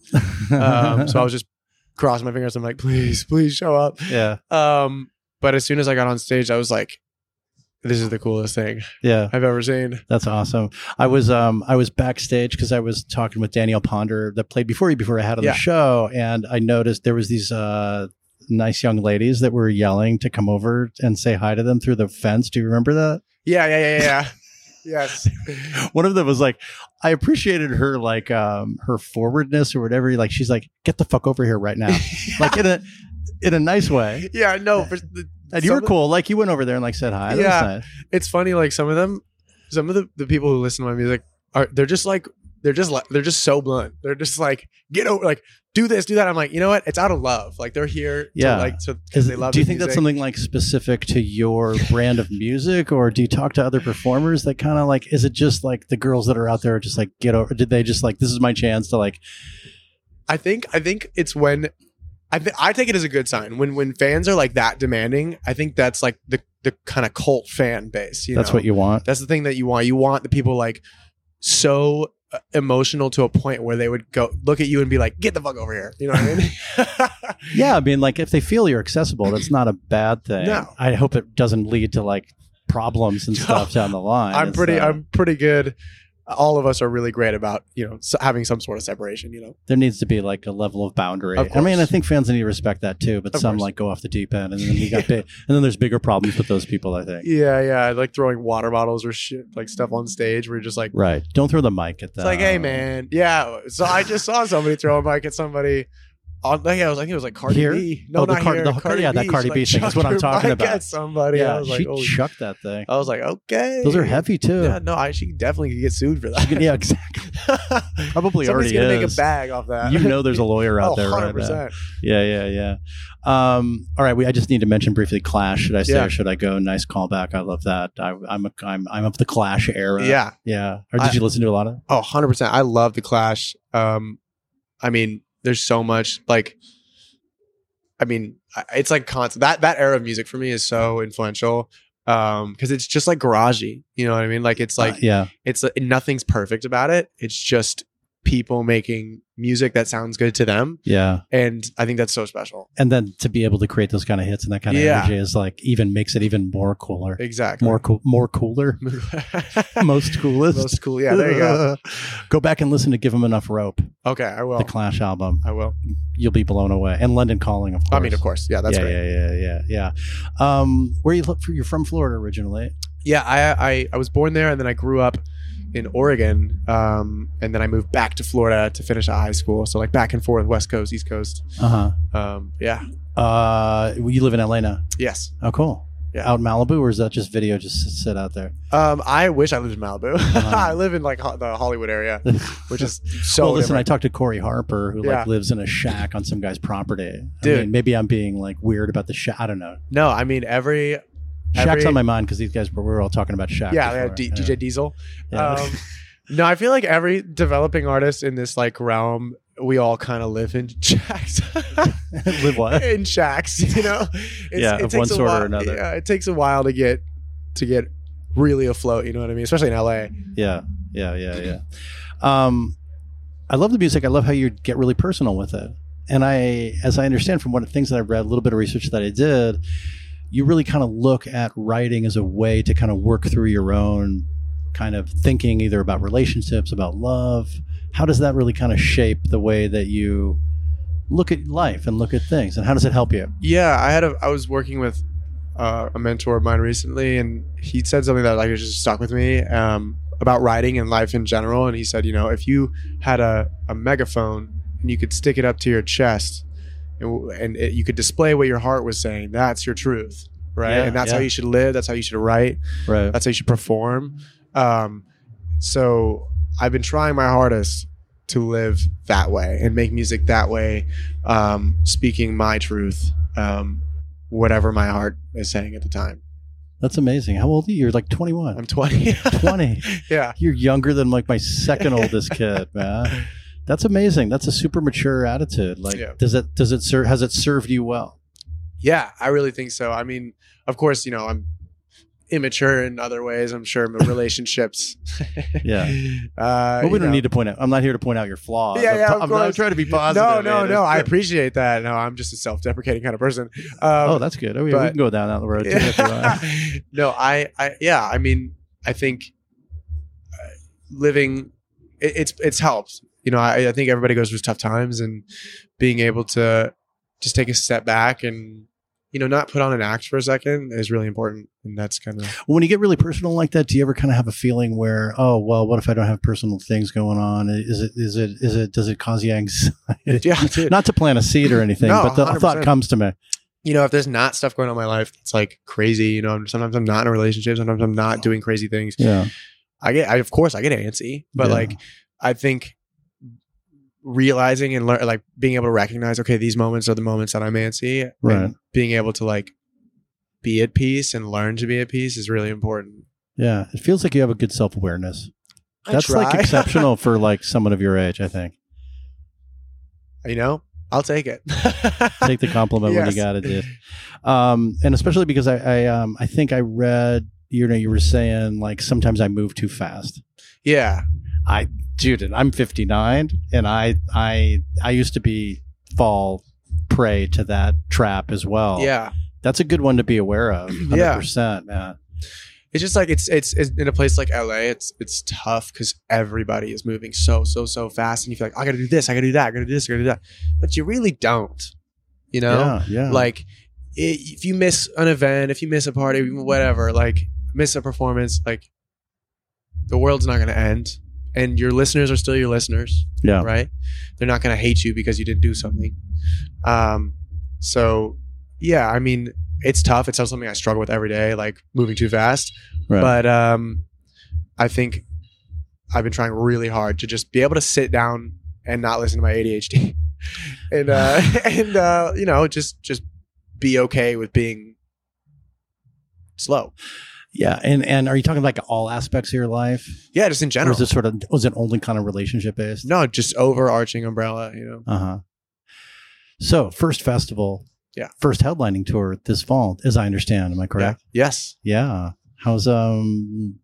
Speaker 9: Um, so I was just crossing my fingers. I'm like, please, please show up.
Speaker 1: yeah.
Speaker 9: Um, but as soon as I got on stage, I was like, this is the coolest thing
Speaker 1: Yeah.
Speaker 9: I've ever seen.
Speaker 1: That's awesome. I was um I was backstage because I was talking with Daniel Ponder that played before you before I had on
Speaker 9: Yeah.
Speaker 1: the show, and I noticed there was these uh nice young ladies that were yelling to come over and say hi to them through the fence. Do you remember that?
Speaker 9: Yeah, yeah,
Speaker 1: (laughs)
Speaker 9: yeah, yeah. yes.
Speaker 1: One of them was like, I appreciated her like um her forwardness or whatever. Like she's like, get the fuck over here right (laughs) now, like in a in a nice way.
Speaker 9: (laughs) Yeah, no. For the,
Speaker 1: And you were
Speaker 9: some of-
Speaker 1: cool. Like you went over there and like said hi. That was
Speaker 9: Yeah.
Speaker 1: nice.
Speaker 9: It's funny, like some of them, some of the, the people who listen to my music are they're just like they're just like they're just so blunt. They're just like get over, like do this, do that. I'm like, you know what? It's out of love. Like they're here,
Speaker 1: Yeah.
Speaker 9: To, like to because
Speaker 1: Is,
Speaker 9: they love.
Speaker 1: do you
Speaker 9: the
Speaker 1: think that's
Speaker 9: music.
Speaker 1: something like specific to your brand of music, or do you talk to other performers that kind of like? Is it just like the girls that are out there are just like get over? Did they just like this is my chance to like?
Speaker 9: I think I think it's when I th- I take it as a good sign when when fans are like that demanding. I think that's like the the kind of cult fan base. You
Speaker 1: that's
Speaker 9: know?
Speaker 1: what you want.
Speaker 9: That's the thing that you want. You want the people like so uh, emotional to a point where they would go look at you and be like, "Get the fuck over here." You know what (laughs) I mean?
Speaker 1: Yeah, I mean, like if they feel you're accessible, that's not a bad thing.
Speaker 9: No.
Speaker 1: I hope it doesn't lead to like problems and
Speaker 9: (laughs) No.
Speaker 1: stuff down the line.
Speaker 9: I'm
Speaker 1: It's,
Speaker 9: pretty.
Speaker 1: uh,
Speaker 9: I'm pretty good. All of us are really great about you know s- having some sort of separation. You know,
Speaker 1: there needs to be like a level of boundary.
Speaker 9: Of
Speaker 1: I mean, I
Speaker 9: course.
Speaker 1: think fans need to respect that too, but
Speaker 9: Of
Speaker 1: some
Speaker 9: course.
Speaker 1: like go off the deep end, and then you got big, (laughs) and then there's bigger problems with those people. I think.
Speaker 9: yeah, yeah. I Like throwing water bottles or shit, like stuff on stage where you're just like,
Speaker 1: Right. Don't throw the mic at them.
Speaker 9: it's like, hey man, yeah. So I just saw somebody throw a mic at somebody. On, like, I was like, it was like Cardi
Speaker 1: Here?
Speaker 9: B. No,
Speaker 1: Oh, the
Speaker 9: not
Speaker 1: Cardi-
Speaker 9: here.
Speaker 1: the- yeah, that
Speaker 9: She,
Speaker 1: Cardi B thing is
Speaker 9: chucked
Speaker 1: what I'm
Speaker 9: her
Speaker 1: talking
Speaker 9: mic
Speaker 1: about.
Speaker 9: At somebody, I was like,
Speaker 1: she
Speaker 9: holy-
Speaker 1: chucked that thing.
Speaker 9: I was like, okay,
Speaker 1: Those are heavy too. (laughs)
Speaker 9: Yeah, no, I she definitely could get sued for that.
Speaker 1: yeah, exactly. (laughs) Probably already
Speaker 9: Somebody's gonna make a
Speaker 1: is.
Speaker 9: bag off that.
Speaker 1: You know,
Speaker 9: (laughs)
Speaker 1: there's a lawyer out
Speaker 9: oh,
Speaker 1: there right
Speaker 9: 100%.
Speaker 1: now. Yeah, yeah, yeah. Um, all right, we, I just need to mention briefly Clash. Should I stay
Speaker 9: Yeah.
Speaker 1: or should I go? Nice callback. I love that. I, I'm a, I'm I'm of the Clash era.
Speaker 9: Yeah,
Speaker 1: yeah. Or did
Speaker 9: I-
Speaker 1: you listen to a lot of? Uh,
Speaker 9: Oh, 100%. I love The Clash. Um, I mean, there's so much like I mean, I- it's like constant. That that era of music for me is so influential. um because it's just like garagey you know what i mean like it's like
Speaker 1: yeah.
Speaker 9: it's uh, nothing's perfect about it it's just people making music that sounds good to them
Speaker 1: Yeah.
Speaker 9: and i think that's so special
Speaker 1: And then to be able to create those kind of hits and that kind of
Speaker 9: Yeah.
Speaker 1: energy is like even makes it even more cooler.
Speaker 9: exactly
Speaker 1: More cool, more cooler, (laughs) most coolest.
Speaker 9: most cool yeah there
Speaker 1: (laughs)
Speaker 9: you go
Speaker 1: Go back and listen to "Give Him Enough Rope,"
Speaker 9: okay i will
Speaker 1: the Clash album.
Speaker 9: i will
Speaker 1: You'll be blown away. And London Calling, of course.
Speaker 9: i mean of course yeah that's
Speaker 1: yeah,
Speaker 9: great
Speaker 1: yeah, yeah, yeah, yeah. Um, where you look for? You're from Florida originally.
Speaker 9: yeah I, I i was born there and then i grew up in oregon um and then i moved back to florida to finish out high school so like back and forth west coast east coast
Speaker 1: Uh
Speaker 9: um yeah
Speaker 1: huh. Uh, you live in Atlanta.
Speaker 9: yes
Speaker 1: Oh, cool.
Speaker 9: Yeah.
Speaker 1: Out in Malibu, or is that just video just sit out there?
Speaker 9: um i wish i lived in malibu
Speaker 1: Uh-huh.
Speaker 9: (laughs) i live in like ho- the hollywood area
Speaker 1: (laughs)
Speaker 9: which is so
Speaker 1: well, listen, I
Speaker 9: different.
Speaker 1: talked to Corey Harper, who
Speaker 9: Yeah.
Speaker 1: like lives in a shack on some guy's property.
Speaker 9: Dude.
Speaker 1: I mean, maybe I'm being like weird about the shack. I don't know.
Speaker 9: no i mean every
Speaker 1: Shack's
Speaker 9: Every-
Speaker 1: on my mind because these guys were, we were all talking about Shack.
Speaker 9: yeah, yeah
Speaker 1: before.
Speaker 9: D- dj diesel
Speaker 1: Yeah.
Speaker 9: Um, no, I feel like every developing artist in this like realm, we all kind of live in (laughs) shacks.
Speaker 1: (laughs)
Speaker 9: Um,
Speaker 1: live what?
Speaker 9: in shacks,
Speaker 1: (laughs)
Speaker 9: you know. It's,
Speaker 1: Yeah, of one
Speaker 9: a
Speaker 1: sort or
Speaker 9: while,
Speaker 1: another.
Speaker 9: Yeah, it takes a while to get to get really afloat. You know what I mean? Especially in LA.
Speaker 1: Yeah, yeah, yeah, yeah. Um, I love the music. I love how you get really personal with it. And I, as I understand from what things that I've read, a little bit of research that I did, you really kind of look at writing as a way to kind of work through your own kind of thinking, either about relationships, about love. How does that really kind of shape the way that you look at life and look at things? And how does it help you?
Speaker 9: Yeah, I had a. I was working with uh, a mentor of mine recently, and he said something that like it just stuck with me um, about writing and life in general. And he said, you know, if you had a, a megaphone and you could stick it up to your chest, and, and it, you could display what your heart was saying, that's your truth, right?
Speaker 1: Yeah,
Speaker 9: and that's how
Speaker 1: yeah.
Speaker 9: you should live. That's how you should write.
Speaker 1: Right.
Speaker 9: That's how you should perform. Um, so I've been trying my hardest to live that way and make music that way, um, speaking my truth, um, whatever my heart is saying at the time.
Speaker 1: That's amazing. How old are you? You're like 21.
Speaker 9: I'm (laughs) 20.
Speaker 1: 20.
Speaker 9: yeah.
Speaker 1: You're younger than like my
Speaker 9: (laughs)
Speaker 1: second oldest kid, man. That's amazing. That's a super mature attitude. Like,
Speaker 9: Yeah.
Speaker 1: does it does it serve has it served you well?
Speaker 9: (laughs) Yeah, I really think so. I mean, of course, you know, I'm immature in other ways. I'm sure my relationships.
Speaker 1: (laughs) Yeah. But
Speaker 9: Uh,
Speaker 1: we
Speaker 9: you
Speaker 1: don't
Speaker 9: know.
Speaker 1: need to point out. I'm not here to point out your flaws.
Speaker 9: Yeah,
Speaker 1: I'm,
Speaker 9: yeah, of
Speaker 1: I'm, I'm
Speaker 9: course.
Speaker 1: trying to be positive.
Speaker 9: No, no,
Speaker 1: man.
Speaker 9: no. I
Speaker 1: It's good.
Speaker 9: appreciate that. No, I'm just a self-deprecating kind of person. Um,
Speaker 1: Oh, that's good. Oh, yeah, we
Speaker 9: but-
Speaker 1: can go down that road. Too, if you want.
Speaker 9: (laughs) no, I, I, yeah, I mean, I think uh, living, it, it's it's helped. You know, I, I think everybody goes through tough times, and being able to just take a step back and you know not put on an act for a second is really important, and that's kind of
Speaker 1: when you get really personal like that, do you ever kind of have a feeling where, oh, well, what if I don't have personal things going on? Is it is it is it does it cause you anxiety?
Speaker 9: (laughs) yeah. dude.
Speaker 1: Not to plant a seed or anything,
Speaker 9: No,
Speaker 1: but the
Speaker 9: 100%.
Speaker 1: thought comes to me.
Speaker 9: you know, if there's not stuff going on in my life, it's like crazy. You know, I'm- sometimes I'm not in a relationship, sometimes I'm not doing crazy things.
Speaker 1: Yeah.
Speaker 9: I get, I, of course, I get antsy, but
Speaker 1: Yeah.
Speaker 9: like, I think realizing and learn, like being able to recognize, okay, these moments are the moments that I'm antsy, and
Speaker 1: Right.
Speaker 9: being able to like be at peace and learn to be at peace is really important.
Speaker 1: Yeah. It feels like you have a good self awareness.
Speaker 9: I
Speaker 1: That's like
Speaker 9: try. (laughs)
Speaker 1: exceptional for like someone of your age, I think.
Speaker 9: you know, I'll take it.
Speaker 1: (laughs) Take the compliment when
Speaker 9: Yes.
Speaker 1: you got it,
Speaker 9: (laughs)
Speaker 1: dude. Um, and especially because I, I, um, I think I read, you know, you were saying like sometimes I move too fast,
Speaker 9: Yeah.
Speaker 1: dude. And I'm 59, and I, I, I used to be fall prey to that trap as well.
Speaker 9: Yeah.
Speaker 1: that's a good one to be aware
Speaker 9: (clears throat)
Speaker 1: of. 100%,
Speaker 9: Yeah.
Speaker 1: man.
Speaker 9: It's just like it's it's, it's in a place like LA. It's it's tough because everybody is moving so so so fast, and you feel like I gotta do this, I gotta do that, I gotta do this, I gotta do that, but you really don't. You know,
Speaker 1: Yeah, yeah.
Speaker 9: like i if you miss an event, if you miss a party, whatever, like miss a performance, like the world's not gonna end, and your listeners are still your listeners.
Speaker 1: Yeah.
Speaker 9: Right. They're not gonna hate you because you didn't do something. Um. So yeah, I mean, it's tough. It's something I struggle with every day, like moving too fast.
Speaker 1: Right.
Speaker 9: But um, I think I've been trying really hard to just be able to sit down and not listen to my ADHD, (laughs)
Speaker 1: (laughs)
Speaker 9: and uh, and uh, you know, just just be okay with being slow.
Speaker 1: yeah. And and are you talking like all aspects of your life,
Speaker 9: Yeah, just in
Speaker 1: or
Speaker 9: general.
Speaker 1: is it sort of was it only kind of relationship based? Oh,
Speaker 6: Uh-huh.
Speaker 9: no, just overarching umbrella. You know.
Speaker 1: Uh huh. So first festival
Speaker 9: Yeah.
Speaker 6: first headlining tour this fall, as I understand. Am I correct?
Speaker 9: Yes.
Speaker 6: Yeah. How's um?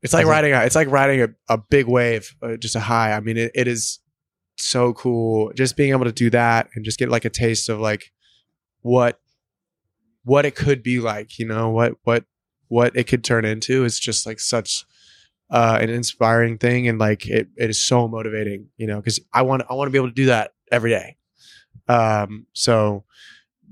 Speaker 9: It's like
Speaker 6: How's it-
Speaker 9: riding a, it's like riding a, a big wave, uh, just a high. I mean, it, it is so cool just being able to do that and just get like a taste of like what what it could be like, you know, what what what it could turn into is just like such uh an inspiring thing and like it it is so motivating, you know, cuz I want I want to be able to do that every day. Um so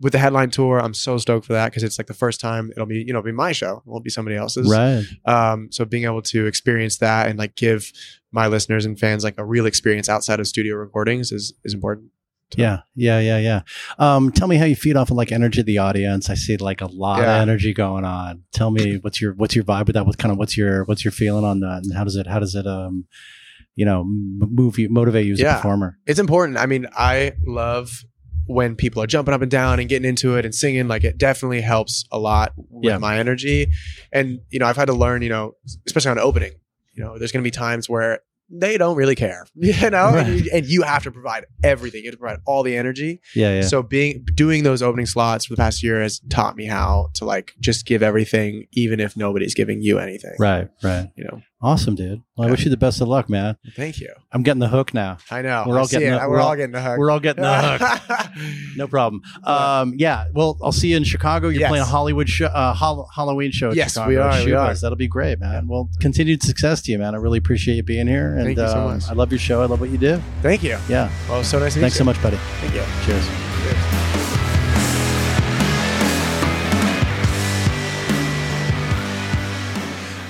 Speaker 9: with the headline tour, I'm so stoked for that cuz it's like the first time it'll be, you know, it'll be my show, it won't be somebody else's
Speaker 6: Right.
Speaker 9: um so being able to experience that and like give my listeners and fans like a real experience outside of studio recordings is is important
Speaker 6: Yeah, yeah, yeah, yeah. Um, tell me how you feed off of like energy of the audience. I see like a lot
Speaker 9: Yeah.
Speaker 6: of energy going on. Tell
Speaker 9: (clears throat)
Speaker 6: me what's your what's your vibe with that? What kind of what's your what's your feeling on that? And how does it how does it um, you know, m- move you motivate you as a
Speaker 9: Yeah.
Speaker 6: performer?
Speaker 9: it's important i mean i love when people are jumping up and down and getting into it and singing like it definitely helps a lot with
Speaker 6: Yeah.
Speaker 9: my energy and you know i've had to learn you know especially on opening you know there's going to be times where they don't really care (laughs) you know and, you, and you have to provide everything you have to provide all the energy
Speaker 6: Yeah, yeah.
Speaker 9: So being doing those opening slots for the past year has taught me how to like just give everything, even if nobody's giving you anything.
Speaker 6: right, right.
Speaker 9: You know.
Speaker 6: Awesome, dude. Well, I wish you the best of luck, man.
Speaker 9: Thank you.
Speaker 6: I'm getting the hook now.
Speaker 9: I know.
Speaker 6: We're
Speaker 9: I
Speaker 6: all
Speaker 9: see
Speaker 6: getting
Speaker 9: it.
Speaker 6: the-
Speaker 9: We're,
Speaker 6: we're
Speaker 9: all
Speaker 6: all-
Speaker 9: getting the hook. (laughs)
Speaker 6: We're all getting the hook. No problem. Um, yeah. Well, I'll see you in Chicago. You're
Speaker 9: Yes.
Speaker 6: playing a Hollywood show, uh, Hol- Halloween show. At
Speaker 9: Yes,
Speaker 6: Chicago.
Speaker 9: we are, we
Speaker 6: Shoot
Speaker 9: are.
Speaker 6: us. That'll be great, man. Well, continued success to you, man. I really appreciate you being here. And
Speaker 9: Thank you so
Speaker 6: um,
Speaker 9: much.
Speaker 6: I love your show. I love what you do.
Speaker 9: Thank you.
Speaker 6: Yeah.
Speaker 9: Well, so nice to meet
Speaker 6: Thanks so
Speaker 9: you.
Speaker 6: much, buddy.
Speaker 9: Thank you.
Speaker 6: Cheers.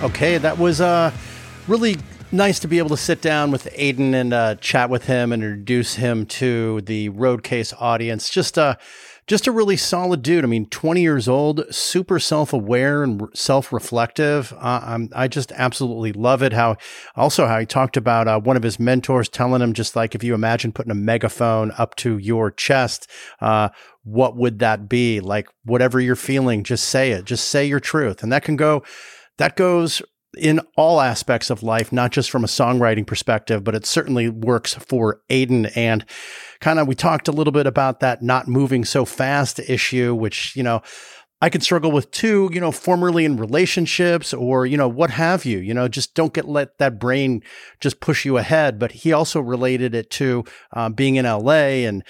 Speaker 6: Okay, that was uh, really nice to be able to sit down with Aiden and uh, chat with him and introduce him to the Roadcase audience. Just uh, just a really solid dude. I mean, 20 years old, super self aware and self reflective. Uh, I'm- I just absolutely love it. How also how he talked about uh, one of his mentors telling him just like if you imagine putting a megaphone up to your chest, uh, what would that be? Like whatever you're feeling, just say it. Just say your truth, and that can go. That goes in all aspects of life, not just from a songwriting perspective, but it certainly works for Aiden. And kind of, we talked a little bit about that not moving so fast issue, which, you know, I could struggle with too, you know, formerly in relationships or, you know, what have you, you know, just don't get let that brain just push you ahead. But he also related it to um, being in LA and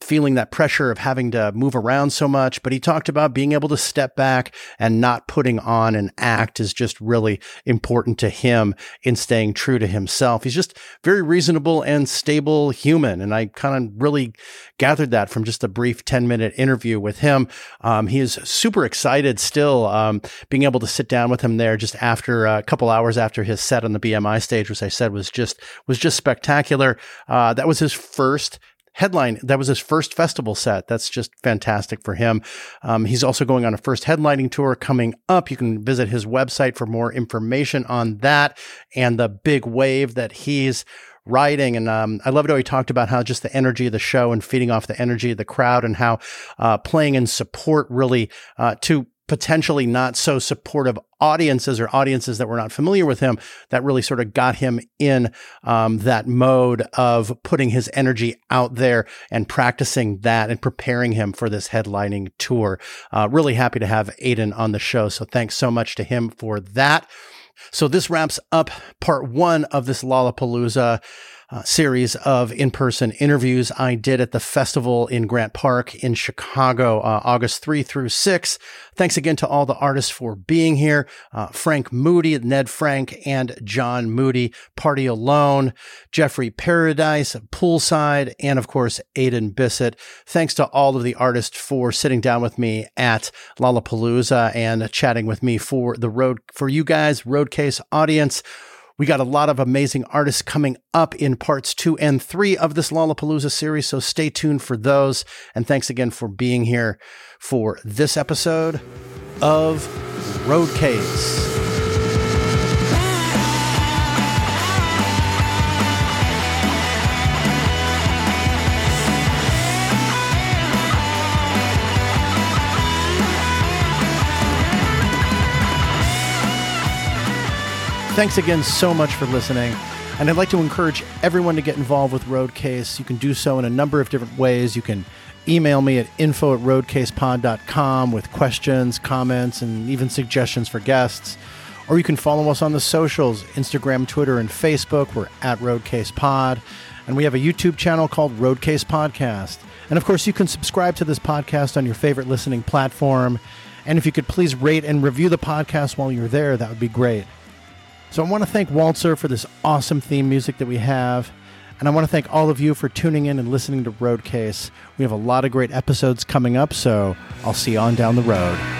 Speaker 6: feeling that pressure of having to move around so much. But he talked about being able to step back and not putting on an act is just really important to him in staying true to himself. He's just very reasonable and stable human. And I kind of really gathered that from just a brief 10 minute interview with him. Um, he is super excited still um, being able to sit down with him there just after uh, a couple hours after his set on the BMI stage, which I said was just was just spectacular. Uh, that was his first headline. That was his first festival set. That's just fantastic for him. Um, he's also going on a first headlining tour coming up. You can visit his website for more information on that and the big wave that he's riding. And um, I loved how he talked about how just the energy of the show and feeding off the energy of the crowd and how uh, playing in support really uh, to potentially not so supportive audiences or audiences that were not familiar with him that really sort of got him in um, that mode of putting his energy out there and practicing that and preparing him for this headlining tour. Uh, really happy to have Aiden on the show. So thanks so much to him for that. So this wraps up part one of this Lollapalooza uh, series of in-person interviews I did at the festival in Grant Park in Chicago, uh, August 3 through 6. Thanks again to all the artists for being here. Uh, Frank Moody, Ned Frank, and John Moody, Party Alone, Jeffrey Paradise, Poolside, and of course, Aiden Bissett. Thanks to all of the artists for sitting down with me at Lollapalooza and chatting with me for the road, for you guys, Roadcase audience. We got a lot of amazing artists coming up in parts two and three of this Lollapalooza series, so stay tuned for those. And thanks again for being here for this episode of Roadcase. Thanks again so much for listening. And I'd like to encourage everyone to get involved with Roadcase. You can do so in a number of different ways. You can Email me at info at roadcasepod.com with questions, comments, and even suggestions for guests. Or you can follow us on the socials Instagram, Twitter, and Facebook. We're at Roadcase Pod. And we have a YouTube channel called Roadcase Podcast. And of course, you can subscribe to this podcast on your favorite listening platform. And if you could please rate and review the podcast while you're there, that would be great. So I want to thank Walzer for this awesome theme music that we have. And I want to thank all of you for tuning in and listening to Roadcase. We have a lot of great episodes coming up, so I'll see you on down the road.